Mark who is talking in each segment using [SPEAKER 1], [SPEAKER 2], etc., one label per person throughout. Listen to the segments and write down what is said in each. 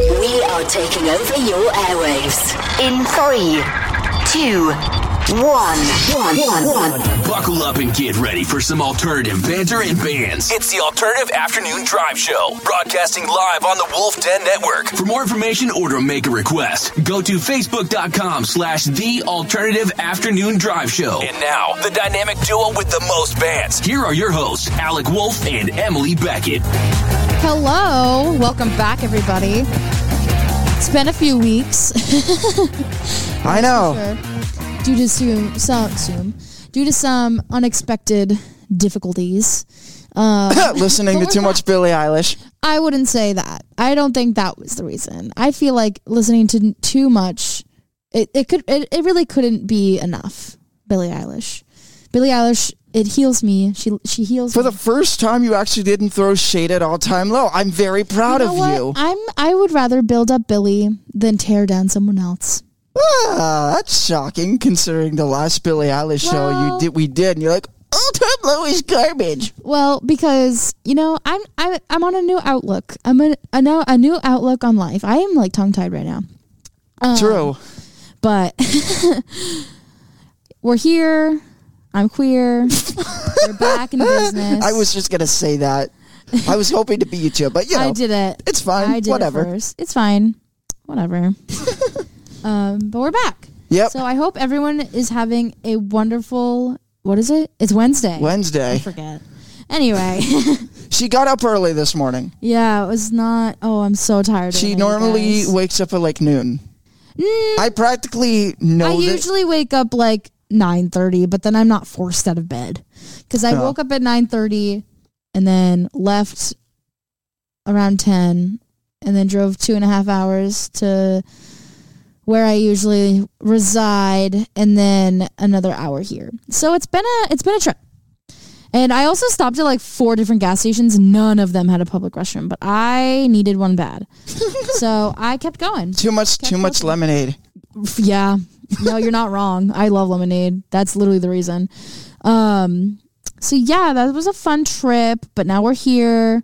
[SPEAKER 1] are taking over your airwaves. In three, two, one, one, one, one.
[SPEAKER 2] Buckle up and get ready for some alternative banter and bands.
[SPEAKER 3] It's the Alternative Afternoon Drive Show, broadcasting live on the Wolf Den Network.
[SPEAKER 2] For more information or to make a request, go to facebook.com slash the alternative afternoon drive show.
[SPEAKER 3] And now, the dynamic duo with the most bands.
[SPEAKER 2] Here are your hosts, Alec Wolf and Emily Beckett.
[SPEAKER 4] Hello, welcome back, everybody. It's been a few weeks.
[SPEAKER 5] I know.
[SPEAKER 4] Sure. Due to some, some, some, due to some unexpected difficulties,
[SPEAKER 5] Listening to
[SPEAKER 4] But
[SPEAKER 5] too
[SPEAKER 4] we're
[SPEAKER 5] much Billie Eilish.
[SPEAKER 4] I wouldn't say that. I don't think that was the reason. I feel like listening to n- too much, it, it could, it, it really couldn't be enough. Billie Eilish, Billie Eilish, it heals me. She she heals
[SPEAKER 5] For
[SPEAKER 4] me.
[SPEAKER 5] the first time, you actually didn't throw shade at all time low. I'm very proud
[SPEAKER 4] You know what?
[SPEAKER 5] of you.
[SPEAKER 4] I'm. I would rather build up Billy than tear down someone else.
[SPEAKER 5] Ah, that's shocking, considering the last Billie Eilish show
[SPEAKER 4] Well-
[SPEAKER 5] you did, we did, and you're like, all time low is garbage.
[SPEAKER 4] Well, because you know, I'm I'm I'm on a new outlook. I'm a, a now a new outlook on life. I am like tongue tied right now, Uh,
[SPEAKER 5] True.
[SPEAKER 4] but we're here. I'm queer. we're back in business.
[SPEAKER 5] I was just gonna say that. I was hoping to beat you, but you know,
[SPEAKER 4] I did it.
[SPEAKER 5] it's fine.
[SPEAKER 4] I did
[SPEAKER 5] Whatever.
[SPEAKER 4] It first. It's fine. Whatever. um, but we're back.
[SPEAKER 5] Yep.
[SPEAKER 4] So I hope everyone is having a wonderful. What is it? It's Wednesday. I
[SPEAKER 5] Wednesday.
[SPEAKER 4] forget. Anyway,
[SPEAKER 5] She got up early this morning.
[SPEAKER 4] yeah, it was not. Oh, I'm so tired.
[SPEAKER 5] She
[SPEAKER 4] right now, you
[SPEAKER 5] normally
[SPEAKER 4] guys.
[SPEAKER 5] wakes up at like noon. I practically know
[SPEAKER 4] Mm. I
[SPEAKER 5] that-
[SPEAKER 4] usually wake up like 9:30, but then I'm not forced out of bed cuz I
[SPEAKER 5] Oh.
[SPEAKER 4] woke up at 9:30 and then left around 10 and then drove two and a half hours to where I usually reside and then another hour here. So it's been a it's been a trip. And I also stopped at like four different gas stations. None of them had a public restroom, but I needed one bad. so I kept going.
[SPEAKER 5] too much too much lemonade.
[SPEAKER 4] Yeah. No, you're not wrong. I love lemonade. That's literally the reason. Um, so yeah, that was a fun trip, but now we're here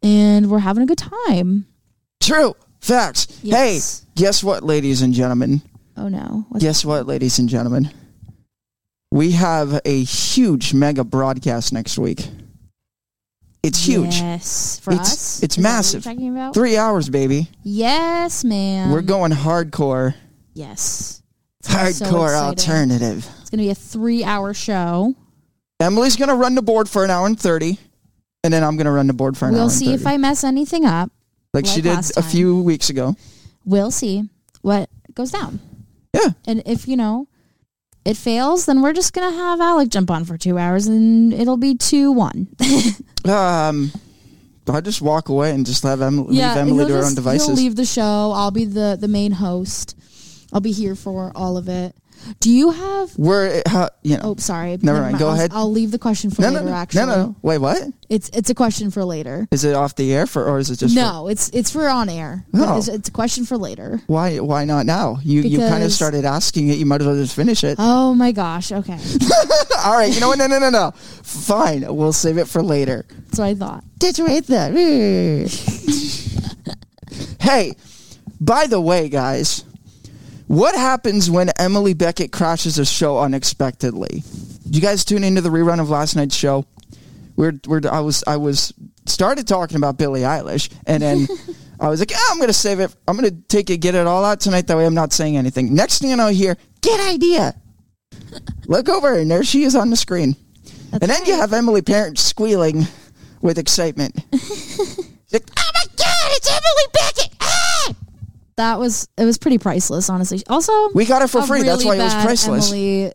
[SPEAKER 4] and we're having a good time.
[SPEAKER 5] True. Facts.
[SPEAKER 4] Yes.
[SPEAKER 5] Hey, guess what, ladies and gentlemen?
[SPEAKER 4] Oh no. What-
[SPEAKER 5] Guess what, ladies and gentlemen? We have a huge mega broadcast next week. It's huge.
[SPEAKER 4] Yes. For
[SPEAKER 5] It's-
[SPEAKER 4] us. Is that
[SPEAKER 5] it's
[SPEAKER 4] what
[SPEAKER 5] massive.
[SPEAKER 4] you're talking about?
[SPEAKER 5] Three hours, baby.
[SPEAKER 4] Yes, man.
[SPEAKER 5] We're going hardcore.
[SPEAKER 4] Yes. so
[SPEAKER 5] Hardcore
[SPEAKER 4] exciting.
[SPEAKER 5] alternative.
[SPEAKER 4] It's gonna be a three hour show.
[SPEAKER 5] Emily's gonna run the board for an hour and thirty. And then I'm gonna run the board for an hour
[SPEAKER 4] We'll
[SPEAKER 5] and
[SPEAKER 4] see if
[SPEAKER 5] 30.
[SPEAKER 4] I mess anything up.
[SPEAKER 5] like she
[SPEAKER 4] like
[SPEAKER 5] did
[SPEAKER 4] last
[SPEAKER 5] a
[SPEAKER 4] time.
[SPEAKER 5] few weeks ago.
[SPEAKER 4] We'll see what goes down.
[SPEAKER 5] Yeah.
[SPEAKER 4] And if you know it fails, then we're just gonna have Alec jump on for two hours, and it'll be two one.
[SPEAKER 5] Um I just walk away and just have Emily leave Emily
[SPEAKER 4] he'll
[SPEAKER 5] to her own
[SPEAKER 4] just- He'll
[SPEAKER 5] devices.
[SPEAKER 4] leave the show. I'll be the the main host. I'll be here for all of it. Do you have?
[SPEAKER 5] We're uh, you know
[SPEAKER 4] Oh, sorry.
[SPEAKER 5] Never mind. Go
[SPEAKER 4] I'll,
[SPEAKER 5] ahead.
[SPEAKER 4] I'll leave the question for
[SPEAKER 5] no, no,
[SPEAKER 4] later.
[SPEAKER 5] no,
[SPEAKER 4] actually,
[SPEAKER 5] no, no, no. Wait, what?
[SPEAKER 4] it's it's a question for later.
[SPEAKER 5] Is it off the air for, or is it just?
[SPEAKER 4] no, it's it's for on air. but
[SPEAKER 5] Oh.
[SPEAKER 4] It's, it's a question for later.
[SPEAKER 5] For, why? Why not now? You you kind of
[SPEAKER 4] Because-
[SPEAKER 5] started asking it. You might as well just finish it.
[SPEAKER 4] Oh my gosh. Okay,
[SPEAKER 5] All right. You know what? No, no, no, no. Fine. We'll save it for later.
[SPEAKER 4] that's what I thought.
[SPEAKER 5] Did you eat that? hey, by the way, guys, what happens when Emily Beckett crashes a show unexpectedly? Did you guys tune into the rerun of last night's show? We're, we're, I was I was started talking about Billie Eilish, and then I was like, "Ah, I'm gonna save it. I'm gonna take it, get it all out tonight. That way, I'm not saying anything. Next thing you know, here, good idea. Look over, and there she is on the screen. and then you have Emily Parent squealing with excitement. She's like, oh my god, it's Emily Beckett! Ah!
[SPEAKER 4] That was it was pretty priceless, honestly. Also,
[SPEAKER 5] We got it for
[SPEAKER 4] a
[SPEAKER 5] free. That's
[SPEAKER 4] really
[SPEAKER 5] why it was
[SPEAKER 4] bad
[SPEAKER 5] priceless.
[SPEAKER 4] Emily,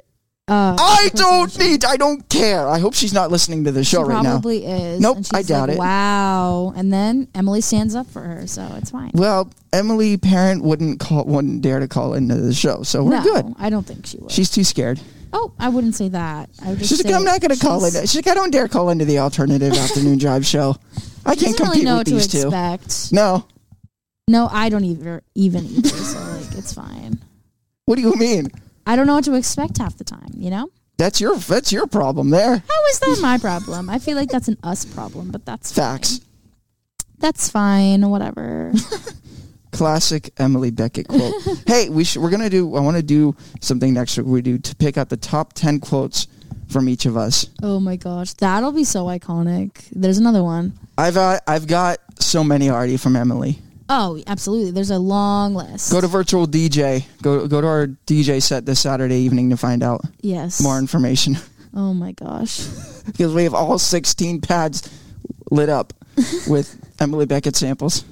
[SPEAKER 4] uh, she
[SPEAKER 5] I don't need. I don't care. I hope she's not listening to the show right now.
[SPEAKER 4] probably is.
[SPEAKER 5] Nope,
[SPEAKER 4] and she's
[SPEAKER 5] I doubt
[SPEAKER 4] like,
[SPEAKER 5] it.
[SPEAKER 4] Wow. And then Emily stands up for her, so it's fine.
[SPEAKER 5] Well, Emily Parent wouldn't call, wouldn't dare to call into the show, so we're
[SPEAKER 4] no,
[SPEAKER 5] good.
[SPEAKER 4] I don't think she would.
[SPEAKER 5] She's too scared.
[SPEAKER 4] oh, I wouldn't say that. I would just
[SPEAKER 5] She's
[SPEAKER 4] say
[SPEAKER 5] like, I'm not going to call in.
[SPEAKER 4] she's-
[SPEAKER 5] She's like, I don't dare call into the alternative afternoon drive show. I
[SPEAKER 4] She doesn't
[SPEAKER 5] can't compete
[SPEAKER 4] really know
[SPEAKER 5] with
[SPEAKER 4] what to
[SPEAKER 5] these two.
[SPEAKER 4] expect.
[SPEAKER 5] No.
[SPEAKER 4] No, I don't either. Even either. so like, it's fine.
[SPEAKER 5] What do you mean?
[SPEAKER 4] I don't know what to expect half the time. You know.
[SPEAKER 5] That's your that's your problem there.
[SPEAKER 4] How is that my problem? I feel like that's an us problem, but that's fine.
[SPEAKER 5] Facts.
[SPEAKER 4] That's fine. Whatever.
[SPEAKER 5] Classic Emily Beckett quote. hey, we should, we're gonna do. I want to do something next week. We do to pick out the top ten quotes from each of us.
[SPEAKER 4] Oh my gosh, that'll be so iconic. There's another one.
[SPEAKER 5] I've uh, I've got so many already from Emily.
[SPEAKER 4] Oh, absolutely. There's a long list.
[SPEAKER 5] Go to virtual DJ. Go go to our DJ set this Saturday evening to find out
[SPEAKER 4] yes.
[SPEAKER 5] more information
[SPEAKER 4] Oh my gosh.
[SPEAKER 5] because we have all sixteen pads lit up with Emily Beckett samples.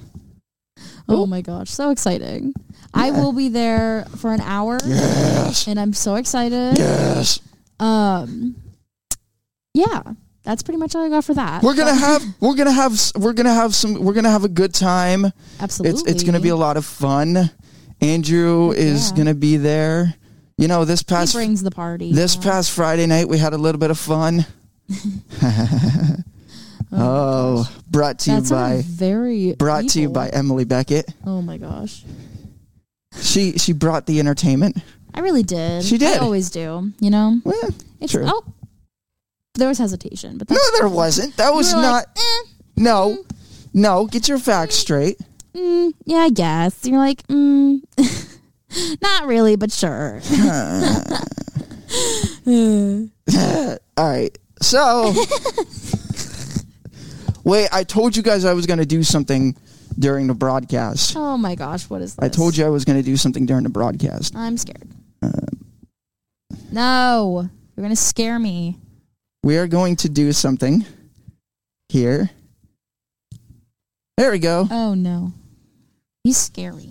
[SPEAKER 4] Oh,
[SPEAKER 5] Oh.
[SPEAKER 4] my gosh, so exciting. I will be there for an hour
[SPEAKER 5] Yes.
[SPEAKER 4] and I'm so excited.
[SPEAKER 5] Yes.
[SPEAKER 4] Um Yeah, that's pretty much all I got for that.
[SPEAKER 5] We're gonna have we're gonna have s- we're gonna have some we're gonna have a good time.
[SPEAKER 4] Absolutely.
[SPEAKER 5] It's it's gonna be a lot of fun. Andrew is
[SPEAKER 4] Yeah.
[SPEAKER 5] gonna be there. You know, this
[SPEAKER 4] he
[SPEAKER 5] past
[SPEAKER 4] brings the party.
[SPEAKER 5] this
[SPEAKER 4] you know?
[SPEAKER 5] past Friday night we had a little bit of fun. oh, brought to you
[SPEAKER 4] That sounded
[SPEAKER 5] by
[SPEAKER 4] very
[SPEAKER 5] brought to you
[SPEAKER 4] evil.
[SPEAKER 5] by Emily Beckett.
[SPEAKER 4] Oh my gosh.
[SPEAKER 5] She she brought the entertainment.
[SPEAKER 4] I really did.
[SPEAKER 5] She did.
[SPEAKER 4] I always do, you know?
[SPEAKER 5] Well,
[SPEAKER 4] It's
[SPEAKER 5] true.
[SPEAKER 4] oh there was hesitation, but
[SPEAKER 5] no,
[SPEAKER 4] that's
[SPEAKER 5] there wasn't. That was
[SPEAKER 4] you were
[SPEAKER 5] not.
[SPEAKER 4] like, eh,
[SPEAKER 5] no, no. Get your facts straight.
[SPEAKER 4] mm, yeah, I guess. And you're like, mm, not really, but sure.
[SPEAKER 5] All right. So, wait, I told you guys I was going to do something during the broadcast.
[SPEAKER 4] Oh my gosh, what is this?
[SPEAKER 5] I told Uh, you I was going to do something during the broadcast.
[SPEAKER 4] I'm scared. no, you're gonna scare me.
[SPEAKER 5] We are going to do something here. There we go.
[SPEAKER 4] Oh no, he's scary.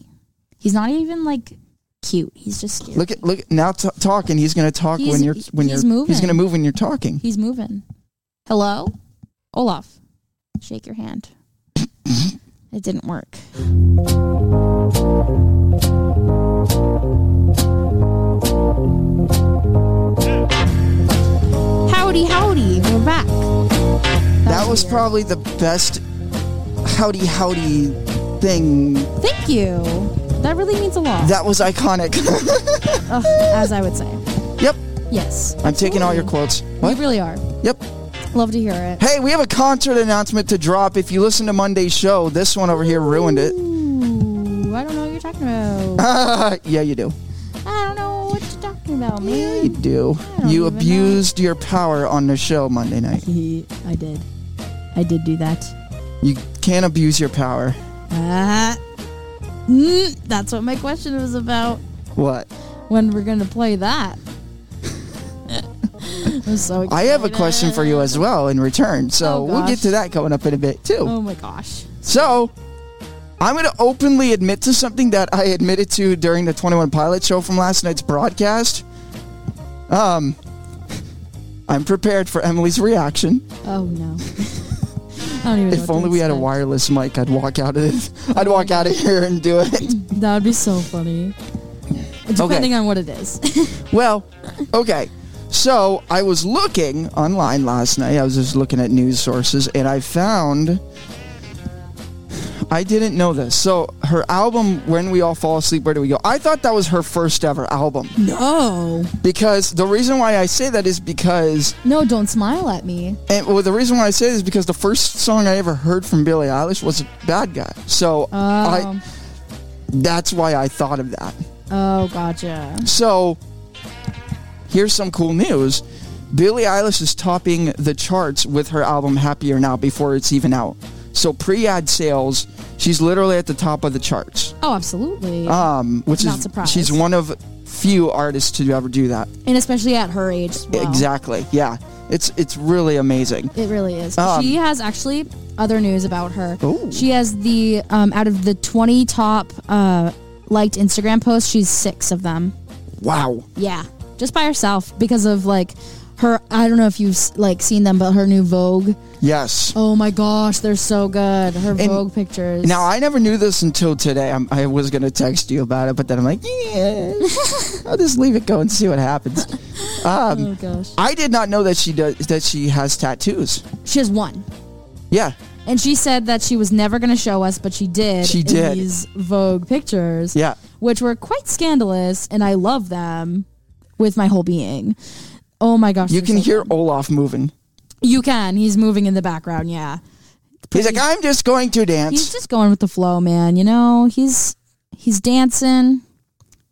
[SPEAKER 4] He's not even like cute. He's just scary.
[SPEAKER 5] Look at look at- now t- talking. He's going to talk
[SPEAKER 4] He's-
[SPEAKER 5] when you're when
[SPEAKER 4] he's
[SPEAKER 5] you're
[SPEAKER 4] moving.
[SPEAKER 5] he's going to move when you're talking.
[SPEAKER 4] he's moving. Hello, Olaf. Shake your hand. it didn't work. Howdy, howdy. We're back. That,
[SPEAKER 5] That was
[SPEAKER 4] weird.
[SPEAKER 5] probably the best howdy howdy thing.
[SPEAKER 4] Thank you. That really means a lot.
[SPEAKER 5] That was iconic.
[SPEAKER 4] Ugh, as I would say.
[SPEAKER 5] yep.
[SPEAKER 4] Yes.
[SPEAKER 5] I'm taking all your quotes.
[SPEAKER 4] You
[SPEAKER 5] What?
[SPEAKER 4] really are.
[SPEAKER 5] Yep.
[SPEAKER 4] Love to hear it.
[SPEAKER 5] Hey, we have a concert announcement to drop. If you listen to Monday's show, this one over here ruined it.
[SPEAKER 4] Ooh, I don't know what you're talking
[SPEAKER 5] Uh-huh.
[SPEAKER 4] about.
[SPEAKER 5] yeah, you do.
[SPEAKER 4] I don't know what you're talking about,
[SPEAKER 5] Yeah, you
[SPEAKER 4] man.
[SPEAKER 5] do.
[SPEAKER 4] I don't
[SPEAKER 5] You
[SPEAKER 4] even
[SPEAKER 5] abused your power on the show Monday night.
[SPEAKER 4] I did. I did do that.
[SPEAKER 5] You can't abuse your power.
[SPEAKER 4] Ah. Mm, that's what my question was about.
[SPEAKER 5] What?
[SPEAKER 4] When we're gonna play that? I'm so excited.
[SPEAKER 5] I have a question for you as well in return. So
[SPEAKER 4] Oh,
[SPEAKER 5] we'll get
[SPEAKER 4] gosh.
[SPEAKER 5] to that coming up in a bit too.
[SPEAKER 4] Oh my gosh.
[SPEAKER 5] So I'm going to openly admit to something that I admitted to during the 21 Pilot show from last night's broadcast. Um, I'm prepared for Emily's reaction.
[SPEAKER 4] Oh no. I don't even. know what
[SPEAKER 5] If
[SPEAKER 4] to
[SPEAKER 5] only we had a
[SPEAKER 4] expect.
[SPEAKER 5] wireless mic, I'd walk out of it. I'd walk out of here and do it.
[SPEAKER 4] That would be so funny. Depending on what it is.
[SPEAKER 5] Well, okay. So I was looking online last night. I was just looking at news sources, and I found. I didn't know this. So her album, "When We All Fall Asleep, Where Do We Go?" I thought that was her first ever album
[SPEAKER 4] no.
[SPEAKER 5] because the reason why I say that is because,
[SPEAKER 4] No, don't smile at me.
[SPEAKER 5] and well, the reason why I say this is because the first song I ever heard from Billie Eilish was "Bad Guy." So
[SPEAKER 4] Oh.
[SPEAKER 5] I, that's why I thought of that.
[SPEAKER 4] oh, gotcha.
[SPEAKER 5] So, here's some cool news. Billie Eilish is topping the charts with her album Happier Now before it's even out. So pre-ad sales, she's literally at the top of the charts.
[SPEAKER 4] Oh, absolutely.
[SPEAKER 5] Um, which
[SPEAKER 4] Not
[SPEAKER 5] is
[SPEAKER 4] surprised.
[SPEAKER 5] she's one of few artists to ever do that.
[SPEAKER 4] and especially at her age. as well.
[SPEAKER 5] Exactly. Yeah. It's it's really amazing.
[SPEAKER 4] It really is.
[SPEAKER 5] Um,
[SPEAKER 4] she has actually other news about her.
[SPEAKER 5] Ooh.
[SPEAKER 4] She has the um, out of the twenty top uh, liked Instagram posts, she's six of them.
[SPEAKER 5] Wow.
[SPEAKER 4] Yeah, just by herself because of like her. I don't know if you've s- like seen them, but her new Vogue.
[SPEAKER 5] Yes.
[SPEAKER 4] Oh my gosh, they're so good. Her Vogue pictures.
[SPEAKER 5] Now I never knew this until today. I'm, I was gonna text you about it, but then I'm like, yeah, I'll just leave it go and see what happens. Um,
[SPEAKER 4] oh gosh,
[SPEAKER 5] I did not know that she does that she has tattoos.
[SPEAKER 4] she has one.
[SPEAKER 5] Yeah.
[SPEAKER 4] And she said that she was never going to show us, but she did.
[SPEAKER 5] She
[SPEAKER 4] in
[SPEAKER 5] did.
[SPEAKER 4] these Vogue pictures,
[SPEAKER 5] Yeah.
[SPEAKER 4] which were quite scandalous, and I love them with my whole being. Oh my gosh,
[SPEAKER 5] You
[SPEAKER 4] they're
[SPEAKER 5] can
[SPEAKER 4] so
[SPEAKER 5] hear
[SPEAKER 4] good.
[SPEAKER 5] Olaf moving.
[SPEAKER 4] You can. He's moving in the background. Yeah,
[SPEAKER 5] He's like, I'm just going to
[SPEAKER 4] he's
[SPEAKER 5] dance.
[SPEAKER 4] just going with the flow, man. You know, he's He's dancing.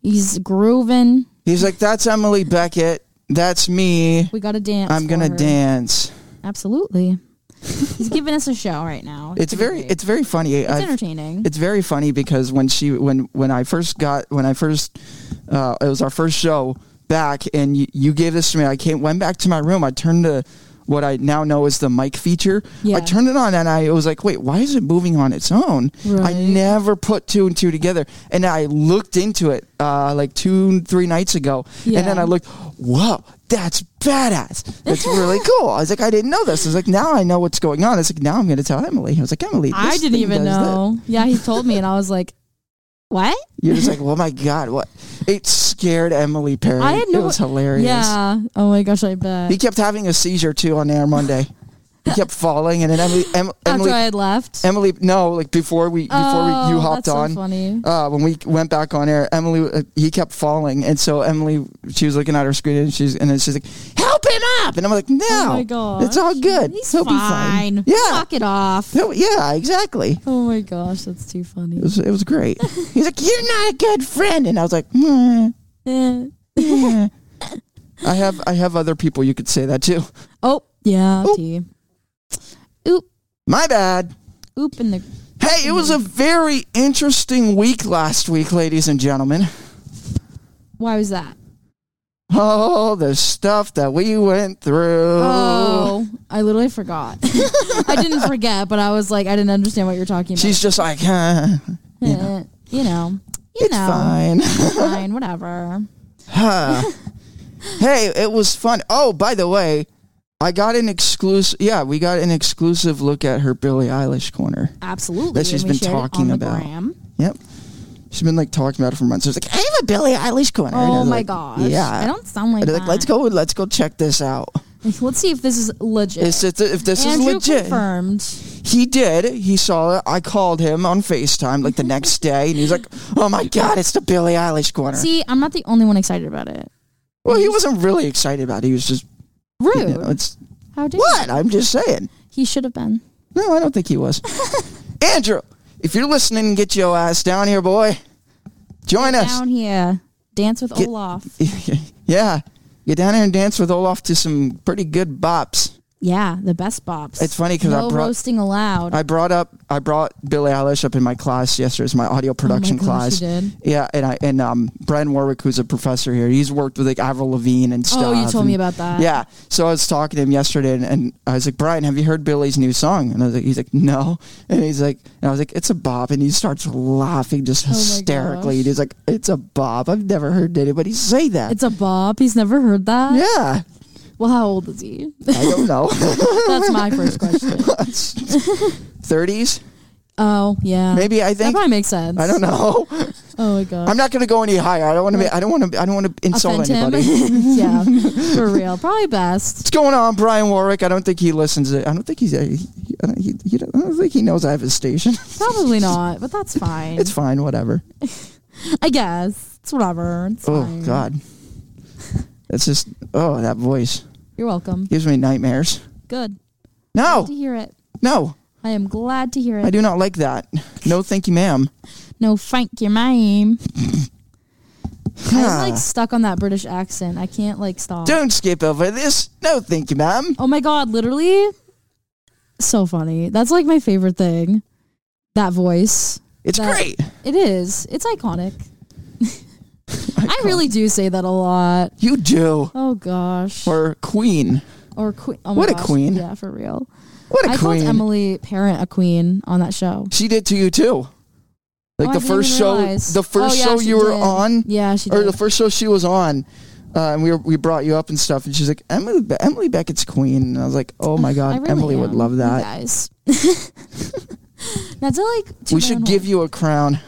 [SPEAKER 4] He's grooving.
[SPEAKER 5] He's like, that's Emily Beckett. That's me.
[SPEAKER 4] We got to dance.
[SPEAKER 5] I'm
[SPEAKER 4] for
[SPEAKER 5] gonna
[SPEAKER 4] her.
[SPEAKER 5] dance.
[SPEAKER 4] Absolutely. He's giving us a show right now.
[SPEAKER 5] It's
[SPEAKER 4] pretty
[SPEAKER 5] very,
[SPEAKER 4] great.
[SPEAKER 5] it's very funny.
[SPEAKER 4] It's entertaining.
[SPEAKER 5] it's very funny because when she when when I first got when I first uh, it was our first show back and you, you gave this to me I came went back to my room I turned to what I now know is the mic feature
[SPEAKER 4] Yeah.
[SPEAKER 5] I turned it on and I was like wait why is it moving on its own
[SPEAKER 4] Right.
[SPEAKER 5] I never put two and two together and I looked into it uh, like two three nights ago and then
[SPEAKER 4] Yeah.
[SPEAKER 5] I looked whoa that's badass that's really cool I was like I didn't know this I was like now I know what's going on I was like now I'm gonna tell Emily I was like Emily
[SPEAKER 4] I
[SPEAKER 5] this
[SPEAKER 4] didn't
[SPEAKER 5] thing
[SPEAKER 4] even
[SPEAKER 5] does this."
[SPEAKER 4] know. Yeah, he told me, and I was like, "What?"
[SPEAKER 5] You're just like, oh my god, what? It scared Emily Perry.
[SPEAKER 4] I had no.
[SPEAKER 5] It was hilarious.
[SPEAKER 4] Yeah. Oh my gosh, I bet.
[SPEAKER 5] He kept having a seizure too on air Monday. He kept falling, and then Emily, em,
[SPEAKER 4] After I
[SPEAKER 5] Emily,
[SPEAKER 4] had left.
[SPEAKER 5] Emily, no, like before we, before
[SPEAKER 4] oh,
[SPEAKER 5] we, you hopped
[SPEAKER 4] that's so
[SPEAKER 5] on.
[SPEAKER 4] funny.
[SPEAKER 5] Uh, when we went back on air, Emily, uh, he kept falling, and so Emily, she was looking at her screen, and she's, and then she's like, "Help him up!" And I'm like, "No,
[SPEAKER 4] Oh my gosh.
[SPEAKER 5] it's all good.
[SPEAKER 4] He's
[SPEAKER 5] He'll
[SPEAKER 4] fine.
[SPEAKER 5] be fine. Yeah,
[SPEAKER 4] Knock it off.
[SPEAKER 5] He'll- yeah, exactly."
[SPEAKER 4] Oh my gosh, that's too funny.
[SPEAKER 5] It was, it was great. He's like, "You're not a good friend," and I was like, "Hmm."
[SPEAKER 4] Eh.
[SPEAKER 5] Yeah. I have I have other people you could say that to.
[SPEAKER 4] Oh, yeah.
[SPEAKER 5] Oop.
[SPEAKER 4] T. Oop.
[SPEAKER 5] My bad.
[SPEAKER 4] Oop in the
[SPEAKER 5] Hey, it was a very interesting week last week, ladies and gentlemen.
[SPEAKER 4] Why was that?
[SPEAKER 5] Oh, the stuff that we went through.
[SPEAKER 4] Oh, I literally forgot. I didn't forget, but I was like, I didn't understand what you're talking about.
[SPEAKER 5] She's just like, huh,
[SPEAKER 4] Eh, you know, you know,
[SPEAKER 5] it's
[SPEAKER 4] Oh.
[SPEAKER 5] fine.
[SPEAKER 4] It's fine, whatever.
[SPEAKER 5] Huh. hey, it was fun. Oh, by the way, I got an exclusive. Yeah, we got an exclusive look at her Billie Eilish corner.
[SPEAKER 4] Absolutely.
[SPEAKER 5] That she's
[SPEAKER 4] and we
[SPEAKER 5] been
[SPEAKER 4] shared it on
[SPEAKER 5] talking
[SPEAKER 4] the
[SPEAKER 5] about.
[SPEAKER 4] gram.
[SPEAKER 5] Yep. She's been like talking about it for months. It's like, I have a Billie Eilish corner. And I
[SPEAKER 4] Oh
[SPEAKER 5] was
[SPEAKER 4] my
[SPEAKER 5] like,
[SPEAKER 4] gosh.
[SPEAKER 5] Yeah.
[SPEAKER 4] I don't sound like
[SPEAKER 5] And they're
[SPEAKER 4] that.
[SPEAKER 5] like, let's go, let's go check this out.
[SPEAKER 4] Let's see if this is legit.
[SPEAKER 5] Is it, if this
[SPEAKER 4] Andrew
[SPEAKER 5] is legit,
[SPEAKER 4] confirmed.
[SPEAKER 5] he did. He saw it. I called him on Facetime like the next day, and he's like, "Oh my god, it's the Billie Eilish corner."
[SPEAKER 4] See, I'm not the only one excited about it.
[SPEAKER 5] well, he wasn't really excited about it. He was just,
[SPEAKER 4] Rude.
[SPEAKER 5] you know, it's
[SPEAKER 4] How dare
[SPEAKER 5] what I'm just saying.
[SPEAKER 4] you? He should have been.
[SPEAKER 5] No, I don't think he was. Andrew, if you're listening, get your ass down here, boy. Join us.
[SPEAKER 4] Down here. Dance with
[SPEAKER 5] Get-
[SPEAKER 4] Olaf.
[SPEAKER 5] yeah, get down here and dance with Olaf to some pretty good bops.
[SPEAKER 4] Yeah, the best bops.
[SPEAKER 5] It's funny 'cause I
[SPEAKER 4] no
[SPEAKER 5] brought-
[SPEAKER 4] roasting allowed.
[SPEAKER 5] I brought up I brought Billie Eilish up in my class yesterday. It's my audio production
[SPEAKER 4] Oh gosh,
[SPEAKER 5] class.
[SPEAKER 4] you did?
[SPEAKER 5] Yeah, and I and um Brian Warwick, who's a professor here, he's worked with like Avril Lavigne and stuff.
[SPEAKER 4] Oh, you told
[SPEAKER 5] and-
[SPEAKER 4] me about that.
[SPEAKER 5] Yeah, so I was talking to him yesterday, and, and I was like, Brian, have you heard Billy's new song? And I was like, he's like, no, and he's like, and I was like, it's a bop, and he starts laughing just
[SPEAKER 4] Oh my gosh.
[SPEAKER 5] hysterically. And he's like, it's a bop. I've never heard anybody say that.
[SPEAKER 4] It's a bop. He's never heard that.
[SPEAKER 5] yeah,
[SPEAKER 4] Well, how old is he?
[SPEAKER 5] I don't know,
[SPEAKER 4] That's my first question.
[SPEAKER 5] thirties
[SPEAKER 4] Oh, yeah.
[SPEAKER 5] maybe. I
[SPEAKER 4] That
[SPEAKER 5] think
[SPEAKER 4] probably makes sense.
[SPEAKER 5] I don't know.
[SPEAKER 4] Oh, my God.
[SPEAKER 5] I'm not going to go any higher. I don't want to. I don't want to. I don't want to insult
[SPEAKER 4] Offend him.
[SPEAKER 5] anybody.
[SPEAKER 4] yeah, for real. Probably best.
[SPEAKER 5] What's going on, Brian Warwick? I don't think he listens. To, I don't think he's. A, he, I, don't, he, he, don't- I don't think he knows I have his station.
[SPEAKER 4] Probably not, but that's fine.
[SPEAKER 5] It's fine. Whatever.
[SPEAKER 4] I guess. It's whatever. It's
[SPEAKER 5] Oh
[SPEAKER 4] fine.
[SPEAKER 5] God. That's just. Oh, that voice
[SPEAKER 4] You're welcome.
[SPEAKER 5] gives me nightmares.
[SPEAKER 4] Good. Glad
[SPEAKER 5] No,
[SPEAKER 4] to hear it.
[SPEAKER 5] no,
[SPEAKER 4] I am glad to hear it.
[SPEAKER 5] Oh. I do not like that. No, thank you, ma'am.
[SPEAKER 4] Oh. No, thank you, ma'am.
[SPEAKER 5] Huh.
[SPEAKER 4] I'm like stuck on that British accent. I can't like stop.
[SPEAKER 5] Don't skip over this. No, thank you, ma'am.
[SPEAKER 4] Oh my god, literally so funny. That's like my favorite thing. That voice.
[SPEAKER 5] It's
[SPEAKER 4] That-
[SPEAKER 5] great.
[SPEAKER 4] It is. It's iconic. I really do say that a lot.
[SPEAKER 5] You do.
[SPEAKER 4] Oh gosh. Or,
[SPEAKER 5] Or queen.
[SPEAKER 4] queen. Oh my
[SPEAKER 5] What a
[SPEAKER 4] gosh.
[SPEAKER 5] queen.
[SPEAKER 4] Yeah, for real.
[SPEAKER 5] What a
[SPEAKER 4] I called
[SPEAKER 5] queen.
[SPEAKER 4] Emily Parent a queen on that show.
[SPEAKER 5] She did to you too. Like
[SPEAKER 4] Oh, I
[SPEAKER 5] the
[SPEAKER 4] didn't
[SPEAKER 5] first
[SPEAKER 4] even
[SPEAKER 5] show,
[SPEAKER 4] realize.
[SPEAKER 5] the first
[SPEAKER 4] Oh, yeah,
[SPEAKER 5] show
[SPEAKER 4] she
[SPEAKER 5] you were
[SPEAKER 4] did.
[SPEAKER 5] on,
[SPEAKER 4] Yeah, she did.
[SPEAKER 5] or the first show she was on, uh, and we were, we brought you up and stuff, and she's like Emily Be- Emily Beckett's Queen, and I was like, oh my
[SPEAKER 4] I
[SPEAKER 5] god,
[SPEAKER 4] really
[SPEAKER 5] Emily would
[SPEAKER 4] am,
[SPEAKER 5] love
[SPEAKER 4] you
[SPEAKER 5] that.
[SPEAKER 4] Guys. That's like toot my
[SPEAKER 5] We
[SPEAKER 4] own
[SPEAKER 5] should give
[SPEAKER 4] horn.
[SPEAKER 5] you a crown.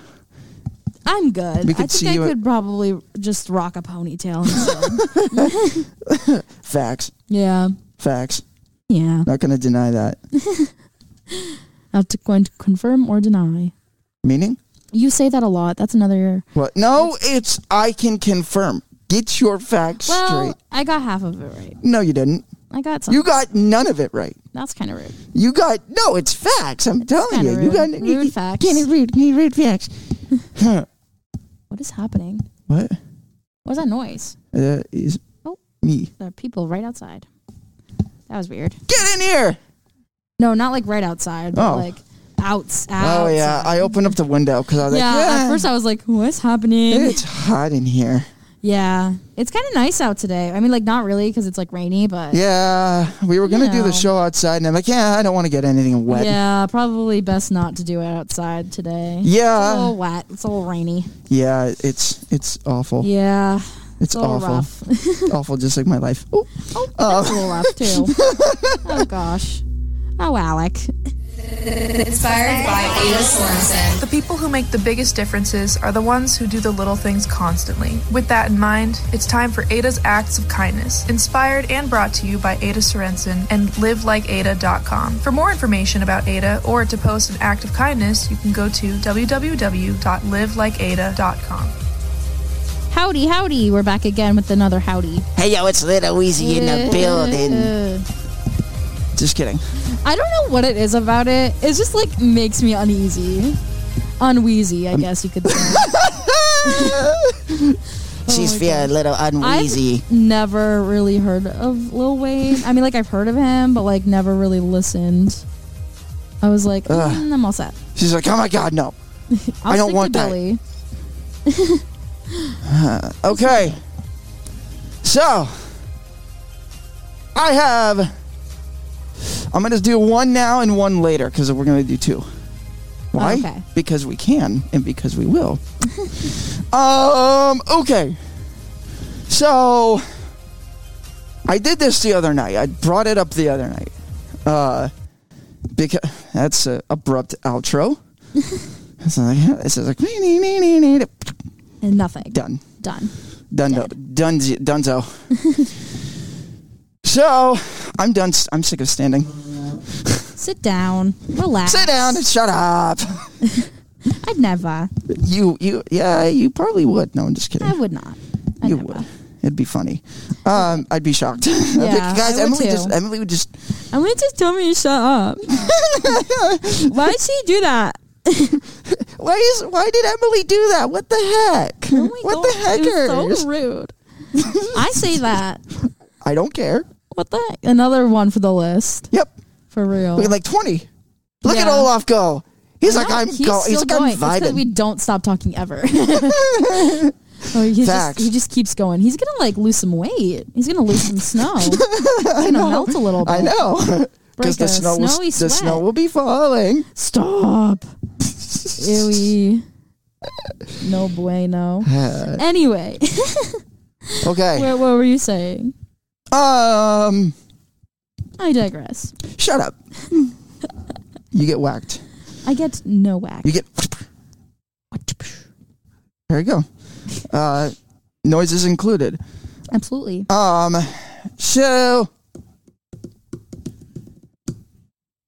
[SPEAKER 4] I'm good.
[SPEAKER 5] we
[SPEAKER 4] I think
[SPEAKER 5] could see
[SPEAKER 4] I
[SPEAKER 5] you at-
[SPEAKER 4] could probably just rock a ponytail. instead.
[SPEAKER 5] Facts,
[SPEAKER 4] yeah.
[SPEAKER 5] facts.
[SPEAKER 4] Yeah.
[SPEAKER 5] Not gonna deny that.
[SPEAKER 4] Not to going to confirm or deny.
[SPEAKER 5] Meaning
[SPEAKER 4] You say that a lot. That's another.
[SPEAKER 5] what? No, it's I can confirm. Get your facts
[SPEAKER 4] Well,
[SPEAKER 5] straight.
[SPEAKER 4] I got half of it right.
[SPEAKER 5] No, you didn't.
[SPEAKER 4] I got some.
[SPEAKER 5] You got none of it right.
[SPEAKER 4] That's kind of rude.
[SPEAKER 5] You got no. It's facts. I'm telling
[SPEAKER 4] kinda
[SPEAKER 5] you. You
[SPEAKER 4] rude.
[SPEAKER 5] got
[SPEAKER 4] Rude
[SPEAKER 5] you- you-
[SPEAKER 4] facts.
[SPEAKER 5] Can't read. Can't read facts. Huh.
[SPEAKER 4] What is happening?
[SPEAKER 5] What?
[SPEAKER 4] What was that noise?
[SPEAKER 5] Uh, is
[SPEAKER 4] Oh.
[SPEAKER 5] me?
[SPEAKER 4] There are people right outside. That was weird.
[SPEAKER 5] Get in here!
[SPEAKER 4] No, not like right outside, but
[SPEAKER 5] Oh.
[SPEAKER 4] like outs,
[SPEAKER 5] Oh
[SPEAKER 4] outs.
[SPEAKER 5] yeah, I opened up the window because I was
[SPEAKER 4] yeah,
[SPEAKER 5] like, yeah,
[SPEAKER 4] at first I was like, what's happening?
[SPEAKER 5] it's hot in here.
[SPEAKER 4] yeah. It's kind of nice out today. I mean, like, not really because it's like rainy, but
[SPEAKER 5] Yeah, we were gonna do
[SPEAKER 4] know.
[SPEAKER 5] the show outside, and I'm like, yeah, I don't want to get anything wet.
[SPEAKER 4] yeah, probably best not to do it outside today.
[SPEAKER 5] Yeah.
[SPEAKER 4] It's a little wet. It's a little rainy.
[SPEAKER 5] Yeah, it's it's awful.
[SPEAKER 4] Yeah. It's,
[SPEAKER 5] it's
[SPEAKER 4] a little
[SPEAKER 5] awful,
[SPEAKER 4] rough.
[SPEAKER 5] awful, just like my life. Oh,
[SPEAKER 4] oh, that's a little rough too. oh, gosh. Oh, Alec.
[SPEAKER 6] Inspired by Ava Sorensen.
[SPEAKER 7] The people who make the biggest differences are the ones who do the little things constantly. With that in mind, it's time for Ada's Acts of Kindness, inspired and brought to you by Ada Sorensen and livelikeada.com. For more information about Ada or to post an act of kindness, you can go to www.livelikeada.com.
[SPEAKER 4] Howdy, howdy. We're back again with another howdy.
[SPEAKER 5] hey yo, it's Little Weezy in the building. Just kidding.
[SPEAKER 4] I don't know what it is about it. It just like makes me uneasy. Unwheezy, I
[SPEAKER 5] Um,
[SPEAKER 4] guess you could say. Oh
[SPEAKER 5] She's feeling a little unwheezy.
[SPEAKER 4] I've never really heard of Lil Wayne. I mean, like I've heard of him, but like never really listened. I was like, mm, I'm all set.
[SPEAKER 5] She's like, oh my god,
[SPEAKER 4] I'll
[SPEAKER 5] no. I don't
[SPEAKER 4] stick
[SPEAKER 5] want
[SPEAKER 4] to
[SPEAKER 5] that.
[SPEAKER 4] Billy.
[SPEAKER 5] Okay. So, I have. I'm going to do one now and one later because we're going to do two. Why?
[SPEAKER 4] Okay.
[SPEAKER 5] Because we can and because we will. um, okay. So, I did this the other night. I brought it up the other night. Uh, because that's an abrupt outro. it's like, it's like,
[SPEAKER 4] And nothing.
[SPEAKER 5] done.
[SPEAKER 4] Done.
[SPEAKER 5] Dundo, Dunzo, Dunzo. so I'm done. s- I'm sick of standing.
[SPEAKER 4] Sit down. Relax.
[SPEAKER 5] Sit down and shut up.
[SPEAKER 4] I'd never.
[SPEAKER 5] You, you, yeah, you probably would. No, I'm just kidding.
[SPEAKER 4] I would not. I
[SPEAKER 5] you
[SPEAKER 4] never.
[SPEAKER 5] would. It'd be funny. Um, I'd be shocked. I'd be like,
[SPEAKER 4] Yeah, I
[SPEAKER 5] guys,
[SPEAKER 4] would
[SPEAKER 5] Emily
[SPEAKER 4] too.
[SPEAKER 5] just Emily would just
[SPEAKER 4] I'm gonna just tell me to shut up. Why did she do that?
[SPEAKER 5] why is why did Emily do that? What the heck?
[SPEAKER 4] Oh my
[SPEAKER 5] what
[SPEAKER 4] God,
[SPEAKER 5] the heck?
[SPEAKER 4] It was so rude. I say that.
[SPEAKER 5] I don't care.
[SPEAKER 4] What the heck? Another one for the list.
[SPEAKER 5] Yep.
[SPEAKER 4] For real.
[SPEAKER 5] We had like 20. Look at
[SPEAKER 4] Yeah.
[SPEAKER 5] Olaf go. He's like
[SPEAKER 4] No,
[SPEAKER 5] I'm
[SPEAKER 4] he's
[SPEAKER 5] go.
[SPEAKER 4] still
[SPEAKER 5] He's like
[SPEAKER 4] going.
[SPEAKER 5] I'm
[SPEAKER 4] It's 'cause
[SPEAKER 5] vibing.
[SPEAKER 4] we don't stop talking ever. Oh, he's just,
[SPEAKER 5] Facts.
[SPEAKER 4] he just keeps going. He's gonna like lose some weight. He's gonna lose some snow. He's gonna melt a little bit.
[SPEAKER 5] I know.
[SPEAKER 4] Break
[SPEAKER 5] Because the
[SPEAKER 4] a
[SPEAKER 5] snow will,
[SPEAKER 4] snowy
[SPEAKER 5] the snow
[SPEAKER 4] sweat.
[SPEAKER 5] will be falling.
[SPEAKER 4] Stop. Ewy. No bueno. Anyway,
[SPEAKER 5] Uh, Okay.
[SPEAKER 4] what, what were you saying?
[SPEAKER 5] Um.
[SPEAKER 4] I digress.
[SPEAKER 5] Shut up. you get whacked.
[SPEAKER 4] I get no whack.
[SPEAKER 5] You get. There you go. Uh, noises included.
[SPEAKER 4] Absolutely.
[SPEAKER 5] Um. So.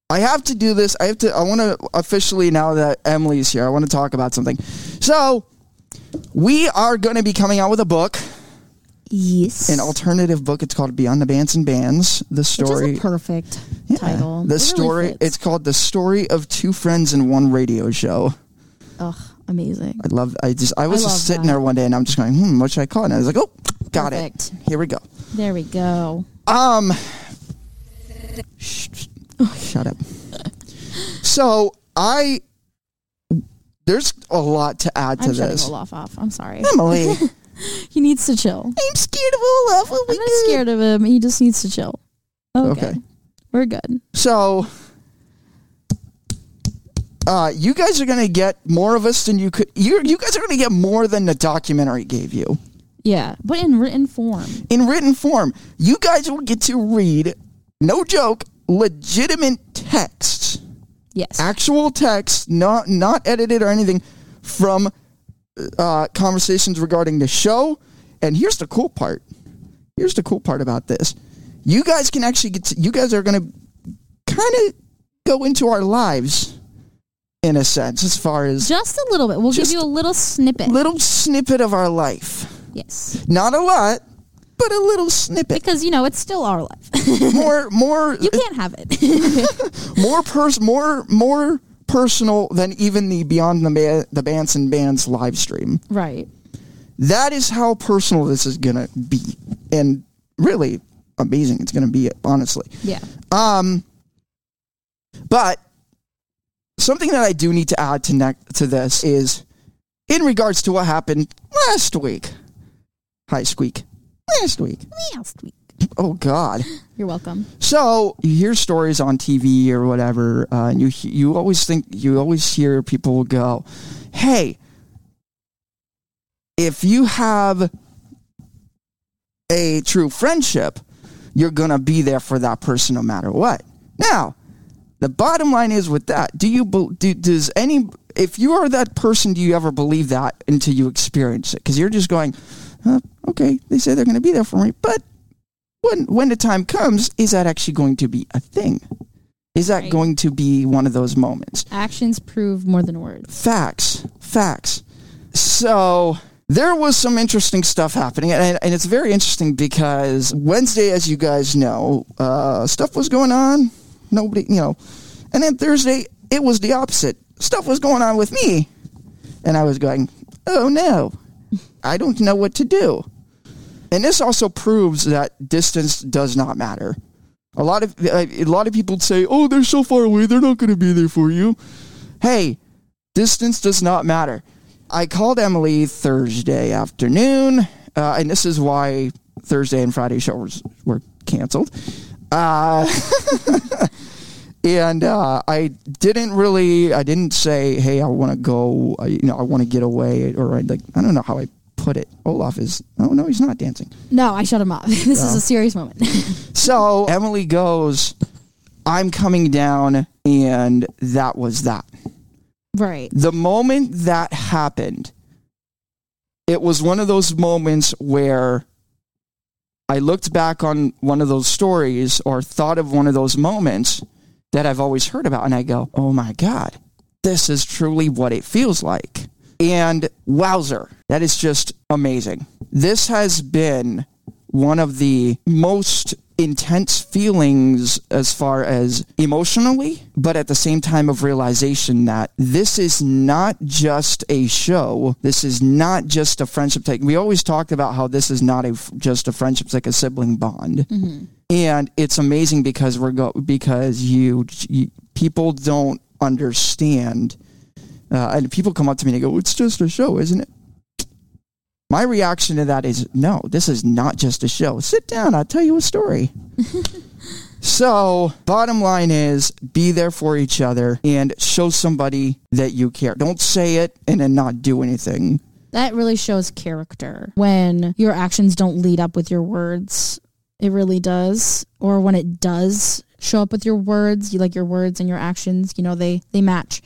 [SPEAKER 5] I have to do this. I have to. I want to officially now that Emily's here. I want to talk about something. So, we are going to be coming out with a book.
[SPEAKER 4] Yes.
[SPEAKER 5] an alternative book. It's called Beyond the Bands and Bands. The story.
[SPEAKER 4] Which is a perfect
[SPEAKER 5] Yeah.
[SPEAKER 4] title.
[SPEAKER 5] The
[SPEAKER 4] It really
[SPEAKER 5] story.
[SPEAKER 4] fits.
[SPEAKER 5] It's called The Story of Two Friends and One Radio Show.
[SPEAKER 4] Ugh, amazing.
[SPEAKER 5] I love. I just. I was
[SPEAKER 4] love
[SPEAKER 5] just sitting
[SPEAKER 4] that.
[SPEAKER 5] there one day and I'm just going, hmm, what should I call it? And I was like, oh, got
[SPEAKER 4] Perfect.
[SPEAKER 5] it. Here we go.
[SPEAKER 4] There we go.
[SPEAKER 5] Um. sh- sh- shut up. So I. There's a lot to add to
[SPEAKER 4] I'm shutting
[SPEAKER 5] this.
[SPEAKER 4] Olaf off. I'm sorry.
[SPEAKER 5] Emily, I'm
[SPEAKER 4] He needs to chill.
[SPEAKER 5] scared of Olaf. What
[SPEAKER 4] I'm
[SPEAKER 5] we
[SPEAKER 4] not
[SPEAKER 5] do?
[SPEAKER 4] scared of him. He just needs to chill. Okay.
[SPEAKER 5] Okay.
[SPEAKER 4] We're good.
[SPEAKER 5] So, uh, you guys are going to get more of us than you could. You you guys are going to get more than the documentary gave you
[SPEAKER 4] Yeah. But in written form.
[SPEAKER 5] in written form. You guys will get to read, no joke, legitimate texts,
[SPEAKER 4] Yes.
[SPEAKER 5] actual texts, not not edited or anything, from uh, conversations regarding the show. And here's the cool part. Here's the cool part about this. You guys can actually get. To, you guys are going to kind of go into our lives, in a sense, as far as
[SPEAKER 4] just a little bit. We'll give
[SPEAKER 5] Just-
[SPEAKER 4] you a little snippet.
[SPEAKER 5] little snippet of our life.
[SPEAKER 4] yes.
[SPEAKER 5] Not a lot, but a little snippet.
[SPEAKER 4] Because, you know, it's still our life.
[SPEAKER 5] More, more,
[SPEAKER 4] you can't have it.
[SPEAKER 5] more pers- more, more personal than even the Beyond the, ba- the Banson Band's live stream.
[SPEAKER 4] Right.
[SPEAKER 5] That is how personal this is going to be. And really amazing it's going to be, honestly.
[SPEAKER 4] Yeah.
[SPEAKER 5] Um, but something that I do need to add to next to this is in regards to what happened last week. Hi, squeak. Last week.
[SPEAKER 4] Last week.
[SPEAKER 5] Oh God.
[SPEAKER 4] You're welcome.
[SPEAKER 5] So you hear stories on TV or whatever, uh, and you he- you always think you always hear people will go, "Hey, if you have a true friendship, you're gonna be there for that person no matter what." Now, the bottom line is with that: Do you bel- do, does any if you are that person, do you ever believe that until you experience it? Because you're just going, huh, "Okay, they say they're gonna be there for me, but." when when the time comes, is that actually going to be a thing? Is that
[SPEAKER 4] Right.
[SPEAKER 5] going to be one of those moments?
[SPEAKER 4] Actions prove more than words.
[SPEAKER 5] Facts, facts. So there was some interesting stuff happening, and, and it's very interesting because Wednesday, as you guys know, uh, stuff was going on. Nobody, you know, and then Thursday it was the opposite. Stuff was going on with me, and I was going, "Oh no, I don't know what to do." And this also proves that distance does not matter. A lot of a lot of people say, "Oh, they're so far away; they're not going to be there for you." Hey, distance does not matter. I called Emily Thursday afternoon, uh, and this is why Thursday and Friday shows were canceled. Uh, and uh, I didn't really, I didn't say, "Hey, I want to go," I, you know, "I want to get away," or I like, I don't know how I put it. Olaf is, oh no, he's not dancing.
[SPEAKER 4] No, I shut him off. this is a serious moment.
[SPEAKER 5] So Emily goes, "I'm coming down," and that was that.
[SPEAKER 4] right.
[SPEAKER 5] the moment that happened, it was one of those moments where I looked back on one of those stories or thought of one of those moments that I've always heard about. And I go, oh my God, this is truly what it feels like. And wowzer, that is just amazing. This has been one of the most intense feelings as far as emotionally, but at the same time of realization that this is not just a show. This is not just a friendship take. We always talked about how this is not a f- just a friendship, it's like a sibling bond. And it's amazing because we're go because you, you people don't understand uh, and people come up to me and they go, "It's just a show, isn't it?" My reaction to that is, "No, this is not just a show. Sit down. I'll tell you a story." so, bottom line is, be there for each other and show somebody that you care. Don't say it and then not do anything.
[SPEAKER 4] That really shows character when your actions don't lead up with your words. It really does. Or when it does show up with your words, you like your words and your actions, you know, they they match.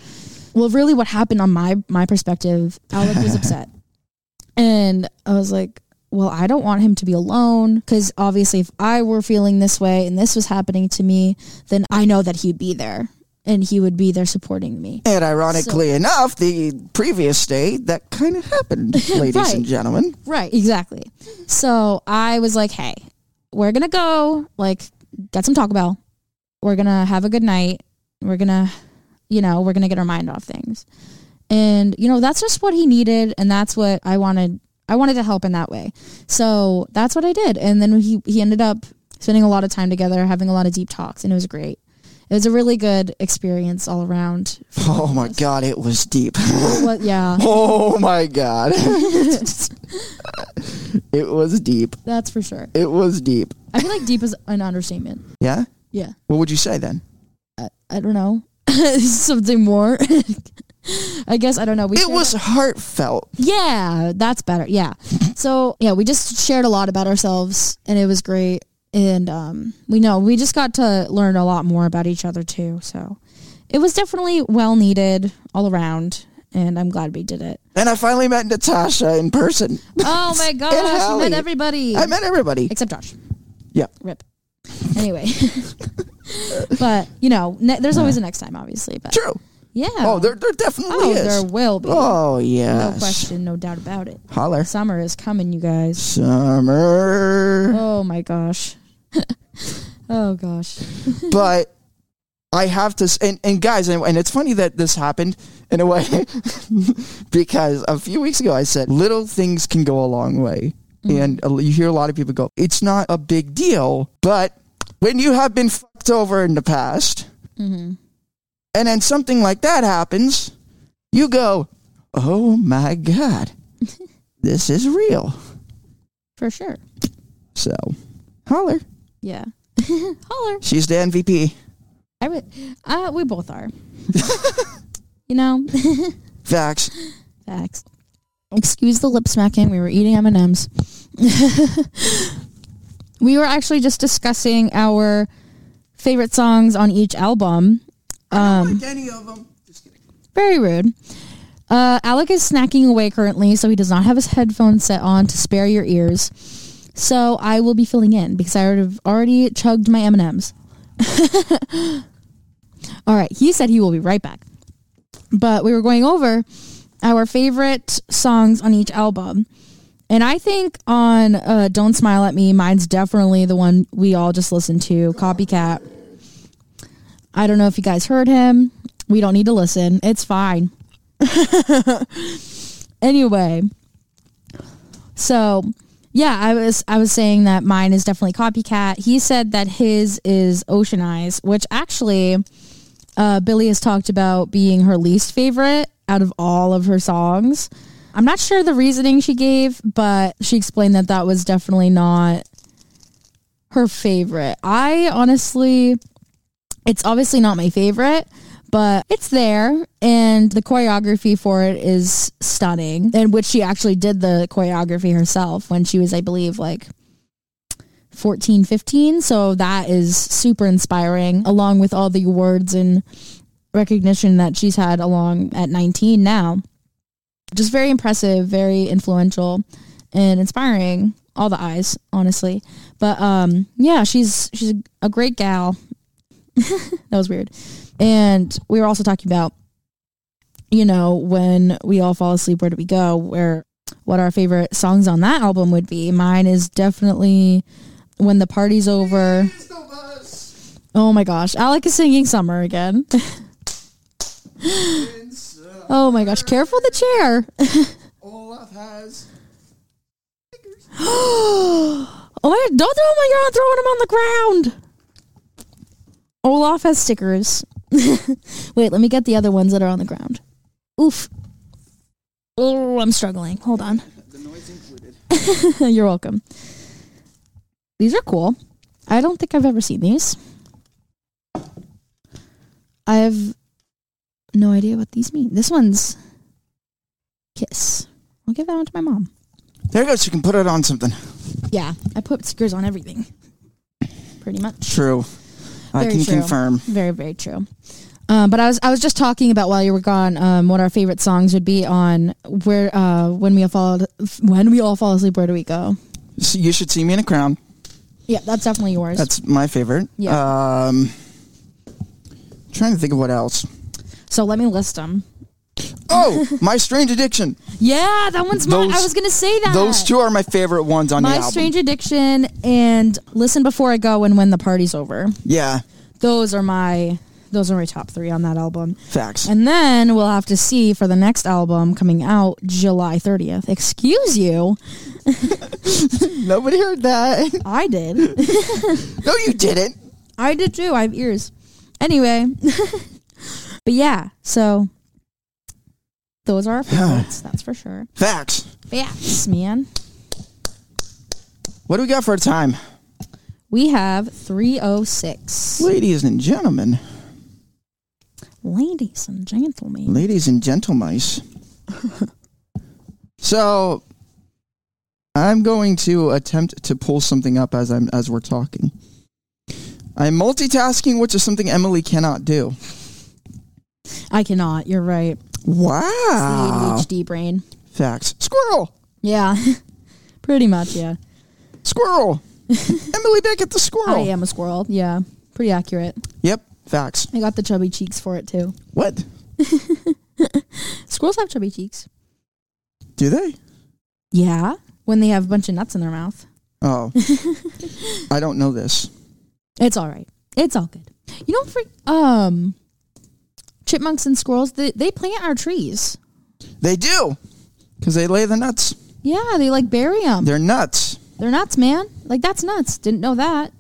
[SPEAKER 4] Well, really what happened on my my perspective, Alec was upset. And I was like, well, I don't want him to be alone cuz obviously if I were feeling this way and this was happening to me, then I know that he'd be there and he would be there supporting me.
[SPEAKER 5] And ironically enough, the previous day that kind of happened, ladies
[SPEAKER 4] Right.
[SPEAKER 5] and gentlemen.
[SPEAKER 4] Right, exactly. So I was like, hey, we're going to go, like, get some Taco Bell. We're going to have a good night. We're going to, you know, we're going to get our mind off things. And, you know, that's just what he needed. And that's what I wanted. I wanted to help in that way. So that's what I did. And then he, he ended up spending a lot of time together, having a lot of deep talks, and it was great. It was a really good experience all around.
[SPEAKER 5] Oh my God, it was deep.
[SPEAKER 4] Well, yeah,
[SPEAKER 5] oh my God, it was deep.
[SPEAKER 4] that's for sure.
[SPEAKER 5] It was deep.
[SPEAKER 4] I feel like deep is an understatement.
[SPEAKER 5] Yeah.
[SPEAKER 4] Yeah.
[SPEAKER 5] What would you say then?
[SPEAKER 4] I don't know something more. I guess I don't know. We
[SPEAKER 5] It
[SPEAKER 4] shared
[SPEAKER 5] was
[SPEAKER 4] a-
[SPEAKER 5] heartfelt.
[SPEAKER 4] yeah, that's better. Yeah, so yeah, we just shared a lot about ourselves, and it was great. And um, we know we just got to learn a lot more about each other too. So it was definitely well needed all around, and I'm glad we did it.
[SPEAKER 5] And I finally met Natasha in person.
[SPEAKER 4] Oh my gosh, you
[SPEAKER 5] Hallie.
[SPEAKER 4] met everybody
[SPEAKER 5] I met everybody.
[SPEAKER 4] except Josh.
[SPEAKER 5] Yeah.
[SPEAKER 4] Rip. Anyway, but you know, ne- there's always a next time, obviously. But
[SPEAKER 5] True.
[SPEAKER 4] yeah.
[SPEAKER 5] Oh, there, there definitely
[SPEAKER 4] Oh,
[SPEAKER 5] is.
[SPEAKER 4] there will be.
[SPEAKER 5] Oh,
[SPEAKER 4] No
[SPEAKER 5] yes.
[SPEAKER 4] question, no doubt about it.
[SPEAKER 5] Holler.
[SPEAKER 4] Summer is coming, you guys.
[SPEAKER 5] Summer.
[SPEAKER 4] Oh my gosh. oh gosh.
[SPEAKER 5] but I have to, s- and, and guys, and, and it's funny that this happened in a way because a few weeks ago I said little things can go a long way. And a- you hear a lot of people go, it's not a big deal, but when you have been fucked over in the past and then something like that happens, you go, oh my God, this is real.
[SPEAKER 4] for sure.
[SPEAKER 5] So holler.
[SPEAKER 4] Yeah. Holler.
[SPEAKER 5] She's the MVP.
[SPEAKER 4] I would. Uh, we both are. you know,
[SPEAKER 5] Facts.
[SPEAKER 4] facts. Excuse the lip smacking. We were eating M and M's. We were actually just discussing our favorite songs on each album.
[SPEAKER 5] Any of them.
[SPEAKER 4] Very rude. Uh, Alec is snacking away currently, so he does not have his headphones set on to spare your ears. So I will be filling in because I have already chugged my M and M's. All right, he said he will be right back. But we were going over our favorite songs on each album, and I think on uh, "Don't Smile at Me," mine's definitely the one we all just listened to, "Copycat." I don't know if you guys heard him. We don't need to listen. It's fine. anyway, so yeah, I was I was saying that mine is definitely copycat. He said that his is Ocean Eyes, which actually uh, Billy has talked about being her least favorite out of all of her songs. I'm not sure the reasoning she gave, but she explained that that was definitely not her favorite. I honestly it's obviously not my favorite but it's there and the choreography for it is stunning and which she actually did the choreography herself when she was i believe like 14 15 so that is super inspiring along with all the awards and recognition that she's had along at 19 now just very impressive very influential and inspiring all the eyes honestly but um yeah she's she's a great gal that was weird. And we were also talking about, you know, when we all fall asleep, where do we go? Where, what our favorite songs on that album would be. Mine is definitely When the Party's Over. Oh my gosh. Alec is singing Summer again. oh my gosh. Careful the chair.
[SPEAKER 5] Olaf has.
[SPEAKER 4] Oh my god, don't throw them on your own, throwing them on the ground. Olaf has stickers. Wait, let me get the other ones that are on the ground. Oof. Oh, I'm struggling. Hold on.
[SPEAKER 5] The noise included.
[SPEAKER 4] You're welcome. These are cool. I don't think I've ever seen these. I have no idea what these mean. This one's kiss. I'll give that one to my mom.
[SPEAKER 5] There goes. You can put it on something.
[SPEAKER 4] Yeah, I put stickers on everything. Pretty much.
[SPEAKER 5] True. I
[SPEAKER 4] Very
[SPEAKER 5] can
[SPEAKER 4] true.
[SPEAKER 5] confirm.
[SPEAKER 4] Very, very true. Um, but I was I was just talking about while you were gone um, what our favorite songs would be on where uh, when we all fall when we all fall asleep where do we go?
[SPEAKER 5] So you should see me in a crown.
[SPEAKER 4] Yeah, that's definitely yours.
[SPEAKER 5] That's my favorite.
[SPEAKER 4] Yeah.
[SPEAKER 5] Um, trying to think of what else.
[SPEAKER 4] so let me list them.
[SPEAKER 5] Oh, my strange addiction.
[SPEAKER 4] Yeah, that one's mine. I
[SPEAKER 5] Those-
[SPEAKER 4] was gonna say that.
[SPEAKER 5] Those two are my favorite ones on the
[SPEAKER 4] My
[SPEAKER 5] album.
[SPEAKER 4] Strange Addiction and Listen Before I Go and When the Party's Over.
[SPEAKER 5] yeah.
[SPEAKER 4] Those are my those are my top three on that album.
[SPEAKER 5] Facts.
[SPEAKER 4] And then we'll have to see for the next album coming out July 30th. Excuse you.
[SPEAKER 5] Nobody heard that.
[SPEAKER 4] I did.
[SPEAKER 5] no, you didn't.
[SPEAKER 4] I did too. I have ears. Anyway, but yeah, so those are our favorites. that's for sure.
[SPEAKER 5] Facts.
[SPEAKER 4] Facts, man.
[SPEAKER 5] What do we got for a time?
[SPEAKER 4] We have 306.
[SPEAKER 5] Ladies and gentlemen.
[SPEAKER 4] Ladies and gentlemen.
[SPEAKER 5] Ladies and gentlemen. so I'm going to attempt to pull something up as I'm as we're talking. I'm multitasking, which is something Emily cannot do.
[SPEAKER 4] I cannot. You're right.
[SPEAKER 5] Wow.
[SPEAKER 4] ADHD brain.
[SPEAKER 5] Facts. Squirrel.
[SPEAKER 4] Yeah. Pretty much, yeah.
[SPEAKER 5] Squirrel. Emily Beckett the
[SPEAKER 4] I
[SPEAKER 5] squirrel.
[SPEAKER 4] am a squirrel. Yeah. Pretty accurate.
[SPEAKER 5] Yep. Facts.
[SPEAKER 4] I got the chubby cheeks for it too.
[SPEAKER 5] What?
[SPEAKER 4] Squirrels have chubby cheeks.
[SPEAKER 5] Do they?
[SPEAKER 4] Yeah. When they have a bunch of nuts in their mouth.
[SPEAKER 5] Oh. I don't know this.
[SPEAKER 4] It's all right. It's all good. You know, for, um, chipmunks and squirrels, they, they plant our trees.
[SPEAKER 5] They do, because they lay the nuts.
[SPEAKER 4] Yeah, they like bury them.
[SPEAKER 5] They're nuts.
[SPEAKER 4] They're nuts, man. Like that's nuts. Didn't know that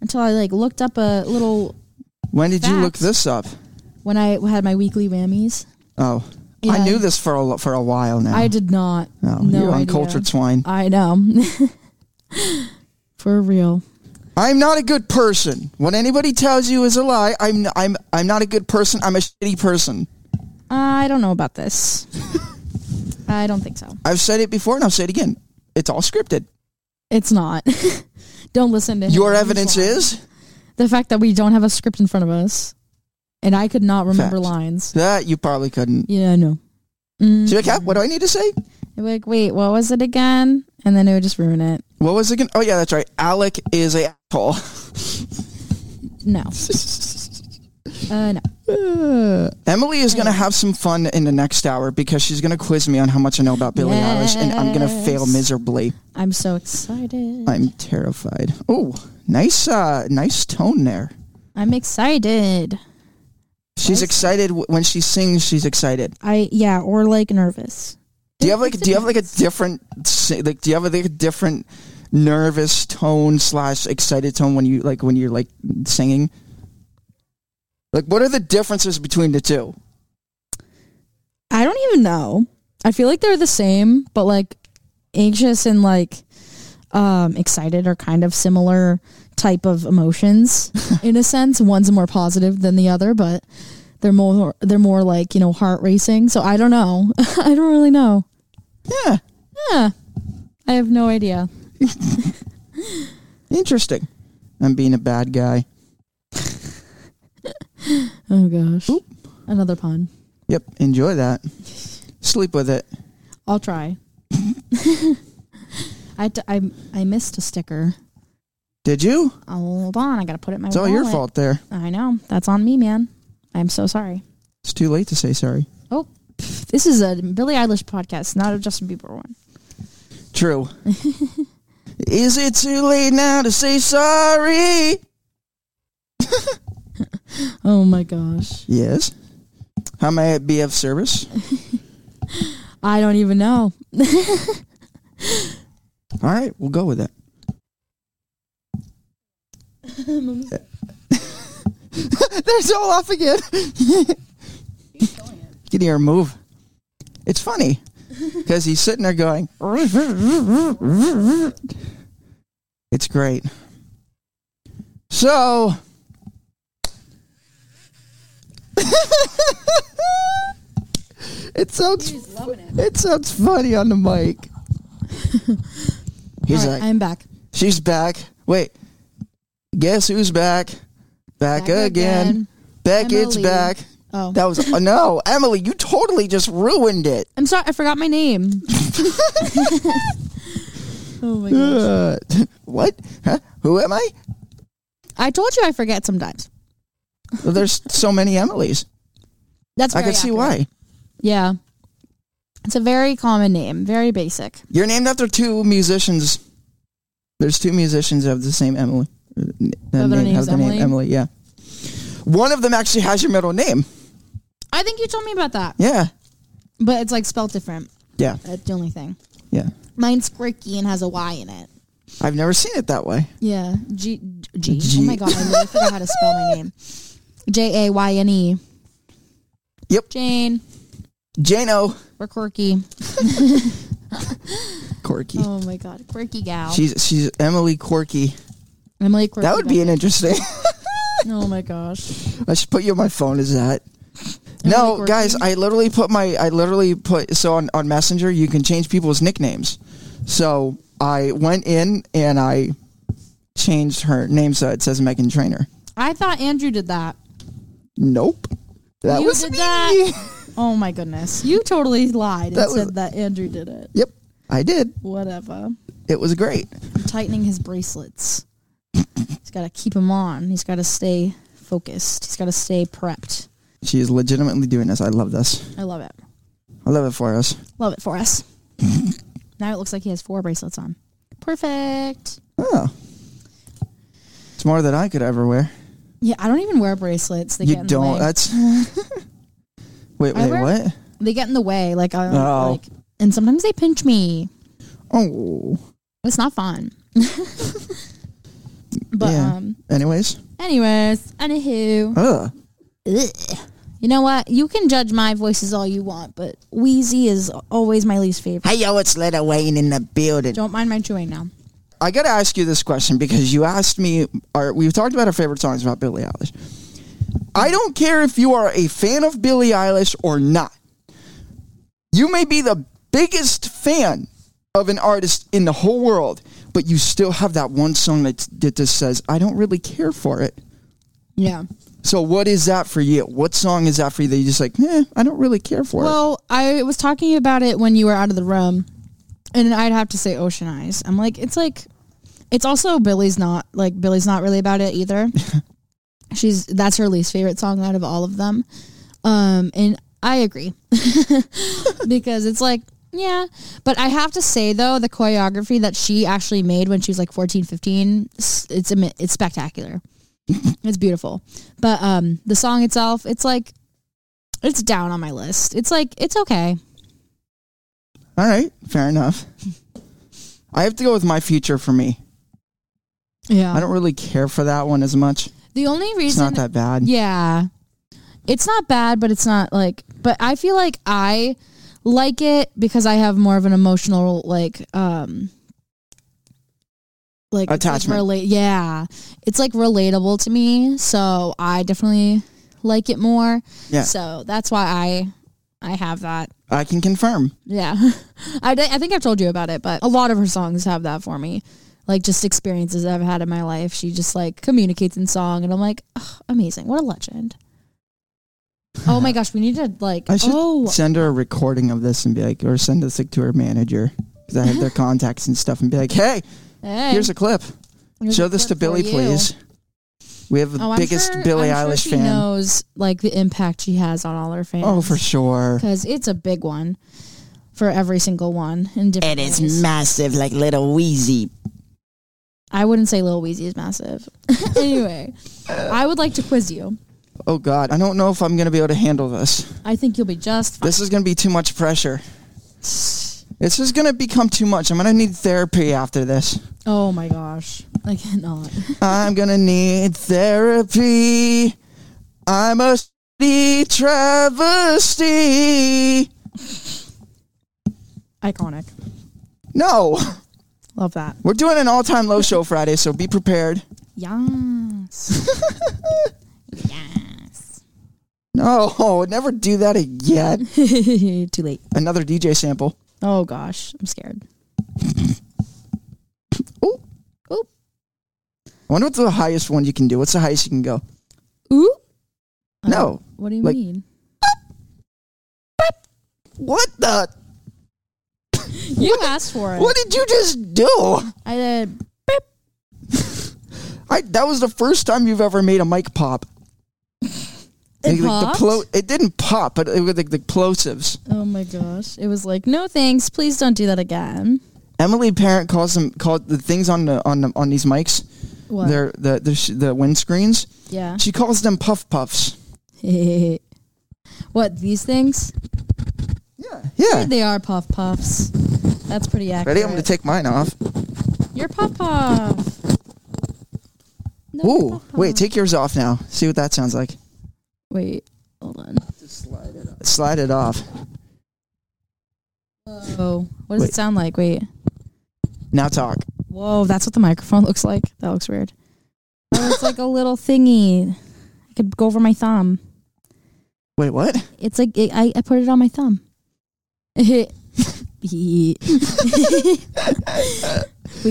[SPEAKER 4] until I like looked up a little
[SPEAKER 5] When did you look
[SPEAKER 4] Facts.
[SPEAKER 5] this up?
[SPEAKER 4] when I had my weekly whammies.
[SPEAKER 5] Oh,
[SPEAKER 4] Yeah.
[SPEAKER 5] I knew this for a, lo- for a while now.
[SPEAKER 4] I did not. No,
[SPEAKER 5] No, you
[SPEAKER 4] idea.
[SPEAKER 5] Ah. Oh, uncultured swine.
[SPEAKER 4] I know. For real.
[SPEAKER 5] I'm not a good person. What anybody tells you is a lie. I'm I'm I'm not a good person. I'm a shitty person.
[SPEAKER 4] I don't know about this. I don't think so.
[SPEAKER 5] I've said it before and I'll say it again. It's all scripted.
[SPEAKER 4] It's not. don't listen to him.
[SPEAKER 5] Your
[SPEAKER 4] He's
[SPEAKER 5] evidence
[SPEAKER 4] lying.
[SPEAKER 5] is
[SPEAKER 4] the fact that we don't have a script in front of us, and I could not remember
[SPEAKER 5] Fact.
[SPEAKER 4] lines.
[SPEAKER 5] that you probably couldn't.
[SPEAKER 4] Yeah, no. Mm-hmm.
[SPEAKER 5] See, like, huh, what do I need to say?
[SPEAKER 4] Like, wait, what was it again? And then it would just ruin it.
[SPEAKER 5] What was it? Again? Oh yeah, that's right. Alec is a asshole.
[SPEAKER 4] No. uh, no.
[SPEAKER 5] Emily is going to have some fun in the next hour because she's going to quiz me on how much I know about Billie Eilish, and I'm going to fail
[SPEAKER 4] Yes.
[SPEAKER 5] miserably.
[SPEAKER 4] I'm so excited.
[SPEAKER 5] I'm terrified. Oh, nice, uh, nice tone there.
[SPEAKER 4] I'm excited.
[SPEAKER 5] She's excited w- when she sings. She's excited.
[SPEAKER 4] I yeah, or like nervous.
[SPEAKER 5] Do you have like do you have like a different si- like do you have like a different nervous tone slash excited tone when you like when you're like singing? Like what are the differences between the two?
[SPEAKER 4] I don't even know. I feel like they're the same, but like anxious and like um excited are kind of similar type of emotions in a sense. One's more positive than the other, but they're more they're more like, you know, heart racing. So I don't know. I don't really know.
[SPEAKER 5] Yeah,
[SPEAKER 4] Yeah. I have no idea.
[SPEAKER 5] interesting. I'm being a bad guy.
[SPEAKER 4] Oh gosh. Another pun.
[SPEAKER 5] Yep, enjoy that. Sleep with it.
[SPEAKER 4] I'll try. I, d- I, I missed a sticker.
[SPEAKER 5] Did you?
[SPEAKER 4] Hold on, I gotta put it in my.
[SPEAKER 5] It's all your
[SPEAKER 4] wallet.
[SPEAKER 5] fault there.
[SPEAKER 4] I know that's on me, man. I'm so sorry.
[SPEAKER 5] It's too late to say sorry.
[SPEAKER 4] Oh, pff, this is a Billie Eilish podcast, not a Justin Bieber one.
[SPEAKER 5] True. Is it too late now to say sorry?
[SPEAKER 4] Oh my gosh,
[SPEAKER 5] Yes. How may I be of service?
[SPEAKER 4] I don't even know.
[SPEAKER 5] All right, we'll go with that. There's all off again. Get here, move. It's funny because he's sitting there going. It's great. So. it sounds. It sounds funny on the mic. He's
[SPEAKER 4] All right,
[SPEAKER 5] like,
[SPEAKER 4] I'm back.
[SPEAKER 5] She's back. Wait. Guess who's back? Back,
[SPEAKER 4] Back
[SPEAKER 5] again.
[SPEAKER 4] again.
[SPEAKER 5] Beckett's
[SPEAKER 4] Emily.
[SPEAKER 5] back.
[SPEAKER 4] Oh,
[SPEAKER 5] That was oh, no, Emily, you totally just ruined it.
[SPEAKER 4] I'm sorry, I forgot my name. oh my gosh,
[SPEAKER 5] Uh, what? Huh? Who am I?
[SPEAKER 4] I told you I forget sometimes.
[SPEAKER 5] Well, there's so many Emilys.
[SPEAKER 4] That's
[SPEAKER 5] I
[SPEAKER 4] very
[SPEAKER 5] can see
[SPEAKER 4] accurate.
[SPEAKER 5] why.
[SPEAKER 4] Yeah, it's a very common name, very basic.
[SPEAKER 5] You're named after two musicians. There's two musicians of the same Emily. Uh, n-
[SPEAKER 4] their
[SPEAKER 5] name-
[SPEAKER 4] name's
[SPEAKER 5] have the
[SPEAKER 4] Emily?
[SPEAKER 5] name Emily, yeah. One of them actually has your middle name.
[SPEAKER 4] I think you told me about that,
[SPEAKER 5] Yeah.
[SPEAKER 4] but it's like spelled different.
[SPEAKER 5] Yeah.
[SPEAKER 4] That's the only thing.
[SPEAKER 5] Yeah.
[SPEAKER 4] Mine's Gricky and has a Y in it.
[SPEAKER 5] I've never seen it that way.
[SPEAKER 4] Yeah. G. G.
[SPEAKER 5] G.
[SPEAKER 4] Oh my God. I literally forgot how to spell my name. J A Y N E.
[SPEAKER 5] Yep.
[SPEAKER 4] Jane.
[SPEAKER 5] Jano
[SPEAKER 4] We're quirky.
[SPEAKER 5] Corky.
[SPEAKER 4] Oh my God. Quirky gal.
[SPEAKER 5] She's she's Emily Corky.
[SPEAKER 4] Emily Quirky.
[SPEAKER 5] That would be an interesting.
[SPEAKER 4] Beckett. Oh my gosh.
[SPEAKER 5] I should put you on my phone. Is that? No,
[SPEAKER 4] Corky?
[SPEAKER 5] guys. I literally put my. I literally put so on on Messenger. You can change people's nicknames. So I went in and I changed her name so it says Megan Trainer.
[SPEAKER 4] I thought Andrew did that.
[SPEAKER 5] Nope. That
[SPEAKER 4] You
[SPEAKER 5] was
[SPEAKER 4] did
[SPEAKER 5] me.
[SPEAKER 4] that. Oh my goodness. You totally lied and
[SPEAKER 5] That was-
[SPEAKER 4] said that Andrew did it.
[SPEAKER 5] Yep. I did.
[SPEAKER 4] Whatever.
[SPEAKER 5] It was great.
[SPEAKER 4] I'm tightening his bracelets. He's got to keep them on. He's got to stay focused. He's got to stay prepped.
[SPEAKER 5] She is legitimately doing this. I love this.
[SPEAKER 4] I love it.
[SPEAKER 5] I love it for us.
[SPEAKER 4] Love it for us. now it looks like he has four bracelets on. Perfect.
[SPEAKER 5] Oh. It's more than I could ever wear.
[SPEAKER 4] Yeah, I don't even wear bracelets. They
[SPEAKER 5] you
[SPEAKER 4] get in The
[SPEAKER 5] don't.
[SPEAKER 4] way.
[SPEAKER 5] That's. wait,
[SPEAKER 4] I
[SPEAKER 5] wait,
[SPEAKER 4] wear-
[SPEAKER 5] what?
[SPEAKER 4] they get in the way. Like, I,
[SPEAKER 5] Oh.
[SPEAKER 4] like, and sometimes they pinch me.
[SPEAKER 5] Oh.
[SPEAKER 4] It's not fun. but
[SPEAKER 5] Yeah.
[SPEAKER 4] um,
[SPEAKER 5] Anyways.
[SPEAKER 4] anyways, anywho,
[SPEAKER 5] Ugh.
[SPEAKER 4] Ugh. you know what? You can judge my voices all you want, but Wheezy is always my least favorite.
[SPEAKER 5] Hey, yo, it's Leda Wayne in the building.
[SPEAKER 4] Don't mind my chewing now.
[SPEAKER 5] I got to ask you this question because you asked me, or we've talked about our favorite songs about Billie Eilish. I don't care if you are a fan of Billie Eilish or not. You may be the biggest fan of an artist in the whole world, but you still have that one song that, that just says, I don't really care for it.
[SPEAKER 4] Yeah.
[SPEAKER 5] So, what is that for you? What song is that for you that you just like, eh, I don't really care for it?
[SPEAKER 4] Well, I was talking about it when you were out of the room, and I'd have to say Ocean Eyes. I'm like, it's like, it's also Billy's not like Billy's not really about it either. She's that's her least favorite song out of all of them, um, and I agree because it's like. Yeah, but I have to say though the choreography that she actually made when she was like 14, 15, s- it's ama- it's spectacular. it's beautiful. But um the song itself, it's like it's down on my list. It's like it's okay.
[SPEAKER 5] All right, fair enough. I have to go with My Future for me.
[SPEAKER 4] Yeah.
[SPEAKER 5] I don't really care for that one as much.
[SPEAKER 4] the only reason
[SPEAKER 5] It's not that bad.
[SPEAKER 4] Yeah. It's not bad, but it's not like but I feel like I like it because I have more of an emotional like um like it's, like,
[SPEAKER 5] Attachment.
[SPEAKER 4] rela- yeah. It's like relatable to me, so I definitely like it more.
[SPEAKER 5] Yeah.
[SPEAKER 4] So that's why I I have that.
[SPEAKER 5] I can confirm.
[SPEAKER 4] Yeah. I, di- I think I've told you about it, but a lot of her songs have that for me. Like just experiences I've had in my life. She just like communicates in song and I'm like, "Ugh, amazing. What a legend. Oh my gosh, we need to like
[SPEAKER 5] I should
[SPEAKER 4] oh
[SPEAKER 5] send her a recording of this and be like, or send this like, to her manager because I have their contacts and stuff, and be like, hey,
[SPEAKER 4] hey,
[SPEAKER 5] here's a clip.
[SPEAKER 4] here's a
[SPEAKER 5] Show this
[SPEAKER 4] clip for
[SPEAKER 5] to Billy,
[SPEAKER 4] you.
[SPEAKER 5] please. We have the
[SPEAKER 4] Oh, I'm
[SPEAKER 5] biggest
[SPEAKER 4] sure-
[SPEAKER 5] Billie
[SPEAKER 4] I'm sure
[SPEAKER 5] Eilish
[SPEAKER 4] she
[SPEAKER 5] fan.
[SPEAKER 4] knows like the impact she has on all her fans.
[SPEAKER 5] Oh, for sure.
[SPEAKER 4] Because it's a big one for every single one in different ways.
[SPEAKER 5] massive, like Little Wheezy.
[SPEAKER 4] I wouldn't say Lil Weezy is massive. anyway, I would like to quiz you.
[SPEAKER 5] Oh God, I don't know if I'm gonna be able to handle this.
[SPEAKER 4] I think you'll be just fine.
[SPEAKER 5] This is gonna be too much pressure. This is gonna become too much. I'm gonna need therapy after this.
[SPEAKER 4] Oh my gosh. I cannot.
[SPEAKER 5] I'm gonna need therapy. I'm a shitty travesty.
[SPEAKER 4] Iconic.
[SPEAKER 5] No,
[SPEAKER 4] Love that.
[SPEAKER 5] we're doing an all-time low show Friday, so be prepared.
[SPEAKER 4] Yes. yes.
[SPEAKER 5] No, never do that again.
[SPEAKER 4] Too late.
[SPEAKER 5] Another DJ sample.
[SPEAKER 4] Oh gosh. I'm scared.
[SPEAKER 5] Ooh,
[SPEAKER 4] Oop.
[SPEAKER 5] I wonder what's the highest one you can do. What's the highest you can go?
[SPEAKER 4] Ooh. Uh,
[SPEAKER 5] No.
[SPEAKER 4] What do you
[SPEAKER 5] Like-
[SPEAKER 4] mean?
[SPEAKER 5] What the?
[SPEAKER 4] You asked for it.
[SPEAKER 5] What did you just do?
[SPEAKER 4] I did. Beep.
[SPEAKER 5] I that was the first time you've ever made a mic pop.
[SPEAKER 4] It
[SPEAKER 5] Like, like,
[SPEAKER 4] popped?
[SPEAKER 5] the plo- it didn't pop, but it was like the plosives.
[SPEAKER 4] Oh my gosh. It was like, no thanks. Please don't do that again.
[SPEAKER 5] Emily Parent calls them called the things on the on the, on these mics.
[SPEAKER 4] What?
[SPEAKER 5] They're the the sh- the wind screens.
[SPEAKER 4] Yeah.
[SPEAKER 5] She calls them puff puffs.
[SPEAKER 4] what, these things?
[SPEAKER 5] Yeah, yeah.
[SPEAKER 4] They are puff puffs. That's pretty accurate.
[SPEAKER 5] Ready? I'm gonna take mine off.
[SPEAKER 4] Your puff puff. No,
[SPEAKER 5] Ooh,
[SPEAKER 4] puff puff.
[SPEAKER 5] wait, take yours off now. See what that sounds like.
[SPEAKER 4] Wait, hold on.
[SPEAKER 5] Slide it off.
[SPEAKER 4] Whoa, what does
[SPEAKER 5] Wait.
[SPEAKER 4] it sound like? Wait.
[SPEAKER 5] Now talk.
[SPEAKER 4] Whoa, that's what the microphone looks like. That looks weird. Oh, it's like a little thingy. I could go over my thumb.
[SPEAKER 5] Wait, what?
[SPEAKER 4] It's like it, I, I put it on my thumb. we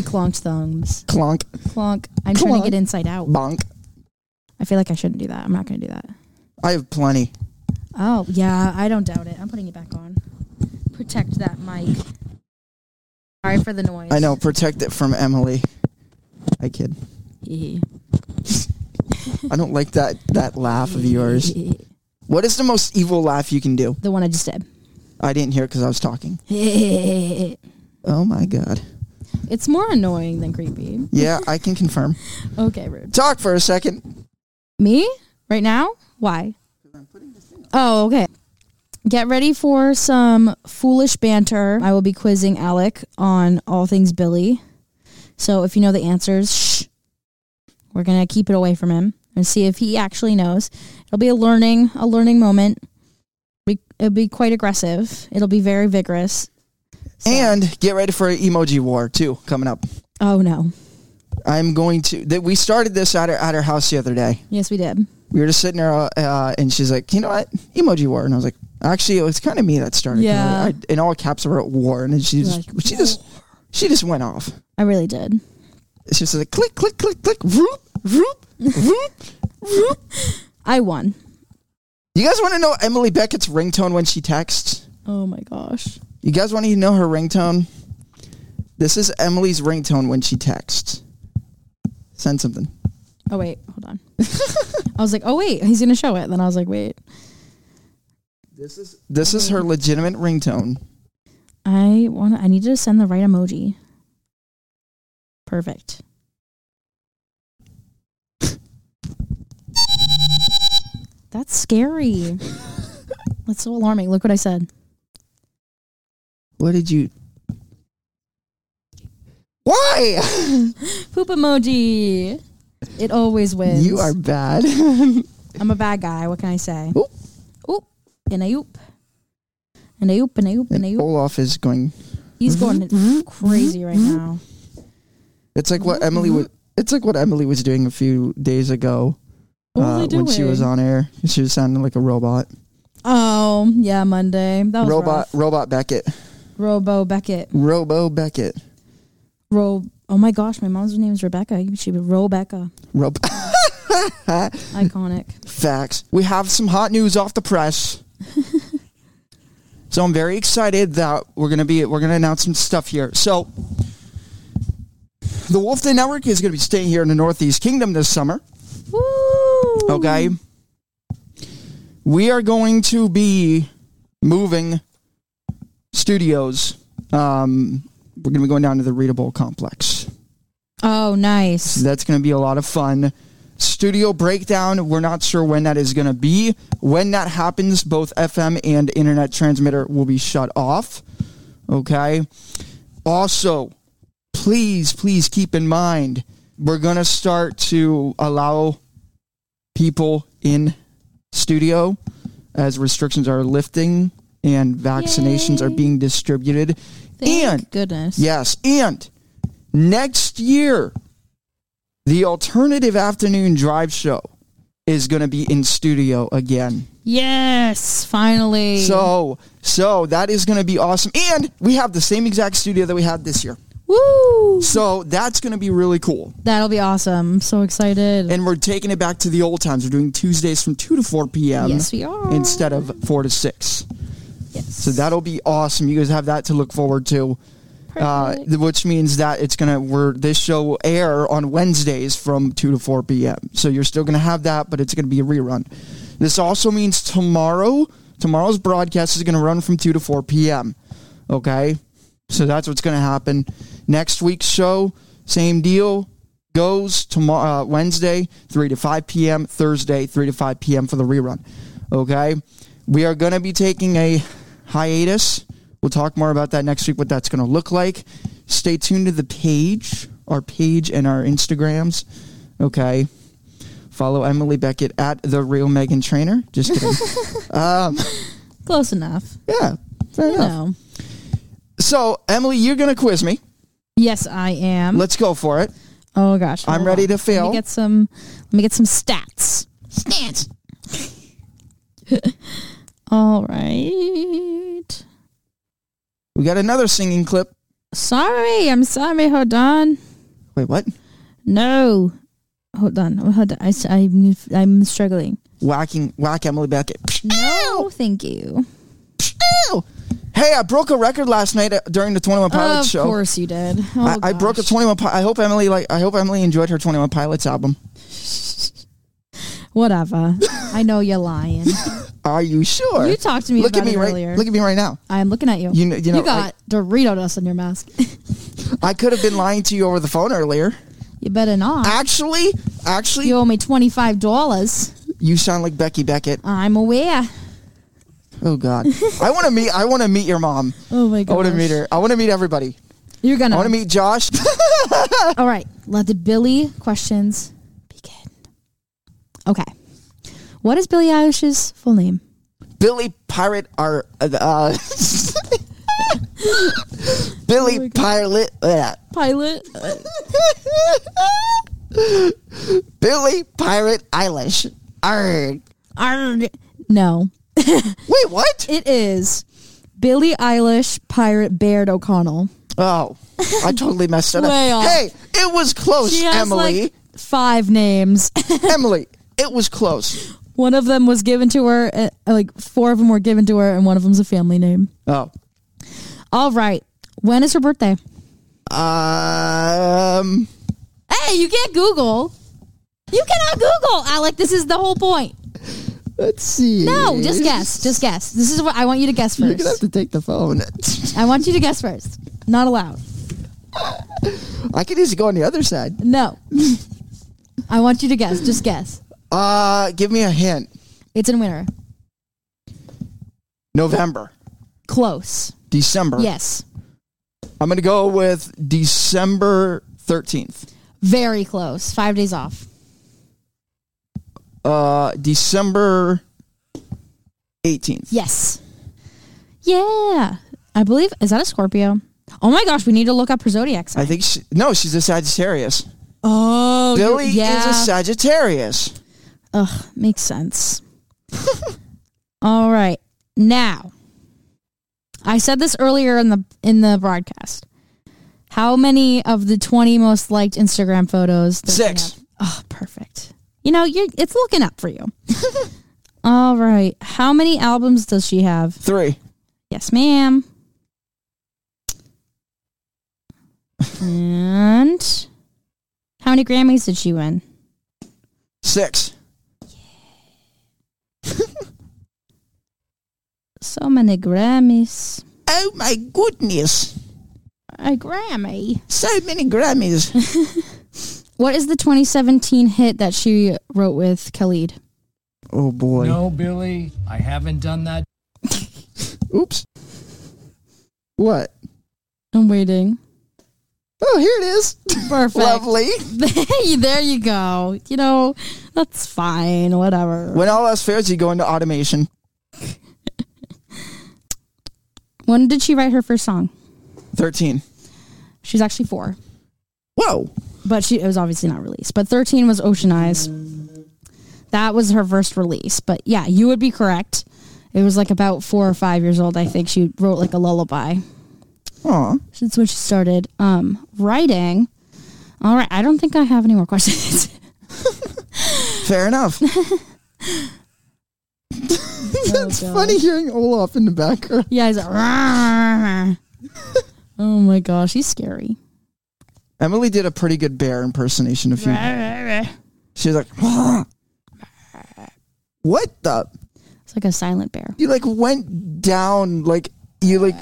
[SPEAKER 4] clonked thumbs.
[SPEAKER 5] Clonk,
[SPEAKER 4] Clonk. I'm trying to
[SPEAKER 5] Clonk.
[SPEAKER 4] get inside out.
[SPEAKER 5] bonk.
[SPEAKER 4] I feel like I shouldn't do that. I'm not going to do that.
[SPEAKER 5] I have plenty.
[SPEAKER 4] Oh, yeah, I don't doubt it. I'm putting it back on. Protect that mic. Sorry for the noise.
[SPEAKER 5] I know. Protect it from Emily. I kid. I don't like that that laugh of yours.
[SPEAKER 4] the
[SPEAKER 5] What is the most evil laugh you can do?
[SPEAKER 4] one I just did.
[SPEAKER 5] I didn't hear because I was talking. Oh my god.
[SPEAKER 4] it's more annoying than creepy.
[SPEAKER 5] Yeah, I can confirm.
[SPEAKER 4] Okay, rude.
[SPEAKER 5] Talk for a second.
[SPEAKER 4] Me? Right now? Why? Oh, okay. Get ready for some foolish banter. I will be quizzing Alec on all things Billy. So if you know the answers, shh. We're gonna keep it away from him and see if he actually knows. It'll be a learning, a learning moment. Be- It'll be quite aggressive. It'll be very vigorous.
[SPEAKER 5] And get ready for emoji war too coming up.
[SPEAKER 4] Oh no!
[SPEAKER 5] I'm going to. That we started this at her at her house the other day.
[SPEAKER 4] Yes, we did.
[SPEAKER 5] We were just sitting there, uh, and she's like, "You know what? Emoji war." And I was like, "Actually, it was kind of me that started." it."
[SPEAKER 4] Yeah.
[SPEAKER 5] I, in all caps, I wrote "war," and then she just
[SPEAKER 4] Like,
[SPEAKER 5] she just she just went off.
[SPEAKER 4] I really did.
[SPEAKER 5] She was like, "Click, click, click, click, roop, roop, roop."
[SPEAKER 4] I won.
[SPEAKER 5] You guys want to know Emily Beckett's ringtone when she texts?
[SPEAKER 4] Oh my gosh!
[SPEAKER 5] You guys want to know her ringtone? This is Emily's ringtone when she texts. Send something.
[SPEAKER 4] Oh wait, hold on. I was like, oh wait, he's gonna show it. Then I was like, wait,
[SPEAKER 5] This is her legitimate ringtone.
[SPEAKER 4] I want. to I need to send the right emoji. Perfect. That's scary. That's so alarming. Look what I said.
[SPEAKER 5] What did you? Why?
[SPEAKER 4] Poop emoji. It always wins.
[SPEAKER 5] You are bad.
[SPEAKER 4] I'm a bad guy. What can I say?
[SPEAKER 5] Oop.
[SPEAKER 4] Oop. And a oop. And a oop. And a oop. And a
[SPEAKER 5] and
[SPEAKER 4] oop.
[SPEAKER 5] Olaf is going.
[SPEAKER 4] He's going
[SPEAKER 5] Mm-hmm.
[SPEAKER 4] crazy right now.
[SPEAKER 5] It's like what Emily
[SPEAKER 4] Mm-hmm.
[SPEAKER 5] would. It's like what Emily was doing a few days ago
[SPEAKER 4] What was I
[SPEAKER 5] Uh, when she was
[SPEAKER 4] doing?
[SPEAKER 5] on air. She was sounding like a robot.
[SPEAKER 4] Oh yeah, Monday. That was
[SPEAKER 5] Robot.
[SPEAKER 4] rough.
[SPEAKER 5] Robot Beckett.
[SPEAKER 4] Robo Beckett.
[SPEAKER 5] Robo Beckett.
[SPEAKER 4] Ro. Oh my gosh, my mom's name is Rebecca. She was Rebecca.
[SPEAKER 5] Rob.
[SPEAKER 4] Iconic.
[SPEAKER 5] Facts. We have some hot news off the press. so I'm very excited that we're gonna be we're gonna announce some stuff here. So the Wolf Den Network is gonna be staying here in the Northeast Kingdom this summer.
[SPEAKER 4] Woo. Oh,
[SPEAKER 5] Okay. We are going to be moving studios. Um, we're gonna be going down to the Readable Complex.
[SPEAKER 4] Oh nice.
[SPEAKER 5] That's going to be a lot of fun. Studio breakdown. We're not sure when that is going to be. When that happens, both FM and internet transmitter will be shut off. Okay. Also, please, please keep in mind we're going to start to allow people in studio as restrictions are lifting and vaccinations are
[SPEAKER 4] Yay.
[SPEAKER 5] being distributed.
[SPEAKER 4] Thank
[SPEAKER 5] and
[SPEAKER 4] goodness.
[SPEAKER 5] Yes. And next year, the alternative afternoon drive show is going to be in studio again.
[SPEAKER 4] Yes. Finally.
[SPEAKER 5] So, so that is going to be awesome. And we have the same exact studio that we had this year.
[SPEAKER 4] Woo.
[SPEAKER 5] So that's going to be really cool.
[SPEAKER 4] That'll be awesome. I'm so excited.
[SPEAKER 5] And we're taking it back to the old times. We're doing Tuesdays from 2 to 4 p.m.
[SPEAKER 4] yes, we are.
[SPEAKER 5] instead of 4 to 6.
[SPEAKER 4] Yes.
[SPEAKER 5] So that'll be awesome. You guys have that to look forward to. uh, th- which means that it's gonna we're this show will air on Wednesdays from two to four p.m. So you're still gonna have that, but it's gonna be a rerun. This also means tomorrow, tomorrow's broadcast is gonna run from two to four p.m. Okay, so that's what's gonna happen. Next week's show, same deal. Goes tomorrow uh, Wednesday, three to five p.m. Thursday, three to five p.m. for the rerun. Okay, we are gonna be taking a hiatus. We'll talk more about that next week, what that's going to look like. Stay tuned to the page, our page, and our Instagrams. Okay. Follow Emily Beckett at the real Megan Trainer. Just kidding.
[SPEAKER 4] Close enough.
[SPEAKER 5] yeah, fair
[SPEAKER 4] You
[SPEAKER 5] enough.
[SPEAKER 4] know.
[SPEAKER 5] So, Emily, you're going to quiz me.
[SPEAKER 4] Yes, I am.
[SPEAKER 5] Let's go for it.
[SPEAKER 4] oh gosh.
[SPEAKER 5] I'm
[SPEAKER 4] hold
[SPEAKER 5] ready
[SPEAKER 4] on.
[SPEAKER 5] to
[SPEAKER 4] Let
[SPEAKER 5] fail.
[SPEAKER 4] me get some. Let me get some stats. Stats. All right.
[SPEAKER 5] We got another singing clip.
[SPEAKER 4] Sorry, I'm sorry. Hold on.
[SPEAKER 5] Wait, what?
[SPEAKER 4] No. Hold on. Hold on. I, am I'm struggling.
[SPEAKER 5] Whacking, whack Emily Beckett. Psh,
[SPEAKER 4] No, thank you.
[SPEAKER 5] Ow! Hey, I broke a record last night uh, during the 21 Pilots
[SPEAKER 4] of
[SPEAKER 5] show.
[SPEAKER 4] course you did. Oh,
[SPEAKER 5] I, I broke a
[SPEAKER 4] gosh.
[SPEAKER 5] 21. Pi- I hope Emily like. I hope Emily enjoyed her 21 Pilots album.
[SPEAKER 4] Whatever. I know you're lying.
[SPEAKER 5] Are you sure?
[SPEAKER 4] You talked to me
[SPEAKER 5] Look
[SPEAKER 4] about
[SPEAKER 5] at me
[SPEAKER 4] it
[SPEAKER 5] right.
[SPEAKER 4] earlier.
[SPEAKER 5] Look at me right now.
[SPEAKER 4] I am looking at you.
[SPEAKER 5] You kn- you know,
[SPEAKER 4] got Dorito dust on your mask.
[SPEAKER 5] I could have been lying to you over the phone earlier.
[SPEAKER 4] You better not.
[SPEAKER 5] Actually, actually,
[SPEAKER 4] you owe me twenty five dollars.
[SPEAKER 5] you sound like Becky Beckett.
[SPEAKER 4] I'm aware.
[SPEAKER 5] Oh God, I want to meet. I want to meet your mom.
[SPEAKER 4] Oh my god.
[SPEAKER 5] I want to meet her. I want to meet everybody.
[SPEAKER 4] You're
[SPEAKER 5] I
[SPEAKER 4] gonna
[SPEAKER 5] want to meet Josh.
[SPEAKER 4] All right, let the Billy questions begin. Okay. What is Billie Eilish's full name?
[SPEAKER 5] Billy Pirate are uh,
[SPEAKER 4] Oh
[SPEAKER 5] Billy Pilot uh,
[SPEAKER 4] Pilot.
[SPEAKER 5] Billy Pirate Eilish. Arrgh.
[SPEAKER 4] No.
[SPEAKER 5] Wait, what?
[SPEAKER 4] It is Billie Eilish Pirate Baird O'Connell.
[SPEAKER 5] Oh, I totally messed it up.
[SPEAKER 4] Way off.
[SPEAKER 5] Hey, it was close,
[SPEAKER 4] She has
[SPEAKER 5] Emily.
[SPEAKER 4] like five names.
[SPEAKER 5] Emily, it was close.
[SPEAKER 4] one of them was given to her, uh, like four of them were given to her, and one of them's a family name.
[SPEAKER 5] Oh,
[SPEAKER 4] All right. When is her birthday?
[SPEAKER 5] um,
[SPEAKER 4] Hey, you can't Google. You cannot Google, Alec. This is the whole point.
[SPEAKER 5] let's see.
[SPEAKER 4] No, just guess. Just guess. This is what I want you to guess
[SPEAKER 5] You're gonna have
[SPEAKER 4] first.
[SPEAKER 5] to take the phone.
[SPEAKER 4] I want you to guess first. Not allowed.
[SPEAKER 5] I could easily go on the other side.
[SPEAKER 4] No. I want you to guess. Just guess.
[SPEAKER 5] Uh, give me a hint.
[SPEAKER 4] It's in winter.
[SPEAKER 5] November,
[SPEAKER 4] Close.
[SPEAKER 5] December.
[SPEAKER 4] Yes.
[SPEAKER 5] I'm gonna go with December 13th.
[SPEAKER 4] Very close. Five days off.
[SPEAKER 5] Uh, December 18th.
[SPEAKER 4] Yes. Yeah. I believe. Is that a Scorpio? Oh my gosh, we need to look up her zodiac sign.
[SPEAKER 5] I think she, no, she's a Sagittarius.
[SPEAKER 4] oh,
[SPEAKER 5] Billy
[SPEAKER 4] yeah.
[SPEAKER 5] is a Sagittarius.
[SPEAKER 4] Ugh, makes sense. All right. Now, I said this earlier in the in the broadcast. How many of the 20 most liked Instagram photos? does she
[SPEAKER 5] Six.
[SPEAKER 4] have? Oh, perfect. You know, you it's looking up for you. All right. How many albums does she have?
[SPEAKER 5] Three.
[SPEAKER 4] Yes, ma'am. And how many Grammys did she win?
[SPEAKER 5] Six.
[SPEAKER 4] So many Grammys.
[SPEAKER 5] Oh my goodness.
[SPEAKER 4] A Grammy.
[SPEAKER 5] So many Grammys.
[SPEAKER 4] What is the 2017 hit that she wrote with Khalid?
[SPEAKER 5] oh boy.
[SPEAKER 8] No, Billy, I haven't done that.
[SPEAKER 5] Oops. What?
[SPEAKER 4] I'm waiting.
[SPEAKER 5] Oh, here it is.
[SPEAKER 4] Perfect.
[SPEAKER 5] Lovely.
[SPEAKER 4] there you go. You know, that's fine. Whatever.
[SPEAKER 5] When all else fails, you go into automation.
[SPEAKER 4] When did she write her first song?
[SPEAKER 5] 13.
[SPEAKER 4] She's actually four,
[SPEAKER 5] Whoa.
[SPEAKER 4] but she it was obviously not released. But 13 was Ocean Eyes. That was her first release. But yeah, you would be correct. It was like about four or five years old, I think. She wrote like a lullaby.
[SPEAKER 5] Aw.
[SPEAKER 4] since when she started um, writing. All right, I don't think I have any more questions.
[SPEAKER 5] Fair enough. It's
[SPEAKER 4] Oh,
[SPEAKER 5] funny hearing Olaf in the background.
[SPEAKER 4] Yeah, he's like, "Rah." oh my gosh, he's scary.
[SPEAKER 5] Emily did a pretty good bear impersonation a few.
[SPEAKER 4] It's
[SPEAKER 5] She was like, "Wah." "What the?
[SPEAKER 4] like a silent bear.
[SPEAKER 5] You like went down like you like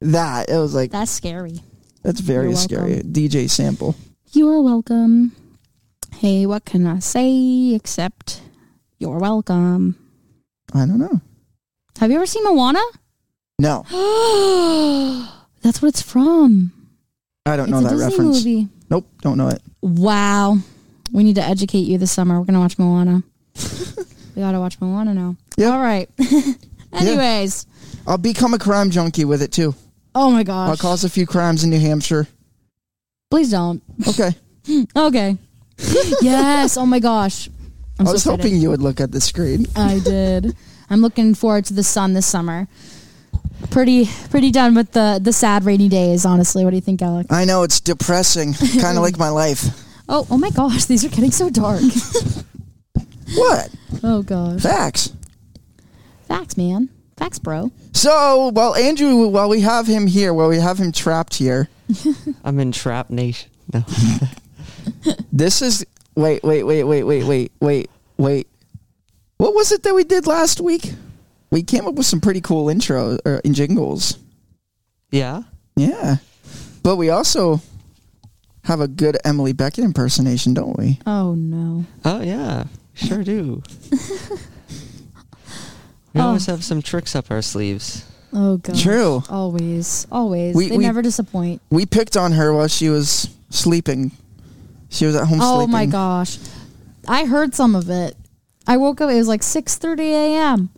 [SPEAKER 5] that." It was like
[SPEAKER 4] That's scary.
[SPEAKER 5] that's very
[SPEAKER 4] You're
[SPEAKER 5] scary. DJ sample.
[SPEAKER 4] You're welcome. Hey, what can I say except you're welcome?
[SPEAKER 5] I don't know.
[SPEAKER 4] Have you ever seen Moana?
[SPEAKER 5] No,
[SPEAKER 4] That's what it's from.
[SPEAKER 5] I don't know
[SPEAKER 4] it's a
[SPEAKER 5] that
[SPEAKER 4] Disney
[SPEAKER 5] reference.
[SPEAKER 4] movie.
[SPEAKER 5] Nope, don't know it.
[SPEAKER 4] Wow. We need to educate you this summer. We're going to watch Moana. we got to watch Moana now.
[SPEAKER 5] Yeah.
[SPEAKER 4] All right. Anyways.
[SPEAKER 5] I'll become a crime junkie with it too.
[SPEAKER 4] Oh my
[SPEAKER 5] I'll
[SPEAKER 4] gosh.
[SPEAKER 5] cause a few crimes in New Hampshire.
[SPEAKER 4] Please don't.
[SPEAKER 5] Okay.
[SPEAKER 4] Okay. yes. Oh my gosh. I'm
[SPEAKER 5] I
[SPEAKER 4] so
[SPEAKER 5] was
[SPEAKER 4] excited.
[SPEAKER 5] hoping you would look at the screen.
[SPEAKER 4] I did. I'm looking forward to the sun this summer. Pretty pretty done with the the sad rainy days, honestly. What do you think, Alec?
[SPEAKER 5] I know it's depressing, kind of like my life.
[SPEAKER 4] Oh, oh my gosh, these are getting so dark.
[SPEAKER 5] What?
[SPEAKER 4] oh gosh.
[SPEAKER 5] Facts.
[SPEAKER 4] Facts, man. Facts, bro.
[SPEAKER 5] So, well, Andrew, while we have him here, while we have him trapped here,
[SPEAKER 9] I'm in Trap Nation. No.
[SPEAKER 5] this is wait, wait, wait, wait, wait, wait, wait, wait. What was it that we did last week? We came up with some pretty cool er, intros or in jingles.
[SPEAKER 9] yeah.
[SPEAKER 5] Yeah, but we also have a good Emily Beckett impersonation, don't we?
[SPEAKER 4] Oh no.
[SPEAKER 9] Oh yeah, sure do. we always have some tricks up our sleeves.
[SPEAKER 4] Oh god.
[SPEAKER 5] True.
[SPEAKER 4] Always. Always.
[SPEAKER 5] We-
[SPEAKER 4] they
[SPEAKER 5] we-
[SPEAKER 4] never disappoint.
[SPEAKER 5] We picked on her while she was sleeping. She was at home
[SPEAKER 4] Oh
[SPEAKER 5] sleeping.
[SPEAKER 4] my gosh. I heard some of it. I woke up it was like 6:30 a.m.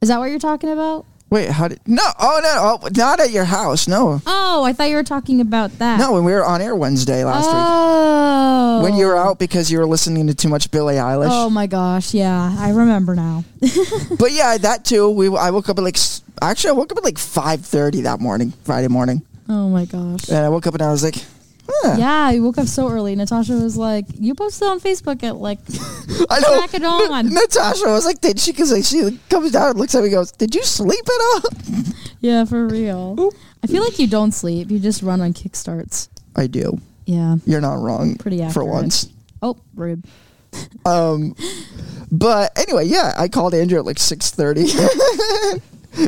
[SPEAKER 4] Is that what you're talking about?
[SPEAKER 5] Wait, how did? No, oh no, oh, not at your house. No,
[SPEAKER 4] Oh, I thought you were talking about that.
[SPEAKER 5] no, when we were on air Wednesday last
[SPEAKER 4] Oh.
[SPEAKER 5] week, when you were out because you were listening to too much Billie Eilish.
[SPEAKER 4] Oh my gosh, yeah. I remember now.
[SPEAKER 5] But yeah, that too. We I woke up at like s- actually I woke up at like five thirty that morning, Friday morning,
[SPEAKER 4] Oh my gosh.
[SPEAKER 5] and I woke up and I was like, huh.
[SPEAKER 4] Yeah, I woke up so early. Natasha was like, "You posted on Facebook at like
[SPEAKER 5] I know.
[SPEAKER 4] crack it on."
[SPEAKER 5] Natasha was like, did she? Because like, she comes down and looks at me, and goes, "Did you sleep at all?"
[SPEAKER 4] Yeah, for real. I feel like you don't sleep. You just run on kickstarts.
[SPEAKER 5] I do.
[SPEAKER 4] Yeah.
[SPEAKER 5] You're not wrong.
[SPEAKER 4] Pretty
[SPEAKER 5] for
[SPEAKER 4] accurate.
[SPEAKER 5] once.
[SPEAKER 4] Oh, rude.
[SPEAKER 5] But anyway, yeah, I called Andrew at like six thirty.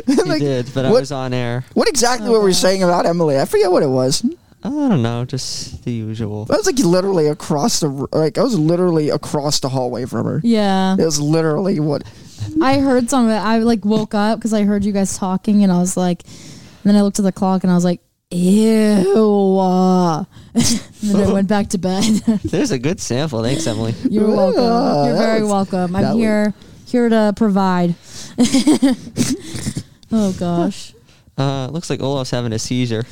[SPEAKER 9] You did, but I
[SPEAKER 5] what-
[SPEAKER 9] was on air.
[SPEAKER 5] what exactly were we saying about Emily? I forget what it was.
[SPEAKER 9] Oh, I don't know, just the usual.
[SPEAKER 5] I was like literally across the r- like I was literally across the hallway from her.
[SPEAKER 4] Yeah.
[SPEAKER 5] It was literally what
[SPEAKER 4] I heard some of it. I like woke up because I heard you guys talking, and I was like, and then I looked at the clock, and I was like, ew. and then I went back to bed.
[SPEAKER 9] There's a good sample. Thanks, Emily.
[SPEAKER 4] You're welcome. You're
[SPEAKER 5] that
[SPEAKER 4] very
[SPEAKER 5] was-
[SPEAKER 4] welcome. I'm
[SPEAKER 5] that was-
[SPEAKER 4] here, here to provide. oh gosh.
[SPEAKER 9] Uh, looks like Olaf's having a
[SPEAKER 4] Yeah,
[SPEAKER 9] seizure.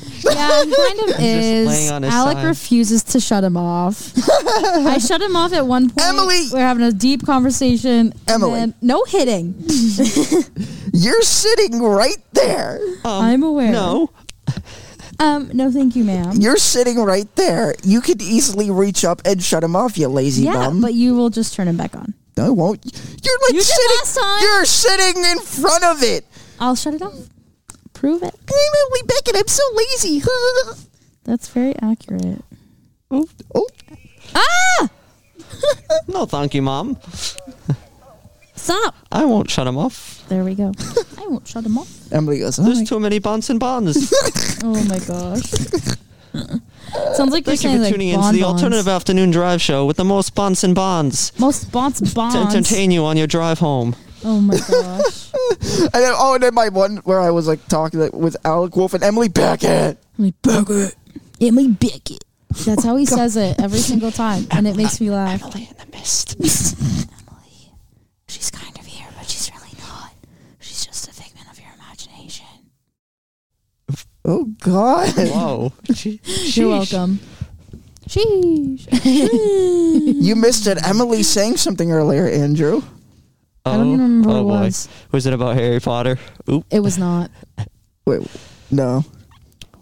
[SPEAKER 4] it kind of is.
[SPEAKER 9] laying on his
[SPEAKER 4] Alec
[SPEAKER 9] side.
[SPEAKER 4] refuses to shut him off. I shut him off at one point.
[SPEAKER 5] Emily!
[SPEAKER 4] we're having a deep conversation. and
[SPEAKER 5] Emily.
[SPEAKER 4] then- no hitting.
[SPEAKER 5] you're sitting right there.
[SPEAKER 4] I'm aware.
[SPEAKER 9] No.
[SPEAKER 4] Um, no, thank you, ma'am.
[SPEAKER 5] You're sitting right there. You could easily reach up and shut him off, you lazy
[SPEAKER 4] yeah,
[SPEAKER 5] bum.
[SPEAKER 4] but you will just turn him back on.
[SPEAKER 5] no, I won't. You're like
[SPEAKER 4] You did
[SPEAKER 5] sitting.
[SPEAKER 4] last time.
[SPEAKER 5] You're sitting in front of it.
[SPEAKER 4] I'll shut it off. Prove it.
[SPEAKER 5] Emily Beckett, I'm so lazy.
[SPEAKER 4] That's very accurate.
[SPEAKER 5] oh,
[SPEAKER 9] Ah! No, thank you, Mom.
[SPEAKER 4] Stop.
[SPEAKER 9] I won't shut him off.
[SPEAKER 4] There we go. I won't shut him off.
[SPEAKER 5] Emily goes. Oh
[SPEAKER 9] There's
[SPEAKER 5] my-
[SPEAKER 9] too many bonds and bonds.
[SPEAKER 4] Oh my gosh. Sounds like you're
[SPEAKER 9] Thank you
[SPEAKER 4] saying
[SPEAKER 9] for
[SPEAKER 4] like
[SPEAKER 9] tuning in to the
[SPEAKER 4] bonbons.
[SPEAKER 9] Alternative Afternoon Drive Show with the most bonds and bonds
[SPEAKER 4] Most bonds
[SPEAKER 9] to
[SPEAKER 4] bonds.
[SPEAKER 9] entertain you on your drive home.
[SPEAKER 4] Oh my gosh.
[SPEAKER 5] and then, oh, and then my one where I was like talking like, with Alec Wolf and Emily Beckett.
[SPEAKER 4] Emily Beckett. Emily Beckett. That's
[SPEAKER 9] Oh
[SPEAKER 4] how he says it every single time, and it makes me laugh. Emily in the mist. Emily, she's kind of here, but she's really not. She's just a figment of your imagination.
[SPEAKER 5] Oh God.
[SPEAKER 9] Whoa. She-
[SPEAKER 4] You're
[SPEAKER 9] sheesh.
[SPEAKER 4] welcome. Sheesh.
[SPEAKER 5] You missed it. Emily sang something earlier, Andrew.
[SPEAKER 9] Oh,
[SPEAKER 4] I don't even remember what
[SPEAKER 9] oh
[SPEAKER 4] it
[SPEAKER 9] boy.
[SPEAKER 4] was.
[SPEAKER 9] Was it about Harry Potter? Oop.
[SPEAKER 4] It was not.
[SPEAKER 5] Wait, no,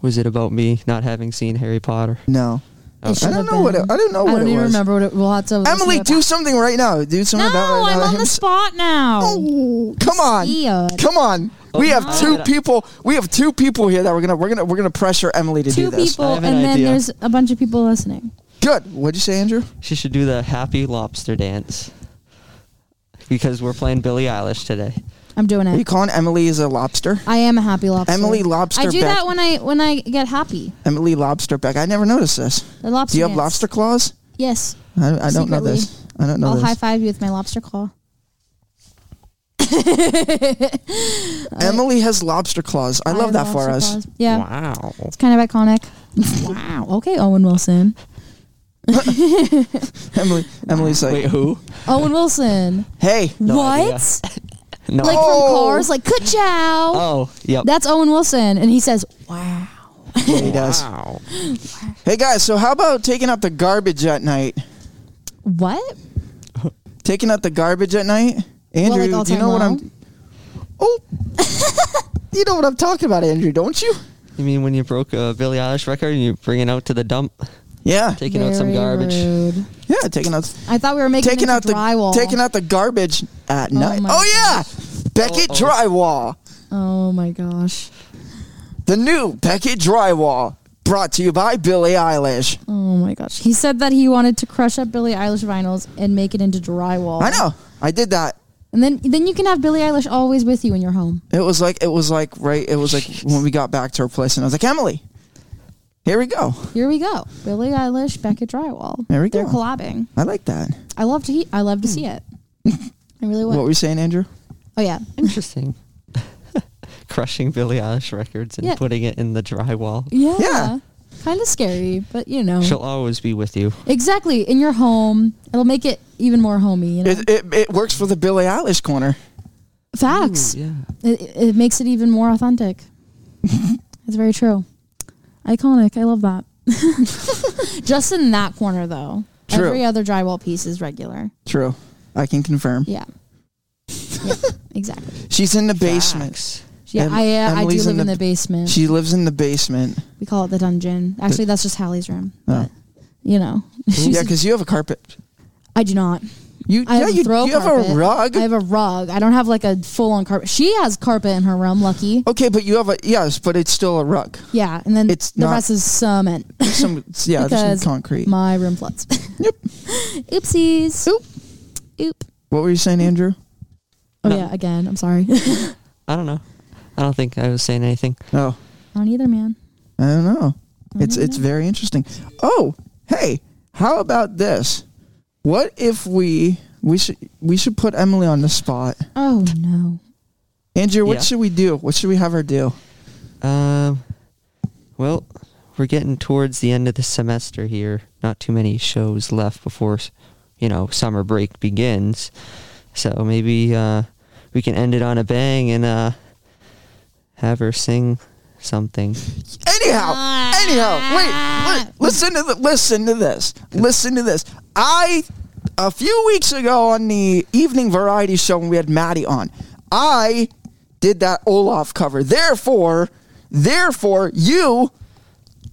[SPEAKER 9] Was it about me not having seen Harry Potter?
[SPEAKER 5] no.
[SPEAKER 4] It should
[SPEAKER 5] I don't
[SPEAKER 4] have
[SPEAKER 5] know what it,
[SPEAKER 4] been.
[SPEAKER 5] I don't know
[SPEAKER 4] I
[SPEAKER 5] what
[SPEAKER 4] don't
[SPEAKER 5] it
[SPEAKER 4] even
[SPEAKER 5] was.
[SPEAKER 4] remember what it. We'll have to. listen
[SPEAKER 5] Emily,
[SPEAKER 4] to it
[SPEAKER 5] do
[SPEAKER 4] back.
[SPEAKER 5] something right now. Do
[SPEAKER 4] No,
[SPEAKER 5] something about right
[SPEAKER 4] I'm
[SPEAKER 5] now.
[SPEAKER 4] on
[SPEAKER 5] Him
[SPEAKER 4] the
[SPEAKER 5] s-
[SPEAKER 4] spot now.
[SPEAKER 5] Oh, come on,
[SPEAKER 4] Ian.
[SPEAKER 5] come on. we
[SPEAKER 4] Oh,
[SPEAKER 5] have
[SPEAKER 9] I
[SPEAKER 5] two
[SPEAKER 9] gotta-
[SPEAKER 5] people. We have two people here that we're gonna we're gonna we're gonna pressure Emily to do
[SPEAKER 4] Two
[SPEAKER 5] this.
[SPEAKER 4] people,
[SPEAKER 9] I
[SPEAKER 4] and
[SPEAKER 9] have an
[SPEAKER 4] then
[SPEAKER 9] idea.
[SPEAKER 4] there's a bunch of people listening.
[SPEAKER 5] Good. What'd you say, Andrew?
[SPEAKER 9] She should do the happy lobster dance. Because we're playing Billie Eilish today.
[SPEAKER 4] I'm doing
[SPEAKER 5] Are you
[SPEAKER 4] it.
[SPEAKER 5] calling Emily is a lobster?
[SPEAKER 4] I am a happy lobster.
[SPEAKER 5] Emily Lobster
[SPEAKER 4] I do
[SPEAKER 5] Beck-
[SPEAKER 4] that when I when I get happy.
[SPEAKER 5] Emily lobster back. I never noticed this.
[SPEAKER 4] The lobster.
[SPEAKER 5] Do you have
[SPEAKER 4] dance.
[SPEAKER 5] lobster claws?
[SPEAKER 4] Yes.
[SPEAKER 5] I, I don't know this. I don't know
[SPEAKER 4] I'll
[SPEAKER 5] this.
[SPEAKER 4] high five you with my lobster claw.
[SPEAKER 5] Emily has lobster claws. I,
[SPEAKER 4] have
[SPEAKER 5] love that for
[SPEAKER 4] lobster
[SPEAKER 5] us.
[SPEAKER 4] claws. Yeah,
[SPEAKER 9] Wow.
[SPEAKER 4] it's kind of iconic. wow. Okay, Owen Wilson.
[SPEAKER 5] Emily, Emily's like,
[SPEAKER 9] Wait, who?
[SPEAKER 4] Owen Wilson.
[SPEAKER 5] hey,
[SPEAKER 4] what?
[SPEAKER 9] idea. No.
[SPEAKER 4] Like
[SPEAKER 5] Oh.
[SPEAKER 4] from Cars, like ka-chow.
[SPEAKER 9] oh, yep.
[SPEAKER 4] That's Owen Wilson, and he says, "Wow."
[SPEAKER 5] Yeah, he does.
[SPEAKER 9] wow.
[SPEAKER 5] Hey guys, so how about taking out the garbage at night?
[SPEAKER 4] What?
[SPEAKER 5] Taking out the garbage at night, Andrew.
[SPEAKER 4] like all
[SPEAKER 5] do you
[SPEAKER 4] time
[SPEAKER 5] know what
[SPEAKER 4] low?
[SPEAKER 5] I'm? Oh, you know what I'm talking about, Andrew, don't you?
[SPEAKER 9] You mean when you broke a Billie Eilish record and you bring it out to the dump,
[SPEAKER 5] Yeah,
[SPEAKER 9] taking out some
[SPEAKER 4] Very
[SPEAKER 9] garbage?
[SPEAKER 4] rude.
[SPEAKER 5] yeah, taking out,
[SPEAKER 4] I thought we were making
[SPEAKER 5] taking
[SPEAKER 4] it
[SPEAKER 5] out
[SPEAKER 4] into drywall.
[SPEAKER 5] the, taking out the garbage at night.
[SPEAKER 4] my
[SPEAKER 5] Oh yeah, Beckett
[SPEAKER 9] Uh-oh.
[SPEAKER 5] Drywall,
[SPEAKER 4] Oh my gosh.
[SPEAKER 5] the new Beckett Drywall, brought to you by Billie Eilish.
[SPEAKER 4] Oh my gosh. He said that he wanted to crush up Billie Eilish vinyls and make it into drywall.
[SPEAKER 5] I know, I did that.
[SPEAKER 4] And then then you can have Billie Eilish always with you in your home.
[SPEAKER 5] It was like it was like right. It was like when we got back to her place, and I was like, Emily, Here we go.
[SPEAKER 4] Here we go. Billie Eilish, Becca Drywall.
[SPEAKER 5] There we
[SPEAKER 4] They're
[SPEAKER 5] go. Hmm.
[SPEAKER 4] collabing.
[SPEAKER 5] I like that.
[SPEAKER 4] I love to he- I love to see it. I really
[SPEAKER 5] What
[SPEAKER 4] would.
[SPEAKER 5] were you saying, Andrew?
[SPEAKER 4] Oh yeah.
[SPEAKER 9] Interesting. Crushing Billie Eilish records and
[SPEAKER 4] Yeah.
[SPEAKER 9] putting it in the drywall.
[SPEAKER 4] Yeah.
[SPEAKER 5] Yeah.
[SPEAKER 4] Kind of scary, but you know.
[SPEAKER 9] She'll always be with you.
[SPEAKER 4] Exactly. In your home, it'll make it even more homey. You know?
[SPEAKER 5] It, it, it works for the Billie Eilish corner.
[SPEAKER 4] Facts.
[SPEAKER 9] Yeah.
[SPEAKER 4] It, it it makes it even more authentic. That's very true. Iconic. I love that. Just in that corner, though.
[SPEAKER 5] True.
[SPEAKER 4] Every other drywall piece is regular.
[SPEAKER 5] True. I can confirm.
[SPEAKER 4] Yeah. yeah exactly.
[SPEAKER 5] She's in the basement.
[SPEAKER 9] Facts.
[SPEAKER 4] Yeah,
[SPEAKER 5] Em-
[SPEAKER 4] I uh, I do
[SPEAKER 5] Emily's
[SPEAKER 4] live
[SPEAKER 5] in
[SPEAKER 4] in
[SPEAKER 5] the-
[SPEAKER 4] the basement.
[SPEAKER 5] She lives in the basement.
[SPEAKER 4] we call it the dungeon. Actually, that's just Hallie's room.
[SPEAKER 5] Oh.
[SPEAKER 4] But, you know, she's-
[SPEAKER 5] Yeah, because you have a carpet.
[SPEAKER 4] I do not.
[SPEAKER 5] You,
[SPEAKER 4] I
[SPEAKER 5] yeah,
[SPEAKER 4] have a
[SPEAKER 5] you,
[SPEAKER 4] throw
[SPEAKER 5] you have a
[SPEAKER 4] carpet.
[SPEAKER 5] rug.
[SPEAKER 4] I have a rug. I don't have like a full on carpet. She has carpet in her room. Lucky.
[SPEAKER 5] okay, but you have a, yes, but it's still a rug.
[SPEAKER 4] Yeah, and then
[SPEAKER 5] It's
[SPEAKER 4] the
[SPEAKER 5] not-
[SPEAKER 4] rest is cement.
[SPEAKER 5] Some, yeah, there's
[SPEAKER 4] Because
[SPEAKER 5] some concrete.
[SPEAKER 4] My room floods.
[SPEAKER 5] Yep.
[SPEAKER 4] Oopsies. Oop. Oop.
[SPEAKER 5] What were you saying, Andrew?
[SPEAKER 4] Oh
[SPEAKER 9] No.
[SPEAKER 4] yeah, again. I'm sorry. I
[SPEAKER 9] I don't know. I don't think I was saying anything.
[SPEAKER 5] Oh,
[SPEAKER 4] don't either, man.
[SPEAKER 5] I don't know. It's
[SPEAKER 4] don't
[SPEAKER 5] it's very interesting. Oh, hey, how about this? What if we we should we should put Emily on the spot?
[SPEAKER 4] Oh no.
[SPEAKER 5] Andrew, what
[SPEAKER 9] Yeah.
[SPEAKER 5] should we do? What should we have her do?
[SPEAKER 9] Um, well, we're getting towards the end of the semester here. Not too many shows left before, you know, summer break begins. So maybe uh, we can end it on a bang and uh, have her sing something.
[SPEAKER 5] Anyhow, anyhow, wait, wait, listen to the, listen to this, listen to this. I a few weeks ago on the evening variety show when we had Maddie on, I did that Olaf cover. Therefore, therefore, you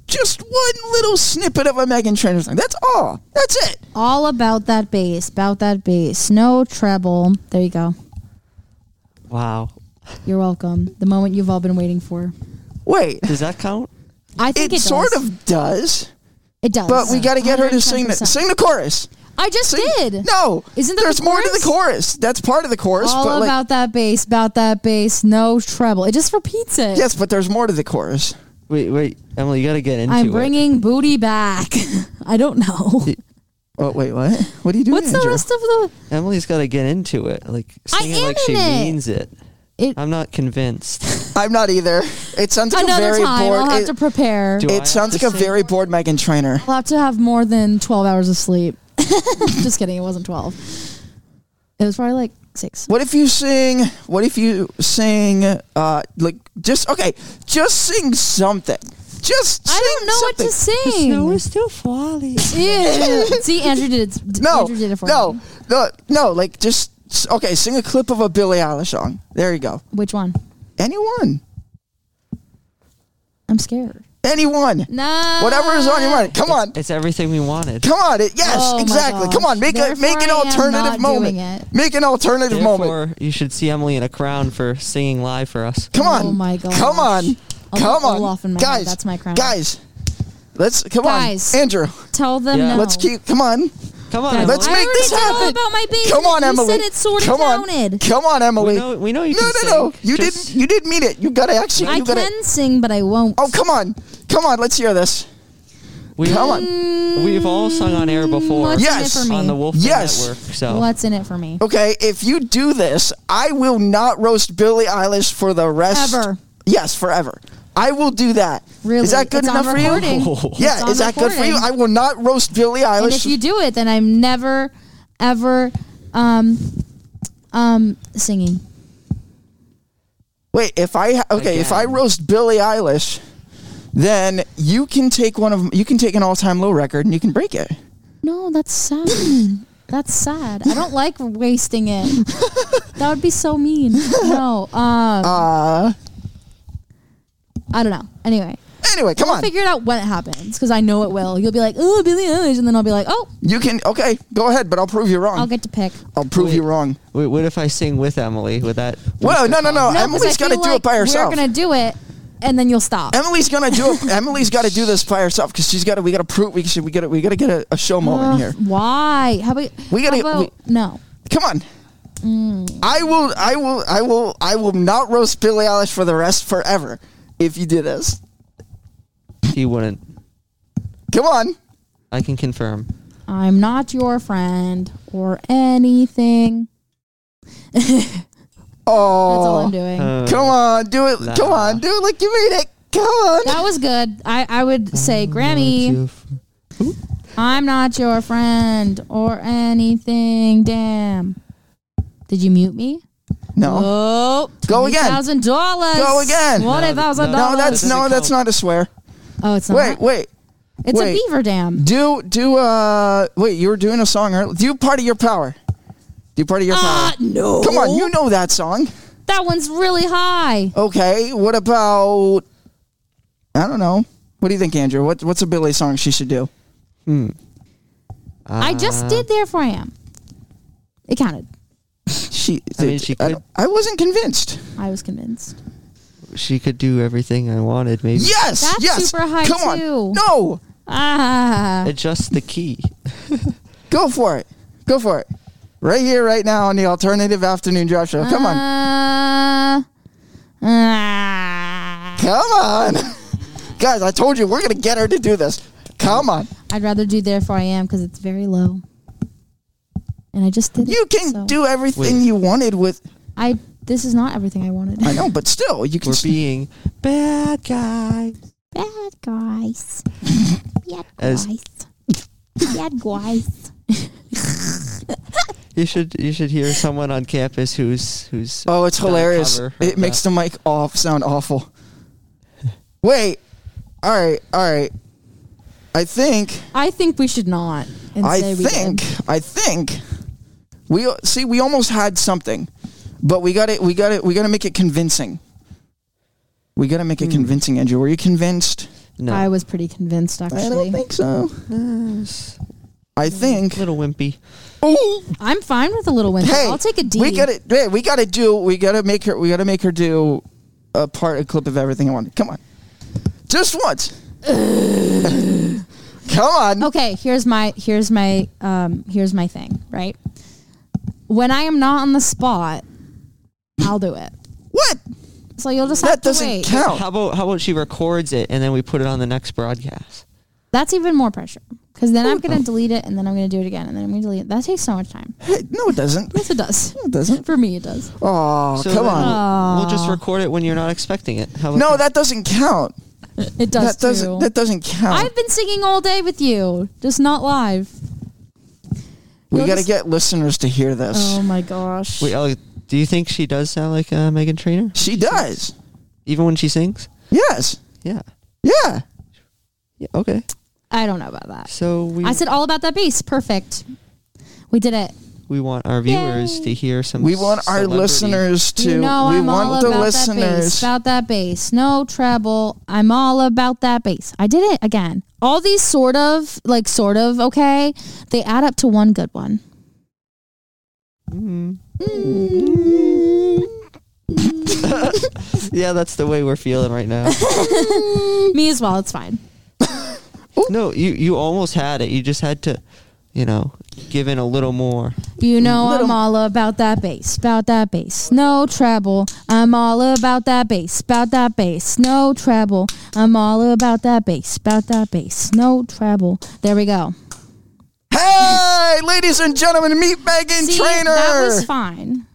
[SPEAKER 5] just one little snippet of a Megan Trainor song. That's all. That's it.
[SPEAKER 4] All about that bass. About that bass. No treble. There you go.
[SPEAKER 9] Wow.
[SPEAKER 4] You're welcome. The moment you've all been waiting for.
[SPEAKER 5] Wait,
[SPEAKER 9] Does that count?
[SPEAKER 4] I
[SPEAKER 5] it,
[SPEAKER 4] think it, does.
[SPEAKER 5] sort of does,
[SPEAKER 4] It does.
[SPEAKER 5] but we got to get her to sing the
[SPEAKER 4] 110%.
[SPEAKER 5] sing the chorus.
[SPEAKER 4] I just
[SPEAKER 5] Sing-
[SPEAKER 4] did.
[SPEAKER 5] No,
[SPEAKER 4] Isn't that the
[SPEAKER 5] there's more to the
[SPEAKER 4] chorus?
[SPEAKER 5] chorus? That's part of the chorus,
[SPEAKER 4] All
[SPEAKER 5] but like.
[SPEAKER 4] about that bass, about that bass, no treble. It just repeats it.
[SPEAKER 5] Yes, but there's more to the chorus.
[SPEAKER 9] Wait, wait, Emily, you got to get into
[SPEAKER 4] I'm
[SPEAKER 9] it.
[SPEAKER 4] bringing booty back. I don't know.
[SPEAKER 5] Oh wait, what? What are you doing,
[SPEAKER 4] What's the
[SPEAKER 5] Andrew?
[SPEAKER 4] rest of the?
[SPEAKER 9] Emely's got to get into it. Like
[SPEAKER 4] I
[SPEAKER 9] sing it
[SPEAKER 4] am
[SPEAKER 9] like she
[SPEAKER 4] in it.
[SPEAKER 9] means it.
[SPEAKER 4] It,
[SPEAKER 9] I'm not convinced.
[SPEAKER 5] I'm not either. It sounds like a
[SPEAKER 4] another
[SPEAKER 5] very
[SPEAKER 4] time,
[SPEAKER 5] bored.
[SPEAKER 4] I'll have
[SPEAKER 5] it
[SPEAKER 4] to prepare.
[SPEAKER 9] Do I
[SPEAKER 5] it
[SPEAKER 9] have
[SPEAKER 5] sounds
[SPEAKER 9] to
[SPEAKER 5] like a
[SPEAKER 9] sing?
[SPEAKER 5] very bored Megan Trainer.
[SPEAKER 4] I'll have to have more than twelve hours of sleep. just kidding. It wasn't twelve. It was probably like six.
[SPEAKER 5] What if you sing? What if you sing? Uh, like just okay, just sing something. Just
[SPEAKER 4] I don't
[SPEAKER 5] sing
[SPEAKER 4] know
[SPEAKER 5] something.
[SPEAKER 4] what to sing.
[SPEAKER 9] still falling.
[SPEAKER 4] Ew. See, Andrew did it. d-
[SPEAKER 5] No,
[SPEAKER 4] Andrew did it for
[SPEAKER 5] no,
[SPEAKER 4] me.
[SPEAKER 5] no, no. Like just s- okay, sing a clip of a Billie Eilish song. There you go.
[SPEAKER 4] Which one?
[SPEAKER 5] Anyone,
[SPEAKER 4] I'm scared.
[SPEAKER 5] anyone,
[SPEAKER 4] No.
[SPEAKER 5] whatever is on your mind. Come on,
[SPEAKER 9] It's everything we wanted.
[SPEAKER 5] Come on, it, yes,
[SPEAKER 4] Oh my
[SPEAKER 5] exactly. Come
[SPEAKER 4] gosh.
[SPEAKER 5] on, make a
[SPEAKER 4] Therefore,
[SPEAKER 5] make an
[SPEAKER 4] I am
[SPEAKER 5] alternative
[SPEAKER 4] not
[SPEAKER 5] moment.
[SPEAKER 4] doing it.
[SPEAKER 5] Make an alternative
[SPEAKER 9] Therefore,
[SPEAKER 5] moment.
[SPEAKER 9] you should see Emily in a crown for singing live for us.
[SPEAKER 5] Come on,
[SPEAKER 4] Oh my gosh.
[SPEAKER 5] come on,
[SPEAKER 4] I'll
[SPEAKER 5] come
[SPEAKER 4] put
[SPEAKER 5] on,
[SPEAKER 4] Olaf in my head.
[SPEAKER 5] guys.
[SPEAKER 4] That's my crown.
[SPEAKER 5] Guys, let's come
[SPEAKER 4] Guys.
[SPEAKER 5] on, Andrew.
[SPEAKER 4] Tell them
[SPEAKER 9] Yeah.
[SPEAKER 4] no.
[SPEAKER 5] Let's keep. Come on,
[SPEAKER 9] Come on,
[SPEAKER 4] Guys,
[SPEAKER 9] Emily.
[SPEAKER 5] let's
[SPEAKER 4] I
[SPEAKER 5] make
[SPEAKER 4] already
[SPEAKER 5] this
[SPEAKER 4] know
[SPEAKER 5] happen.
[SPEAKER 4] about my baby.
[SPEAKER 5] Come on,
[SPEAKER 4] You
[SPEAKER 5] Emily.
[SPEAKER 4] said it's sorta
[SPEAKER 5] come on,
[SPEAKER 4] counted.
[SPEAKER 5] come on, Emily.
[SPEAKER 9] we know, we know you
[SPEAKER 5] no,
[SPEAKER 9] can
[SPEAKER 5] no,
[SPEAKER 9] sing.
[SPEAKER 5] no. You
[SPEAKER 9] Just-
[SPEAKER 5] didn't. You didn't mean it. You gotta actually.
[SPEAKER 4] I
[SPEAKER 5] you gotta.
[SPEAKER 4] can sing, but I won't.
[SPEAKER 5] Oh, come on, come on. Let's hear this.
[SPEAKER 9] We,
[SPEAKER 5] Come on.
[SPEAKER 9] We've all sung on air before.
[SPEAKER 4] Mm, What's
[SPEAKER 5] Yes.
[SPEAKER 4] in it for me?
[SPEAKER 9] On the Wolf
[SPEAKER 5] Yes.
[SPEAKER 9] Network. So
[SPEAKER 4] What's in it for me?
[SPEAKER 5] Okay, if you do this, I will not roast Billie Eilish for the rest.
[SPEAKER 4] Ever.
[SPEAKER 5] Yes, forever. I will do that.
[SPEAKER 4] Really?
[SPEAKER 5] Is that good
[SPEAKER 4] It's on
[SPEAKER 5] enough for you?
[SPEAKER 4] recording. It's
[SPEAKER 5] Yeah,
[SPEAKER 4] on
[SPEAKER 5] is that good for you?
[SPEAKER 4] recording.
[SPEAKER 5] I will not roast Billie
[SPEAKER 4] And
[SPEAKER 5] Eilish.
[SPEAKER 4] if you do it, then I'm never, ever, um, um, singing.
[SPEAKER 5] Wait, if I okay, if I
[SPEAKER 9] Again.
[SPEAKER 5] roast Billie Eilish, then you can take one of you can take an all-time low record and you can break it.
[SPEAKER 4] No, that's sad. that's sad. I don't like wasting it. that would be so mean. No. Um. I don't know. Anyway,
[SPEAKER 5] Anyway, come on.
[SPEAKER 4] figure it out when it happens because I know it will. You'll be like, oh, Billie Eilish, and then I'll be like, oh,
[SPEAKER 5] You can okay, go ahead, but I'll prove you wrong.
[SPEAKER 4] I'll get to pick.
[SPEAKER 5] I'll prove
[SPEAKER 9] Wait.
[SPEAKER 5] you wrong.
[SPEAKER 9] wait, what if I sing with Emily? Would that?
[SPEAKER 5] Well, no, no, no.
[SPEAKER 4] No, 'cause I
[SPEAKER 5] Emily's got to
[SPEAKER 4] feel
[SPEAKER 5] do
[SPEAKER 4] like
[SPEAKER 5] it by herself.
[SPEAKER 4] We're gonna do it, and then you'll stop.
[SPEAKER 5] Emily's gonna do it. Emily's got to do this by herself because she's got to. We got to prove we should. We got to. We got to get a, a show moment
[SPEAKER 4] Ugh,
[SPEAKER 5] here.
[SPEAKER 4] Why? How about
[SPEAKER 5] We gotta-
[SPEAKER 4] how about- no.
[SPEAKER 5] Come on. I will. I will. I will. I will not roast Billie Eilish for the rest forever if you do this.
[SPEAKER 9] He wouldn't.
[SPEAKER 5] Come on.
[SPEAKER 9] I can confirm.
[SPEAKER 4] I'm not your friend or anything. That's all I'm
[SPEAKER 5] Oh,
[SPEAKER 4] doing.
[SPEAKER 9] Uh,
[SPEAKER 5] come on, do it. Come on, do it like you made it. Come on.
[SPEAKER 4] that was good. I, I would say, Grammy, I'm not your friend or anything. Damn. Did you mute me?
[SPEAKER 5] No,
[SPEAKER 4] Oh,
[SPEAKER 5] Go again.
[SPEAKER 4] Thousand dollars.
[SPEAKER 5] Go again.
[SPEAKER 4] Twenty thousand
[SPEAKER 9] No,
[SPEAKER 4] dollars.
[SPEAKER 5] no, that's
[SPEAKER 9] doesn't
[SPEAKER 5] no,
[SPEAKER 9] count.
[SPEAKER 5] that's not a swear.
[SPEAKER 4] Oh, it's not.
[SPEAKER 5] Wait, wait.
[SPEAKER 4] it's a
[SPEAKER 5] wait.
[SPEAKER 4] beaver dam.
[SPEAKER 5] Do do uh wait, you were doing a song earlier. Do part of your power. Do part of your
[SPEAKER 4] Ah, Oh.
[SPEAKER 5] power.
[SPEAKER 4] no.
[SPEAKER 5] Come on, you know that song.
[SPEAKER 4] That one's really high.
[SPEAKER 5] Okay, what about I don't know. What do you think, Andrew? What what's a Billy song she should do?
[SPEAKER 4] I
[SPEAKER 5] Uh.
[SPEAKER 4] just did. Therefore, I am. It counted.
[SPEAKER 5] She
[SPEAKER 9] I mean, she
[SPEAKER 5] I,
[SPEAKER 9] could-
[SPEAKER 5] I wasn't convinced.
[SPEAKER 4] I was convinced.
[SPEAKER 9] She could do everything I wanted, maybe.
[SPEAKER 5] Yes.
[SPEAKER 4] That's
[SPEAKER 5] yes.
[SPEAKER 4] super high,
[SPEAKER 5] Come on.
[SPEAKER 4] too.
[SPEAKER 5] No.
[SPEAKER 4] Ah,
[SPEAKER 9] Adjust the key.
[SPEAKER 5] Go for it. Go for it. Right here, right now on the alternative afternoon drive show. Come on.
[SPEAKER 4] Uh, ah.
[SPEAKER 5] Come on. Guys, I told you we're gonna get her to do this. Come on.
[SPEAKER 4] I'd rather do therefore I am because it's very low. And I just did.
[SPEAKER 5] You
[SPEAKER 4] it,
[SPEAKER 5] can
[SPEAKER 4] so-
[SPEAKER 5] do everything
[SPEAKER 9] Wait.
[SPEAKER 5] you wanted with
[SPEAKER 4] I. This is not everything I wanted.
[SPEAKER 5] I know, but still, you can.
[SPEAKER 9] We're
[SPEAKER 5] s-
[SPEAKER 9] being bad guy.
[SPEAKER 4] Bad guys. Bad
[SPEAKER 9] As-
[SPEAKER 4] guys. Bad guys.
[SPEAKER 9] You should you should hear someone on campus who's who's
[SPEAKER 5] oh, it's
[SPEAKER 9] done a
[SPEAKER 5] hilarious!
[SPEAKER 9] cover of
[SPEAKER 5] It makes the mic off sound awful. Wait, all right, all right. I think,
[SPEAKER 4] I think we should not. And
[SPEAKER 5] I
[SPEAKER 4] say we
[SPEAKER 5] think,
[SPEAKER 4] did.
[SPEAKER 5] I think. We see, we almost had something, but we got it. We got it. We got to make it convincing. We got to
[SPEAKER 4] Hmm.
[SPEAKER 5] make it convincing, Andrew. Were you convinced?
[SPEAKER 9] no.
[SPEAKER 4] I was pretty convinced, actually.
[SPEAKER 5] I don't think so.
[SPEAKER 9] Yes.
[SPEAKER 5] I think.
[SPEAKER 9] little wimpy.
[SPEAKER 5] Ooh,
[SPEAKER 4] I'm fine with a little winter.
[SPEAKER 5] hey,
[SPEAKER 4] I'll take a D.
[SPEAKER 5] We got to Hey, we got to do. We got to make her. We got to make her do a part, a clip of everything I wanted. Come on, just once. Come on.
[SPEAKER 4] Okay, here's my here's my um here's my thing, right? When I am not on the spot, I'll do it.
[SPEAKER 5] What?
[SPEAKER 4] So you'll just have
[SPEAKER 5] That
[SPEAKER 4] to
[SPEAKER 5] doesn't
[SPEAKER 4] wait.
[SPEAKER 5] count.
[SPEAKER 9] How about how about she records it and then we put it on the next broadcast?
[SPEAKER 4] That's even more pressure. Because then I'm gonna delete it and then I'm gonna do it again and then I'm gonna delete it. That takes so much time.
[SPEAKER 5] Hey, no, it doesn't.
[SPEAKER 4] Yes, it does.
[SPEAKER 5] It doesn't.
[SPEAKER 4] For me, it does.
[SPEAKER 5] Oh,
[SPEAKER 9] So
[SPEAKER 5] come
[SPEAKER 9] then
[SPEAKER 4] uh,
[SPEAKER 5] on.
[SPEAKER 9] We'll, we'll just record it when you're not expecting it. How about
[SPEAKER 5] No, that doesn't count.
[SPEAKER 4] It does.
[SPEAKER 5] That doesn't.
[SPEAKER 4] too.
[SPEAKER 5] That doesn't count.
[SPEAKER 4] I've been singing all day with you, just not live.
[SPEAKER 5] we
[SPEAKER 4] you'll
[SPEAKER 5] got to
[SPEAKER 4] just-
[SPEAKER 5] get listeners to hear this.
[SPEAKER 4] Oh my gosh.
[SPEAKER 9] Wait, Ellie, do you think she does sound like uh, Megan Trainor,
[SPEAKER 5] she does.
[SPEAKER 9] even when she sings?
[SPEAKER 5] Yes.
[SPEAKER 9] Yeah.
[SPEAKER 5] Yeah.
[SPEAKER 9] Yeah. Okay.
[SPEAKER 4] I don't know about that.
[SPEAKER 9] So we
[SPEAKER 4] I said all about that bass. Perfect. We did it.
[SPEAKER 9] we want our viewers to hear some.
[SPEAKER 5] We want our
[SPEAKER 9] celebrity.
[SPEAKER 5] listeners to.
[SPEAKER 4] you know
[SPEAKER 5] we
[SPEAKER 4] I'm
[SPEAKER 5] want
[SPEAKER 4] all
[SPEAKER 5] the
[SPEAKER 4] about that
[SPEAKER 5] listeners.
[SPEAKER 4] bass. About that bass. No treble. I'm all about that bass. I did it again. All these sort of like sort of okay, they add up to one good one.
[SPEAKER 9] Yeah, that's the way we're feeling right now.
[SPEAKER 4] Me as well. It's fine.
[SPEAKER 9] no, you you almost had it. You just had to, you know, give in a little more.
[SPEAKER 4] You know
[SPEAKER 5] Little-
[SPEAKER 4] I'm all about that bass, about that bass, no treble. I'm all about that bass, about that bass, no treble. I'm all about that bass, about that bass, no treble. There we go.
[SPEAKER 5] Hey, ladies and gentlemen, meet Megan
[SPEAKER 4] See,
[SPEAKER 5] Trainer.
[SPEAKER 4] that was fine.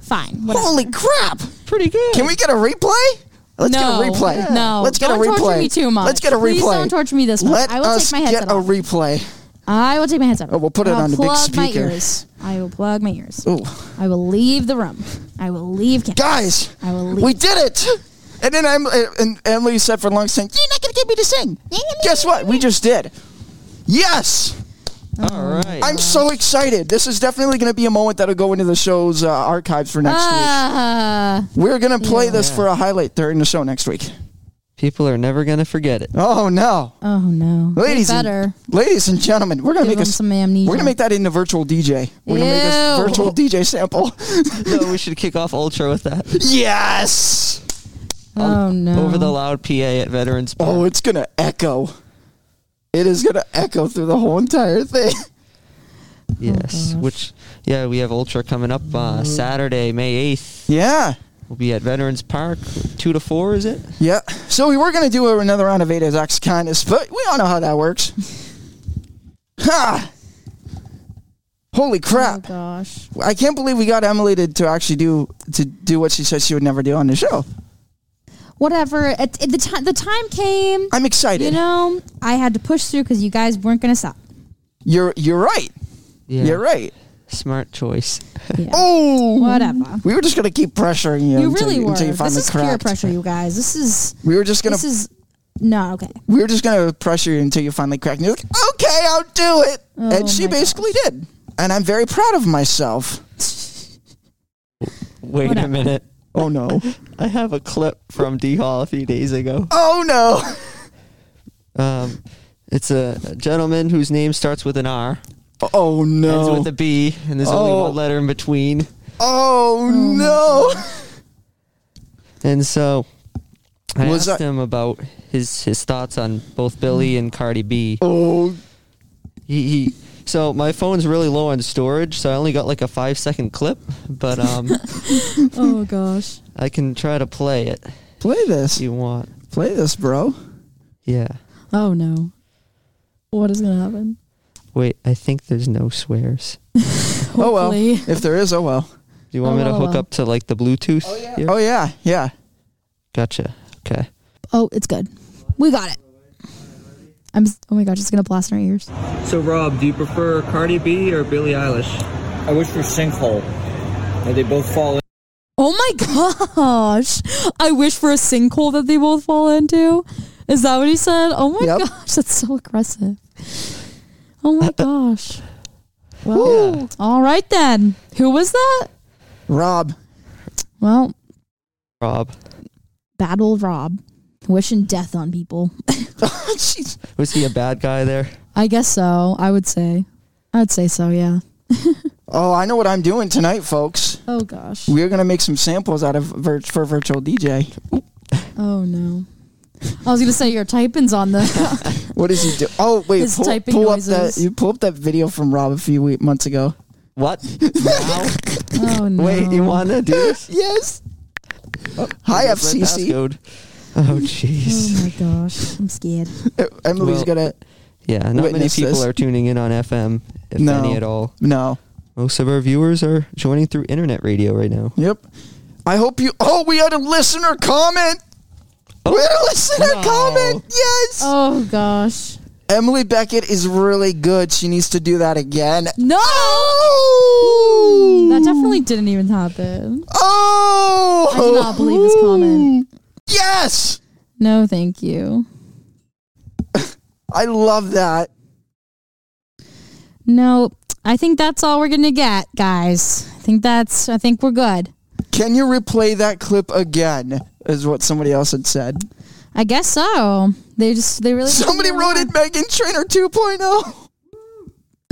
[SPEAKER 4] Fine. whatever.
[SPEAKER 5] Holy crap!
[SPEAKER 9] Pretty good.
[SPEAKER 5] Can we get a replay? Let's
[SPEAKER 4] no,
[SPEAKER 5] get a replay.
[SPEAKER 4] No,
[SPEAKER 5] let's get
[SPEAKER 4] don't
[SPEAKER 5] a replay.
[SPEAKER 4] torture me too much.
[SPEAKER 5] Let's get a
[SPEAKER 4] Please
[SPEAKER 5] replay.
[SPEAKER 4] don't torture me this much.
[SPEAKER 5] Let
[SPEAKER 4] I will
[SPEAKER 5] us
[SPEAKER 4] take my headset
[SPEAKER 5] get a
[SPEAKER 4] off.
[SPEAKER 5] replay.
[SPEAKER 4] I will take my headset off.
[SPEAKER 5] Oh, we'll put it
[SPEAKER 4] I'll
[SPEAKER 5] on the big
[SPEAKER 4] plug my
[SPEAKER 5] speaker.
[SPEAKER 4] ears. I will plug my ears.
[SPEAKER 5] Ooh,
[SPEAKER 4] I will leave the room. I will leave campus.
[SPEAKER 5] guys,
[SPEAKER 4] I will leave.
[SPEAKER 5] we did it! And then I'm, and Emily said for a long time, "You're not gonna get me to sing." Guess what? We just did. Yes,
[SPEAKER 4] Oh.
[SPEAKER 9] All right.
[SPEAKER 5] I'm so excited. This is definitely gonna be a moment that'll go into the show's uh, archives for next
[SPEAKER 4] Ah.
[SPEAKER 5] week. We're gonna play this for a highlight during the show next week.
[SPEAKER 9] People are never gonna forget it.
[SPEAKER 5] Oh no,
[SPEAKER 4] Oh no,
[SPEAKER 5] ladies,
[SPEAKER 4] Get
[SPEAKER 5] and-
[SPEAKER 4] better.
[SPEAKER 5] ladies and gentlemen, we're gonna
[SPEAKER 4] Give
[SPEAKER 5] make
[SPEAKER 4] them
[SPEAKER 5] us
[SPEAKER 4] some amnesia.
[SPEAKER 5] We're gonna make that into virtual DJ. We're gonna make this
[SPEAKER 4] Ew.
[SPEAKER 5] virtual DJ sample.
[SPEAKER 9] no, we should kick off ultra with that
[SPEAKER 5] yes.
[SPEAKER 4] oh no,
[SPEAKER 9] over the loud PA at Veterans Park.
[SPEAKER 5] Oh, it's gonna echo. It is gonna echo through the whole entire thing.
[SPEAKER 9] yes.
[SPEAKER 4] gosh.
[SPEAKER 5] Oh,
[SPEAKER 9] Which yeah, we have ultra coming up uh, Saturday, May eighth.
[SPEAKER 5] Yeah.
[SPEAKER 9] We'll be at Veterans Park, two to four, is it?
[SPEAKER 5] Yeah. So we were going to do another round of Ada's X kindness, but we all know how that works. ha! Holy
[SPEAKER 4] Oh
[SPEAKER 5] crap!
[SPEAKER 4] gosh.
[SPEAKER 5] I can't believe we got Emily to, to actually do to do what she said she would never do on the show.
[SPEAKER 10] Whatever. It, it- the time the time came.
[SPEAKER 5] I'm excited.
[SPEAKER 10] You know, I had to push through because you guys weren't gonna stop.
[SPEAKER 5] You're you're right.
[SPEAKER 9] Yeah.
[SPEAKER 5] You're right.
[SPEAKER 9] Smart choice.
[SPEAKER 10] Yeah.
[SPEAKER 5] Oh,
[SPEAKER 10] Whatever.
[SPEAKER 5] we were just gonna keep pressuring you.
[SPEAKER 10] You
[SPEAKER 5] until
[SPEAKER 10] really
[SPEAKER 5] you,
[SPEAKER 10] were.
[SPEAKER 5] Until you finally
[SPEAKER 10] This is peer
[SPEAKER 5] cracked.
[SPEAKER 10] pressure, you guys. This is
[SPEAKER 5] We were just gonna
[SPEAKER 10] this is no okay.
[SPEAKER 5] we were just gonna pressure you until you finally cracked. And you're like, okay, I'll do it.
[SPEAKER 4] Oh
[SPEAKER 5] and she
[SPEAKER 4] my
[SPEAKER 5] basically did. And I'm very proud of myself.
[SPEAKER 9] Wait a
[SPEAKER 10] Whatever.
[SPEAKER 9] minute.
[SPEAKER 5] Oh no.
[SPEAKER 9] I have a clip from D Hall a few days ago.
[SPEAKER 5] oh no.
[SPEAKER 9] Um, it's a a gentleman whose name starts with an R,
[SPEAKER 5] Oh
[SPEAKER 9] ends
[SPEAKER 5] no.
[SPEAKER 9] with a B, and there's
[SPEAKER 5] Oh.
[SPEAKER 9] only one letter in between.
[SPEAKER 5] oh no.
[SPEAKER 9] And so I
[SPEAKER 5] Was Hmm.
[SPEAKER 9] asked
[SPEAKER 5] I-
[SPEAKER 9] him about his his thoughts on both Billy and Cardi B.
[SPEAKER 5] Oh
[SPEAKER 9] He, he so my phone's really low on storage, so I only got like a five second clip, but um,
[SPEAKER 4] Oh gosh.
[SPEAKER 9] I can try to play it
[SPEAKER 5] play this.
[SPEAKER 9] if you want.
[SPEAKER 5] Play this, bro.
[SPEAKER 9] Yeah.
[SPEAKER 4] Oh no. What is gonna happen?
[SPEAKER 9] Wait, I think there's no swears.
[SPEAKER 5] Oh well.
[SPEAKER 4] Hopefully.
[SPEAKER 5] If there is, oh well.
[SPEAKER 9] Do you want
[SPEAKER 4] Oh,
[SPEAKER 9] me to
[SPEAKER 4] well,
[SPEAKER 9] hook
[SPEAKER 4] well.
[SPEAKER 9] up to like the Bluetooth? Oh yeah.
[SPEAKER 5] Oh yeah, yeah.
[SPEAKER 9] Gotcha. Okay.
[SPEAKER 4] Oh, it's good. We got it. I'm. s- Oh my gosh, it's gonna blast in our ears.
[SPEAKER 11] So, Rob, do you prefer Cardi B or Billie Eilish? I wish for Sinkhole. They both fall
[SPEAKER 4] Oh my gosh! I wish for a sinkhole that they both fall into. Is that what he said? Oh my
[SPEAKER 5] Yep.
[SPEAKER 4] gosh, that's so aggressive. Oh my gosh. Well,
[SPEAKER 9] Yeah.
[SPEAKER 4] all right then. Who was that?
[SPEAKER 5] Rob.
[SPEAKER 4] Well,
[SPEAKER 9] Rob.
[SPEAKER 4] bad old Rob, wishing death on people.
[SPEAKER 5] Jeez.
[SPEAKER 9] Was he a bad guy there?
[SPEAKER 4] I guess so. I would say. I'd say so. Yeah.
[SPEAKER 5] Oh, I know what I'm doing tonight, folks.
[SPEAKER 4] Oh gosh.
[SPEAKER 5] We're gonna make some samples out of vir- for virtual DJ.
[SPEAKER 4] Oh no. I was gonna say your typing's on the.
[SPEAKER 5] What does he do? Oh wait,
[SPEAKER 4] His
[SPEAKER 5] pull,
[SPEAKER 4] typing
[SPEAKER 5] pull up that
[SPEAKER 4] noises.
[SPEAKER 5] you pull up that video from Rob a few we- months ago.
[SPEAKER 9] What? Now?
[SPEAKER 4] oh no.
[SPEAKER 9] Wait, you wanna do this?
[SPEAKER 5] Yes. Hi
[SPEAKER 9] Here's my
[SPEAKER 5] FCC.
[SPEAKER 9] passcode. Oh jeez.
[SPEAKER 4] Oh my gosh, I'm scared.
[SPEAKER 5] Emily's
[SPEAKER 9] Well-
[SPEAKER 5] gonna
[SPEAKER 9] Yeah, not many
[SPEAKER 5] witness
[SPEAKER 9] people
[SPEAKER 5] this.
[SPEAKER 9] are tuning in on FM, if
[SPEAKER 5] No.
[SPEAKER 9] any at all.
[SPEAKER 5] no.
[SPEAKER 9] Most of our viewers are joining through internet radio right now.
[SPEAKER 5] Yep. I hope you. Oh, we had a listener comment.
[SPEAKER 9] Oh.
[SPEAKER 5] we had a listener
[SPEAKER 9] No.
[SPEAKER 5] comment. Yes.
[SPEAKER 4] Oh gosh.
[SPEAKER 5] Emily Beckett is really good. She needs to do that again.
[SPEAKER 4] No.
[SPEAKER 5] Oh.
[SPEAKER 4] That definitely didn't even happen.
[SPEAKER 5] Oh.
[SPEAKER 4] I do not believe this comment.
[SPEAKER 5] Yes.
[SPEAKER 4] No, thank you.
[SPEAKER 5] I love that.
[SPEAKER 4] No, I think that's all we're gonna get, guys. I think that's. I think we're good.
[SPEAKER 5] Can you replay that clip again? Is what somebody else had said.
[SPEAKER 4] I guess so. They just. They really.
[SPEAKER 5] Somebody wrote it Megan Trainer 2.0.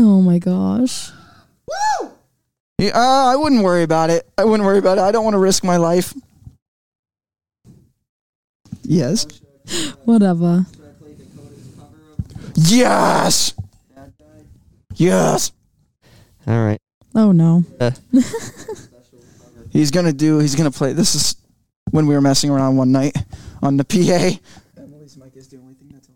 [SPEAKER 4] Oh my gosh.
[SPEAKER 5] Yeah, uh, I wouldn't worry about it. I wouldn't worry about it. I don't want to risk my life. Yes.
[SPEAKER 4] Whatever.
[SPEAKER 5] Yes. Yes.
[SPEAKER 9] All right.
[SPEAKER 4] Oh no.
[SPEAKER 5] He's gonna do. He's gonna play. This is when we were messing around one night on the PA. Emily's mic is the only thing that's on.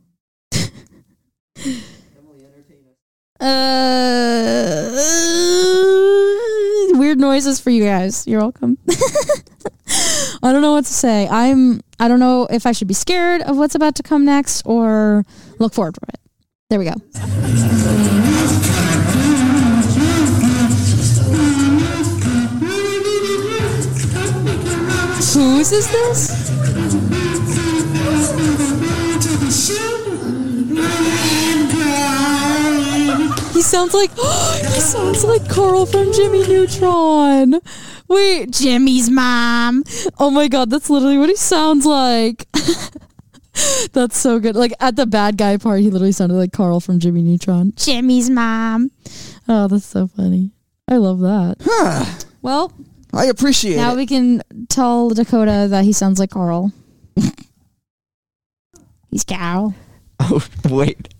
[SPEAKER 4] Uh, weird noises for you guys. You're welcome. I don't know what to say. I'm. I don't know if I should be scared of what's about to come next or look forward to it. There we go. Whose is this? He sounds like he sounds like Carl from Jimmy Neutron. Wait, Jimmy's mom. Oh my god, that's literally what he sounds like. that's so good. Like at the bad guy part, he literally sounded like Carl from Jimmy Neutron. Jimmy's mom. Oh, that's so funny. I love that. well,
[SPEAKER 5] I appreciate
[SPEAKER 4] now
[SPEAKER 5] it.
[SPEAKER 4] we can tell Dakota that he sounds like Carl. He's Carl.
[SPEAKER 9] Oh wait.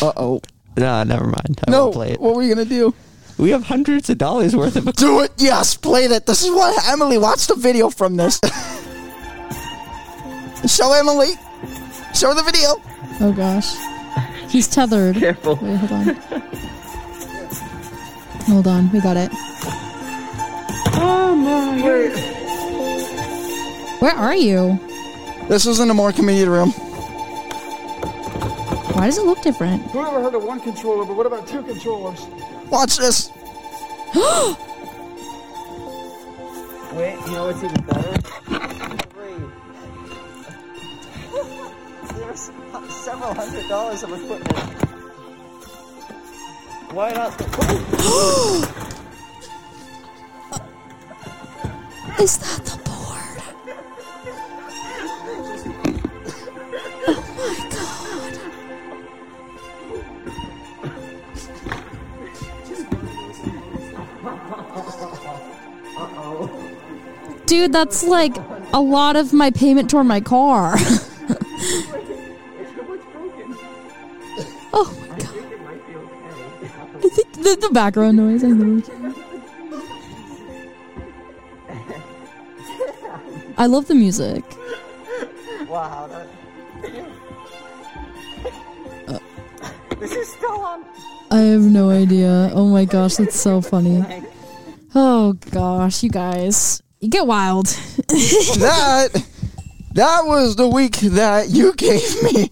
[SPEAKER 5] Uh oh.
[SPEAKER 9] No, never mind. I
[SPEAKER 5] No.
[SPEAKER 9] won't play it.
[SPEAKER 5] What were you gonna do?
[SPEAKER 9] We have hundreds of dollars worth of.
[SPEAKER 5] Do it. Yes, play that. This is what Emily. Watch the video from this. Show Emily. Show the video.
[SPEAKER 4] Oh gosh, he's tethered.
[SPEAKER 5] Careful.
[SPEAKER 4] Wait, hold on. hold on, we got it.
[SPEAKER 9] Oh my.
[SPEAKER 4] Where are you?
[SPEAKER 5] This was in the more community room.
[SPEAKER 4] Why does it look different?
[SPEAKER 12] Who ever heard of one controller, but what about two controllers?
[SPEAKER 5] Watch this.
[SPEAKER 11] Wait, you know what's even better? There's several hundred dollars of equipment. Why not?
[SPEAKER 4] Is that the board? Oh, Dude, that's like a lot of my payment toward my car. oh my god. I think the, the background noise. I know. I love the music.
[SPEAKER 11] wow, that. this is still on.
[SPEAKER 4] Uh. I have no idea. Oh my gosh, that's so funny. Oh gosh, you guys, you get wild.
[SPEAKER 5] that that was the week that you gave me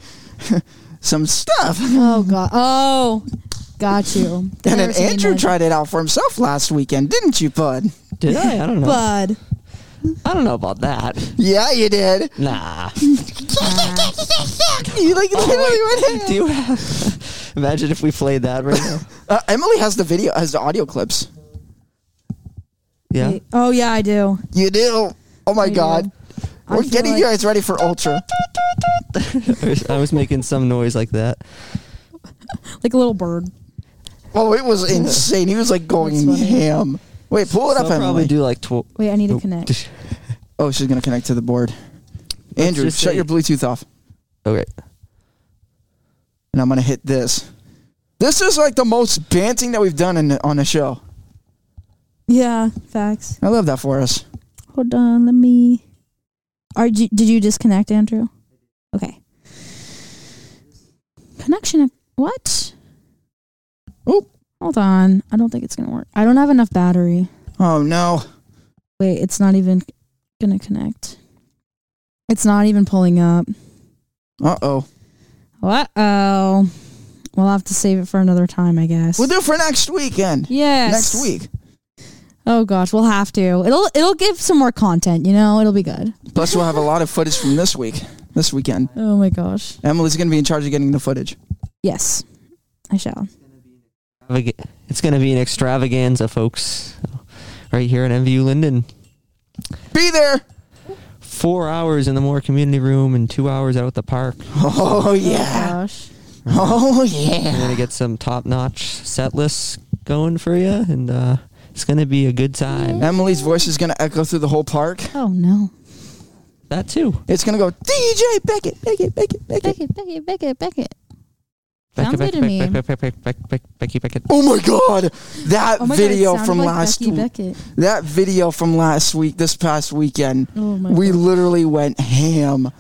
[SPEAKER 5] some stuff.
[SPEAKER 4] Oh god. Oh, got you.
[SPEAKER 5] And then Andrew tried it out for himself last weekend, didn't you, Bud?
[SPEAKER 9] Did I? I don't know.
[SPEAKER 4] Bud.
[SPEAKER 9] I don't know about that.
[SPEAKER 5] Yeah, you did.
[SPEAKER 9] Nah.
[SPEAKER 5] you like literally went in.
[SPEAKER 9] Do you have? Imagine if we played that right now.
[SPEAKER 5] Uh, Emily has the video, has the audio clips.
[SPEAKER 9] Yeah.
[SPEAKER 4] Oh yeah, I do.
[SPEAKER 5] You do. Oh my
[SPEAKER 4] I do.
[SPEAKER 5] god.
[SPEAKER 4] I
[SPEAKER 5] We're
[SPEAKER 4] feel
[SPEAKER 5] getting
[SPEAKER 4] like-
[SPEAKER 5] you guys ready for Ultra.
[SPEAKER 9] I was- I was making some noise like that.
[SPEAKER 4] Like a little bird.
[SPEAKER 5] Oh, it was insane. He was like going
[SPEAKER 4] That's funny.
[SPEAKER 5] ham. Wait, pull it
[SPEAKER 9] So
[SPEAKER 5] up,
[SPEAKER 9] I'll probably
[SPEAKER 5] Emily.
[SPEAKER 9] do like twelve.
[SPEAKER 4] Wait, I need to connect.
[SPEAKER 5] Oh, she's gonna connect to the board. Andrew,
[SPEAKER 9] just
[SPEAKER 5] shut
[SPEAKER 9] say-
[SPEAKER 5] your Bluetooth off.
[SPEAKER 9] Okay.
[SPEAKER 5] and I'm gonna hit this. This is like the most banting that we've done in, on the show.
[SPEAKER 4] Yeah, facts.
[SPEAKER 5] I love that for us.
[SPEAKER 4] Hold on, let me. Are you, did you disconnect, Andrew? Okay. Connection. What?
[SPEAKER 5] Oh.
[SPEAKER 4] Hold on. I don't think it's gonna work. I don't have enough battery.
[SPEAKER 5] Oh no,
[SPEAKER 4] Wait, it's not even gonna connect. It's not even pulling up.
[SPEAKER 5] uh oh.
[SPEAKER 4] Uh oh. We'll have to save it for another time, I guess.
[SPEAKER 5] We'll do it for next weekend.
[SPEAKER 4] yes.
[SPEAKER 5] Next week.
[SPEAKER 4] Oh gosh, we'll have to. It'll it'll give some more content, you know. It'll be good.
[SPEAKER 5] Plus, we'll have a lot of footage from this week, this weekend.
[SPEAKER 4] Oh my gosh.
[SPEAKER 5] Emily's gonna be in charge of getting the footage.
[SPEAKER 4] Yes, I shall.
[SPEAKER 9] Extravaga- It's going to be an extravaganza, folks. Right here in MVU Linden.
[SPEAKER 5] Be there.
[SPEAKER 9] Four hours in the Moore Community Room and two hours out at the park.
[SPEAKER 5] Oh yeah.
[SPEAKER 4] Gosh.
[SPEAKER 5] Oh
[SPEAKER 9] We're
[SPEAKER 5] yeah.
[SPEAKER 9] going to get some top notch set lists going for you, and uh, it's going to be a good time.
[SPEAKER 5] Emily's voice is gonna echo through the whole park.
[SPEAKER 4] Oh no.
[SPEAKER 9] That too.
[SPEAKER 5] It's gonna go DJ Beckett, Beckett, Beckett, Beckett.
[SPEAKER 4] Beckett, Beckett, Beckett, Beckett.
[SPEAKER 9] Becky,
[SPEAKER 4] Sounds good
[SPEAKER 9] Becky,
[SPEAKER 4] to me.
[SPEAKER 9] Becky, Becky, Becky, Becky, Becky, Becky, Becky.
[SPEAKER 5] Oh my God! That
[SPEAKER 4] Oh my God, it
[SPEAKER 5] video
[SPEAKER 4] sounded
[SPEAKER 5] from
[SPEAKER 4] like
[SPEAKER 5] last
[SPEAKER 4] Becky
[SPEAKER 5] w-
[SPEAKER 4] Beckett.
[SPEAKER 5] that video from last week, this past weekend,
[SPEAKER 4] Oh my
[SPEAKER 5] we
[SPEAKER 4] God.
[SPEAKER 5] literally went ham.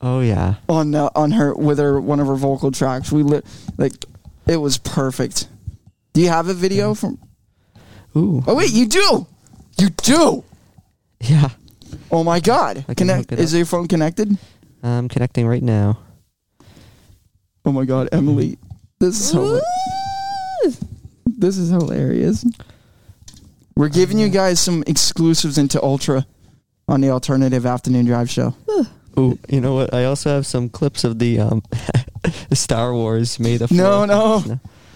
[SPEAKER 9] Oh, yeah.
[SPEAKER 5] on the, on her with her one of her vocal tracks. We lit like it was perfect. Do you have a video from?
[SPEAKER 9] Ooh.
[SPEAKER 5] Oh wait, you do, you do.
[SPEAKER 9] Yeah.
[SPEAKER 5] Oh my God!
[SPEAKER 9] I can
[SPEAKER 5] Connect.
[SPEAKER 9] hook it
[SPEAKER 5] Is your phone connected?
[SPEAKER 9] I'm connecting right now.
[SPEAKER 5] Oh my God, Emily, this is hila- this is hilarious. We're giving you guys some exclusives into Ultra on the Alternative Afternoon Drive Show.
[SPEAKER 9] Ooh, you know what? I also have some clips of the um, Star Wars May the
[SPEAKER 5] No,
[SPEAKER 9] 4th.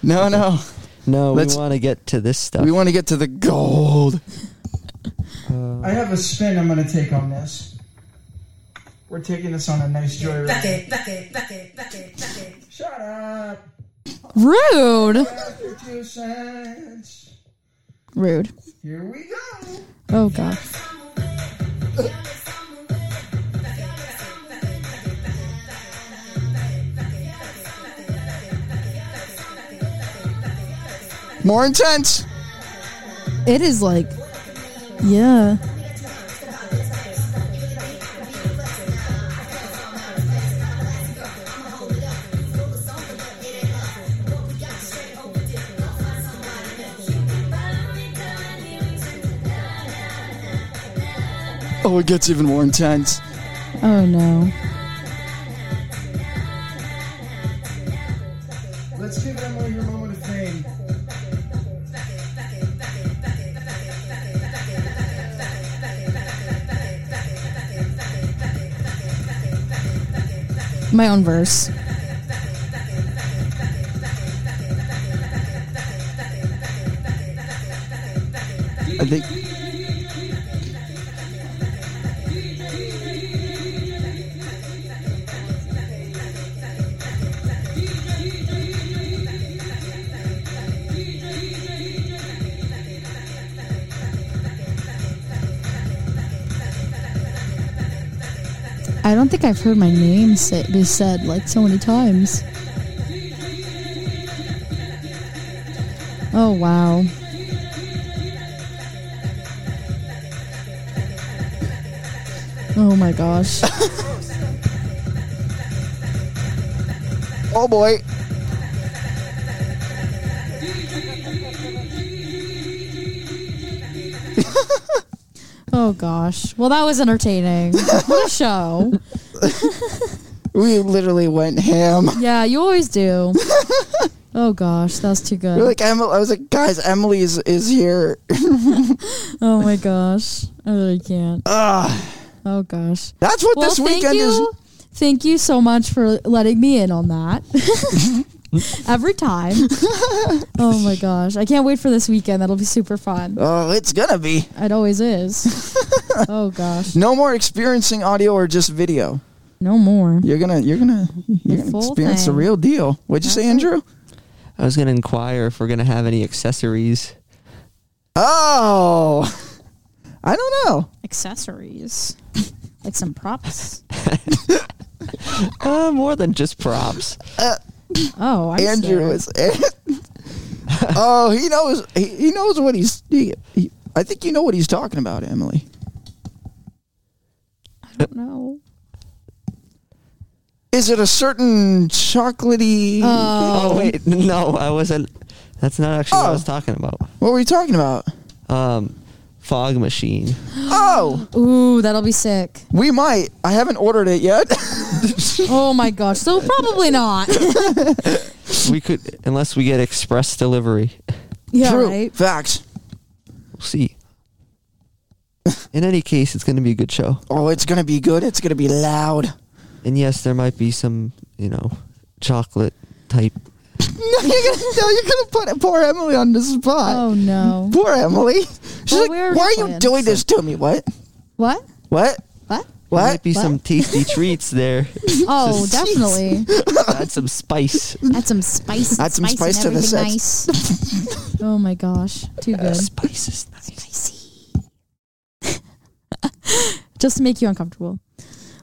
[SPEAKER 5] no, no, no.
[SPEAKER 9] No,
[SPEAKER 5] Let's-
[SPEAKER 9] we want to get to this stuff.
[SPEAKER 5] We want to get to the gold.
[SPEAKER 12] I have a spin I'm going to take on this. We're taking this on a nice joyride. Bucket, bucket, bucket, bucket, bucket. Shut up.
[SPEAKER 4] Rude.
[SPEAKER 12] After two cents.
[SPEAKER 4] Rude.
[SPEAKER 12] Here we go.
[SPEAKER 4] Oh god.
[SPEAKER 5] More intense.
[SPEAKER 4] It is like, yeah.
[SPEAKER 5] Oh, it gets even more intense.
[SPEAKER 4] Oh no.
[SPEAKER 12] Let's give Emily her moment of fame.
[SPEAKER 4] My own verse.
[SPEAKER 5] I think.
[SPEAKER 4] I don't think I've heard my name say, be said like so many times. Oh wow. Oh my gosh.
[SPEAKER 5] Oh boy.
[SPEAKER 4] oh gosh. Well, that was entertaining. What a show.
[SPEAKER 5] We literally went ham.
[SPEAKER 4] Yeah, you always do. Oh gosh, that's too good.
[SPEAKER 5] We're like Emily. I was like, guys, Emily is, is here.
[SPEAKER 4] oh my gosh. I really can't. Oh gosh.
[SPEAKER 5] That's what this weekend
[SPEAKER 4] thank you. Thank you so much for letting me in on that. Every time. oh my gosh. I can't wait for this weekend. That'll be super fun.
[SPEAKER 5] Oh, it's gonna be.
[SPEAKER 4] It always is. oh gosh.
[SPEAKER 5] No more experiencing audio or just video.
[SPEAKER 4] No more.
[SPEAKER 5] You're gonna you're gonna you're gonna
[SPEAKER 4] full
[SPEAKER 5] experience the
[SPEAKER 4] thing.
[SPEAKER 5] real deal. What'd you say, Andrew?
[SPEAKER 9] I was gonna inquire if we're gonna have any accessories.
[SPEAKER 5] Oh, I don't know.
[SPEAKER 4] Accessories. like some props.
[SPEAKER 9] Uh, more than just props.
[SPEAKER 4] oh, I
[SPEAKER 5] Andrew is. oh, he knows. He, he knows what he's. He, he, I think you know what he's talking about, Emily.
[SPEAKER 4] don't know.
[SPEAKER 5] Is it a certain chocolatey?
[SPEAKER 4] Uh,
[SPEAKER 9] Oh wait, no, I wasn't. That's not actually what I was talking about.
[SPEAKER 5] What were you talking about?
[SPEAKER 9] Um, fog machine.
[SPEAKER 5] Oh,
[SPEAKER 4] Ooh, that'll be sick.
[SPEAKER 5] we might. I haven't ordered it yet.
[SPEAKER 4] Oh my gosh. So probably not.
[SPEAKER 9] We could, unless we get express delivery.
[SPEAKER 4] yeah,
[SPEAKER 5] True
[SPEAKER 4] right.
[SPEAKER 5] facts.
[SPEAKER 9] We'll see. In any case, it's going to be a good show.
[SPEAKER 5] Oh, it's gonna be good. It's gonna be loud.
[SPEAKER 9] And yes, there might be some, you know, chocolate type.
[SPEAKER 5] No, you're gonna, no, you're gonna put poor Emily on the spot.
[SPEAKER 4] Oh no.
[SPEAKER 5] Poor Emily. She's
[SPEAKER 4] Well,
[SPEAKER 5] like,
[SPEAKER 4] we already
[SPEAKER 5] why are you
[SPEAKER 4] planned,
[SPEAKER 5] doing this to me? What?
[SPEAKER 4] What?
[SPEAKER 5] What?
[SPEAKER 4] What?
[SPEAKER 9] There
[SPEAKER 5] What?
[SPEAKER 9] might be
[SPEAKER 4] What?
[SPEAKER 9] some tasty treats there.
[SPEAKER 4] Oh,
[SPEAKER 9] Jeez.
[SPEAKER 4] definitely.
[SPEAKER 9] Add some spice.
[SPEAKER 10] Add some spice. and
[SPEAKER 5] Add some
[SPEAKER 10] and
[SPEAKER 5] spice to this.
[SPEAKER 10] everything Nice.
[SPEAKER 4] Oh my gosh. Too good.
[SPEAKER 9] Spice is nice.
[SPEAKER 4] Just to make you uncomfortable.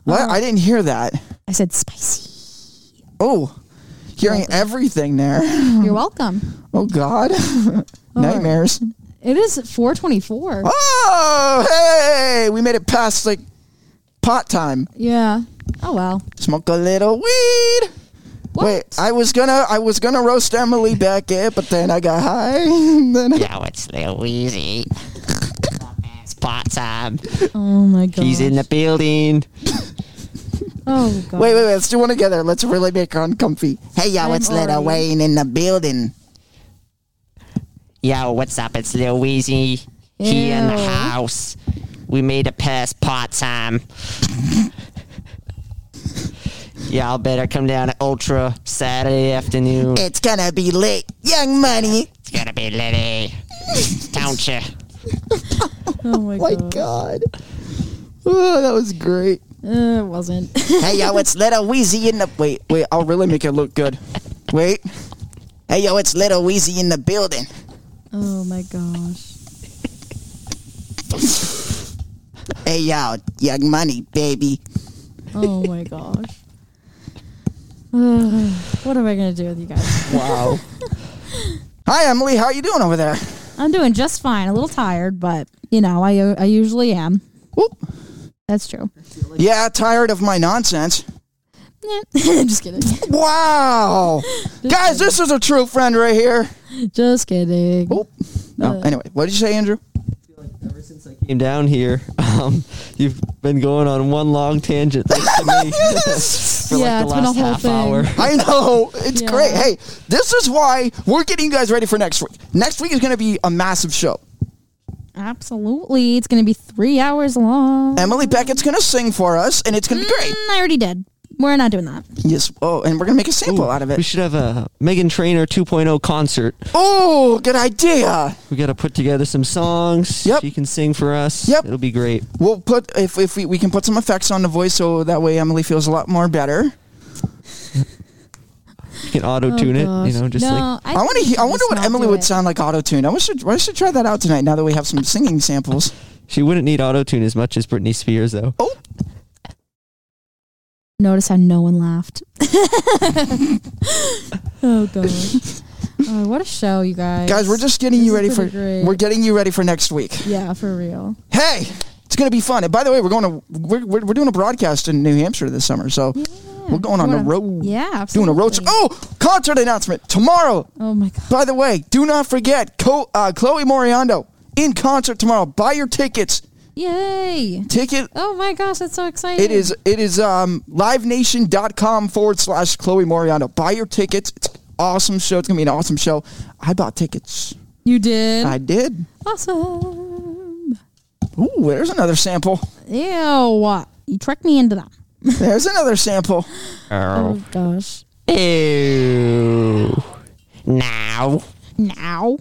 [SPEAKER 5] What?
[SPEAKER 9] Oh.
[SPEAKER 5] I didn't hear that.
[SPEAKER 4] I said spicy.
[SPEAKER 5] Oh, hearing everything there.
[SPEAKER 4] You're welcome.
[SPEAKER 5] Oh God, nightmares.
[SPEAKER 4] It is 424.
[SPEAKER 5] Oh, hey, we made it past like pot time.
[SPEAKER 4] Yeah. Oh well.
[SPEAKER 5] Smoke a little weed.
[SPEAKER 4] What?
[SPEAKER 5] Wait, I was gonna, I was gonna roast Emily back in, but then I got high. And then
[SPEAKER 9] Now it's Lil Weezy. it's pot time.
[SPEAKER 4] oh my god.
[SPEAKER 9] He's in the building.
[SPEAKER 4] Oh god.
[SPEAKER 5] Wait, wait, wait. Let's do one together. Let's really make her uncomfy. Hey, yo,
[SPEAKER 4] I'm
[SPEAKER 5] it's Little
[SPEAKER 4] already-
[SPEAKER 5] Wayne in the building.
[SPEAKER 9] Yo, what's up? It's Lil Weezy. He in the
[SPEAKER 4] Ew.
[SPEAKER 9] house. We made it past pot time. Y'all better come down to Ultra Saturday afternoon.
[SPEAKER 5] It's gonna be lit. Young Money.
[SPEAKER 9] It's gonna be litty. Don't ya?
[SPEAKER 4] Oh my
[SPEAKER 5] My
[SPEAKER 4] god.
[SPEAKER 5] God. Oh, that was great.
[SPEAKER 4] Uh, it wasn't.
[SPEAKER 5] Hey, yo, it's Little Weezy in the. Wait, wait. I'll really make it look good. Wait. Hey, yo, it's Little Weezy in the building.
[SPEAKER 4] oh my gosh.
[SPEAKER 5] Hey, yo, Young Money, baby.
[SPEAKER 4] Oh my gosh. Ugh, what am I gonna do with you guys?
[SPEAKER 5] Wow. Hi, Emily. How you doing over there?
[SPEAKER 4] I'm doing just fine. A little tired, but you know, I I usually am. That's true.
[SPEAKER 5] Yeah, tired of my nonsense.
[SPEAKER 4] just kidding.
[SPEAKER 5] Wow. Guys, this is a true friend right here.
[SPEAKER 13] Just kidding.
[SPEAKER 5] Oh, no. Anyway, what did you say, Andrew?
[SPEAKER 9] Came down here. Um, you've been going on one long tangent thanks to me for
[SPEAKER 5] Yeah,
[SPEAKER 9] like the last half hour.
[SPEAKER 5] I know. It's great. Hey, this is why we're getting you guys ready for next week. Next week is going to be a massive show.
[SPEAKER 4] Absolutely, it's going to be three hours long. Mm,
[SPEAKER 5] Emily Beckett's going to sing for us, and it's going to be great.
[SPEAKER 4] I already did. We're not doing that.
[SPEAKER 5] Yes. Oh, and we're going to make a sample out of
[SPEAKER 9] We
[SPEAKER 5] it.
[SPEAKER 9] should have a Megan Trainor 2.0 concert.
[SPEAKER 5] Oh, good idea.
[SPEAKER 9] We got to put together some songs. Yep. She can sing for us. Yep. It'll be great.
[SPEAKER 5] We'll put, if, if we, we can put some effects on the voice so that way Emily feels a lot more better.
[SPEAKER 9] You can
[SPEAKER 4] Oh,
[SPEAKER 9] auto tune
[SPEAKER 5] Oh,
[SPEAKER 9] it. You know, just like
[SPEAKER 5] I, want to. I wonder what Emily would sound like auto tune. I wish should. I should try that out tonight. Now that we have some singing samples.
[SPEAKER 9] she wouldn't need auto tune as much as Britney Spears though.
[SPEAKER 5] Oh,
[SPEAKER 13] Notice how no one laughed. oh god.
[SPEAKER 4] Oh, what a show, you guys.
[SPEAKER 5] guys, we're just getting
[SPEAKER 4] This
[SPEAKER 5] you
[SPEAKER 4] is
[SPEAKER 5] ready for.
[SPEAKER 4] pretty great.
[SPEAKER 5] We're getting you ready for next week.
[SPEAKER 4] yeah, for real.
[SPEAKER 5] Hey, it's gonna be fun. And by the way, we're going to. We're we're, we're doing a broadcast in New Hampshire this summer, so we're going on the road.
[SPEAKER 4] Yeah,
[SPEAKER 5] Doing
[SPEAKER 4] absolutely.
[SPEAKER 5] a road trip. Oh, concert announcement tomorrow.
[SPEAKER 4] Oh my god.
[SPEAKER 5] By the way, do not forget Co- uh, Chloe Moriando in concert tomorrow. Buy your tickets.
[SPEAKER 4] Yay.
[SPEAKER 5] Ticket
[SPEAKER 4] Oh my gosh, that's so exciting.
[SPEAKER 5] It is it is um livenation.com forward slash Chloe Moriano. Buy your tickets. It's an awesome show. It's gonna be an awesome show. I bought tickets.
[SPEAKER 4] You did?
[SPEAKER 5] I did.
[SPEAKER 4] Awesome.
[SPEAKER 5] Ooh, there's another sample.
[SPEAKER 4] Ew. You tricked me into that.
[SPEAKER 5] There's another sample.
[SPEAKER 4] Oh gosh.
[SPEAKER 9] Ew. Now.
[SPEAKER 4] Now.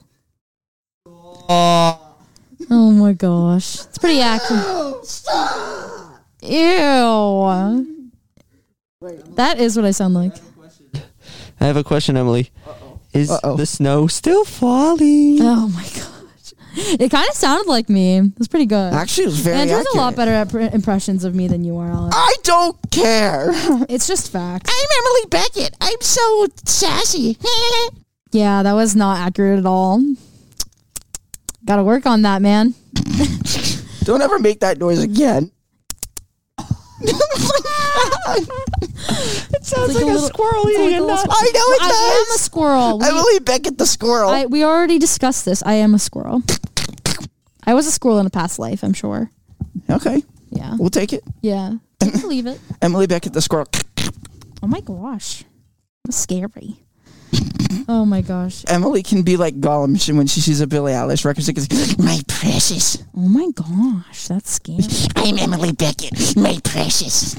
[SPEAKER 4] Oh my gosh. It's pretty accurate. Ew. That is what I sound like.
[SPEAKER 9] I have a question, Emily. Is
[SPEAKER 4] Uh-oh.
[SPEAKER 9] the snow still falling?
[SPEAKER 4] Oh my gosh. It kind of sounded like me. It was pretty good.
[SPEAKER 5] Actually, it was very
[SPEAKER 4] Andrew's a lot
[SPEAKER 5] accurate.
[SPEAKER 4] better at pr- impressions of me than you are, Alex.
[SPEAKER 5] I don't care.
[SPEAKER 4] It's just fact.
[SPEAKER 5] Uh-huh. I'm Emily Beckett. I'm so sassy.
[SPEAKER 4] Yeah, that was not accurate at all. Got to work on that, man.
[SPEAKER 5] don't ever make that noise again.
[SPEAKER 9] It sounds
[SPEAKER 4] like a little-
[SPEAKER 9] squirrel
[SPEAKER 4] it's like a little squirrel.
[SPEAKER 5] I know it
[SPEAKER 4] I
[SPEAKER 5] does.
[SPEAKER 4] am a squirrel. We-
[SPEAKER 5] Emily Beckett the squirrel.
[SPEAKER 4] I, we already discussed this. I am a squirrel. I was a squirrel in a past life, I'm sure.
[SPEAKER 5] okay.
[SPEAKER 4] Yeah.
[SPEAKER 5] We'll take it.
[SPEAKER 4] Yeah. Take it or leave it.
[SPEAKER 5] Emily Beckett the squirrel.
[SPEAKER 4] Oh my gosh. That's scary. Oh my gosh.
[SPEAKER 5] Emily can be like Gollum she- when she sees a Billie Eilish record. She goes, "My precious."
[SPEAKER 4] Oh my gosh. That's scary.
[SPEAKER 5] I'm Emily Beckett, my precious.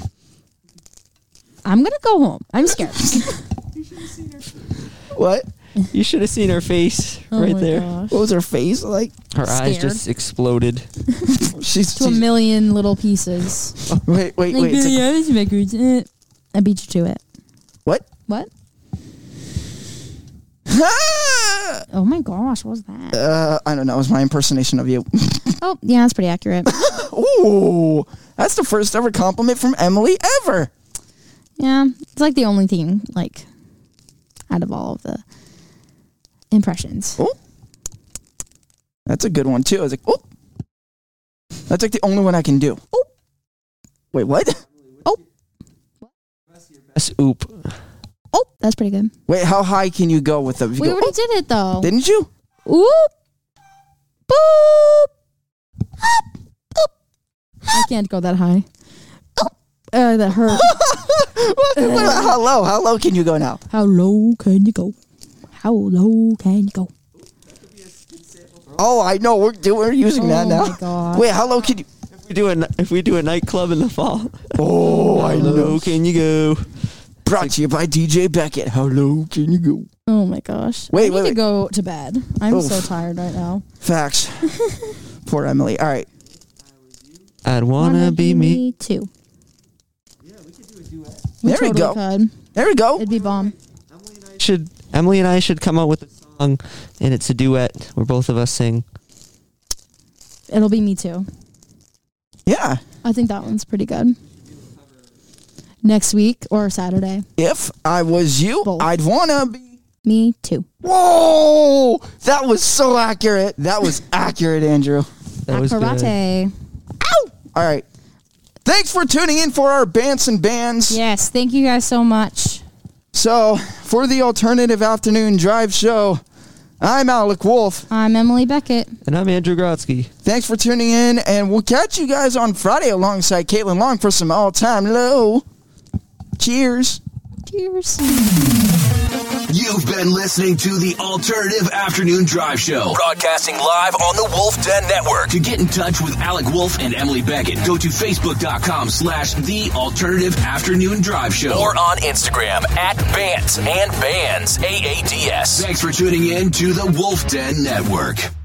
[SPEAKER 4] I'm going to go home. I'm scared.
[SPEAKER 5] What?
[SPEAKER 9] You should have seen her face
[SPEAKER 4] Oh
[SPEAKER 9] right
[SPEAKER 4] my
[SPEAKER 9] there.
[SPEAKER 4] gosh.
[SPEAKER 5] What was her face like?
[SPEAKER 9] Her eyes
[SPEAKER 4] Scared.
[SPEAKER 9] just exploded.
[SPEAKER 5] She's,
[SPEAKER 4] to a
[SPEAKER 5] she's-
[SPEAKER 4] million little pieces.
[SPEAKER 5] wait, wait,
[SPEAKER 4] Like
[SPEAKER 5] wait.
[SPEAKER 4] Billie
[SPEAKER 5] It's like-
[SPEAKER 4] Eilish records. Eh. I beat you to it.
[SPEAKER 5] what?
[SPEAKER 4] What? Oh my gosh. What was that?
[SPEAKER 5] Uh, I don't know. It was my impersonation of you.
[SPEAKER 4] Oh, yeah. That's pretty accurate.
[SPEAKER 5] Ooh, that's the first ever compliment from Emily ever.
[SPEAKER 4] Yeah, it's like the only thing like out of all of the impressions.
[SPEAKER 5] Oh, that's a good one too. I was like, oh, that's like the only one I can do. Oh, wait, what?
[SPEAKER 9] That's oop.
[SPEAKER 4] Oh, that's pretty good.
[SPEAKER 5] Wait, how high can you go with them? You
[SPEAKER 4] We
[SPEAKER 5] go,
[SPEAKER 4] already did it though.
[SPEAKER 5] "Oh," didn't you?
[SPEAKER 4] Oop, boop, hop, oop, I can't go that high. Oh, uh, that hurt.
[SPEAKER 5] What- what- how low? How low can you go now?
[SPEAKER 4] How low can you go? How low can you go?
[SPEAKER 5] Oh, I know. We're do- we're using that
[SPEAKER 4] Oh
[SPEAKER 5] now.
[SPEAKER 4] my God.
[SPEAKER 5] Wait, how low can you?
[SPEAKER 9] If we do a if we do a nightclub in the fall.
[SPEAKER 5] Oh, I
[SPEAKER 9] How
[SPEAKER 5] know.
[SPEAKER 9] low can you go?
[SPEAKER 5] Brought to you by DJ Beckett. How low can you go?
[SPEAKER 4] Oh my gosh!
[SPEAKER 5] Wait,
[SPEAKER 4] I need
[SPEAKER 5] wait, Oh.
[SPEAKER 4] to
[SPEAKER 5] wait.
[SPEAKER 4] go to bed. I'm so
[SPEAKER 5] Oof.
[SPEAKER 4] tired right now.
[SPEAKER 5] Facts. Poor Emily. All right.
[SPEAKER 9] I'd wanna, be me.
[SPEAKER 4] too.
[SPEAKER 5] There we
[SPEAKER 4] totally
[SPEAKER 5] go.
[SPEAKER 4] Could.
[SPEAKER 5] There we go.
[SPEAKER 4] It'd be bomb.
[SPEAKER 9] Should Emily and I should come up with a song, and it's a duet where both of us sing.
[SPEAKER 4] It'll be me too.
[SPEAKER 5] Yeah.
[SPEAKER 4] I think that one's pretty good. Next week or Saturday.
[SPEAKER 5] If I was you, I'd wanna be
[SPEAKER 4] Me too.
[SPEAKER 5] Whoa! That was so accurate. That was accurate, Andrew.
[SPEAKER 9] That was
[SPEAKER 4] Karate.
[SPEAKER 5] All right. Thanks for tuning in for our Bants and Bands.
[SPEAKER 4] Yes, thank you guys so much.
[SPEAKER 5] So, for the Alternative Afternoon Drive Show, I'm Alec Wolf.
[SPEAKER 4] I'm Emily Beckett.
[SPEAKER 9] And I'm Andrew Grotsky.
[SPEAKER 5] Thanks for tuning in, and we'll catch you guys on Friday alongside Caitlin Long for some all time low. Cheers.
[SPEAKER 4] Cheers.
[SPEAKER 2] You've been listening to the Alternative Afternoon Drive Show.
[SPEAKER 3] Broadcasting live on the Wolf Den Network.
[SPEAKER 2] To get in touch with Alec Wolf and Emily Beckett, go to facebook.com slash the Alternative Afternoon Drive Show.
[SPEAKER 3] Or on Instagram at Bants and Bands, AADS.
[SPEAKER 2] Thanks for tuning in to the Wolf Den Network.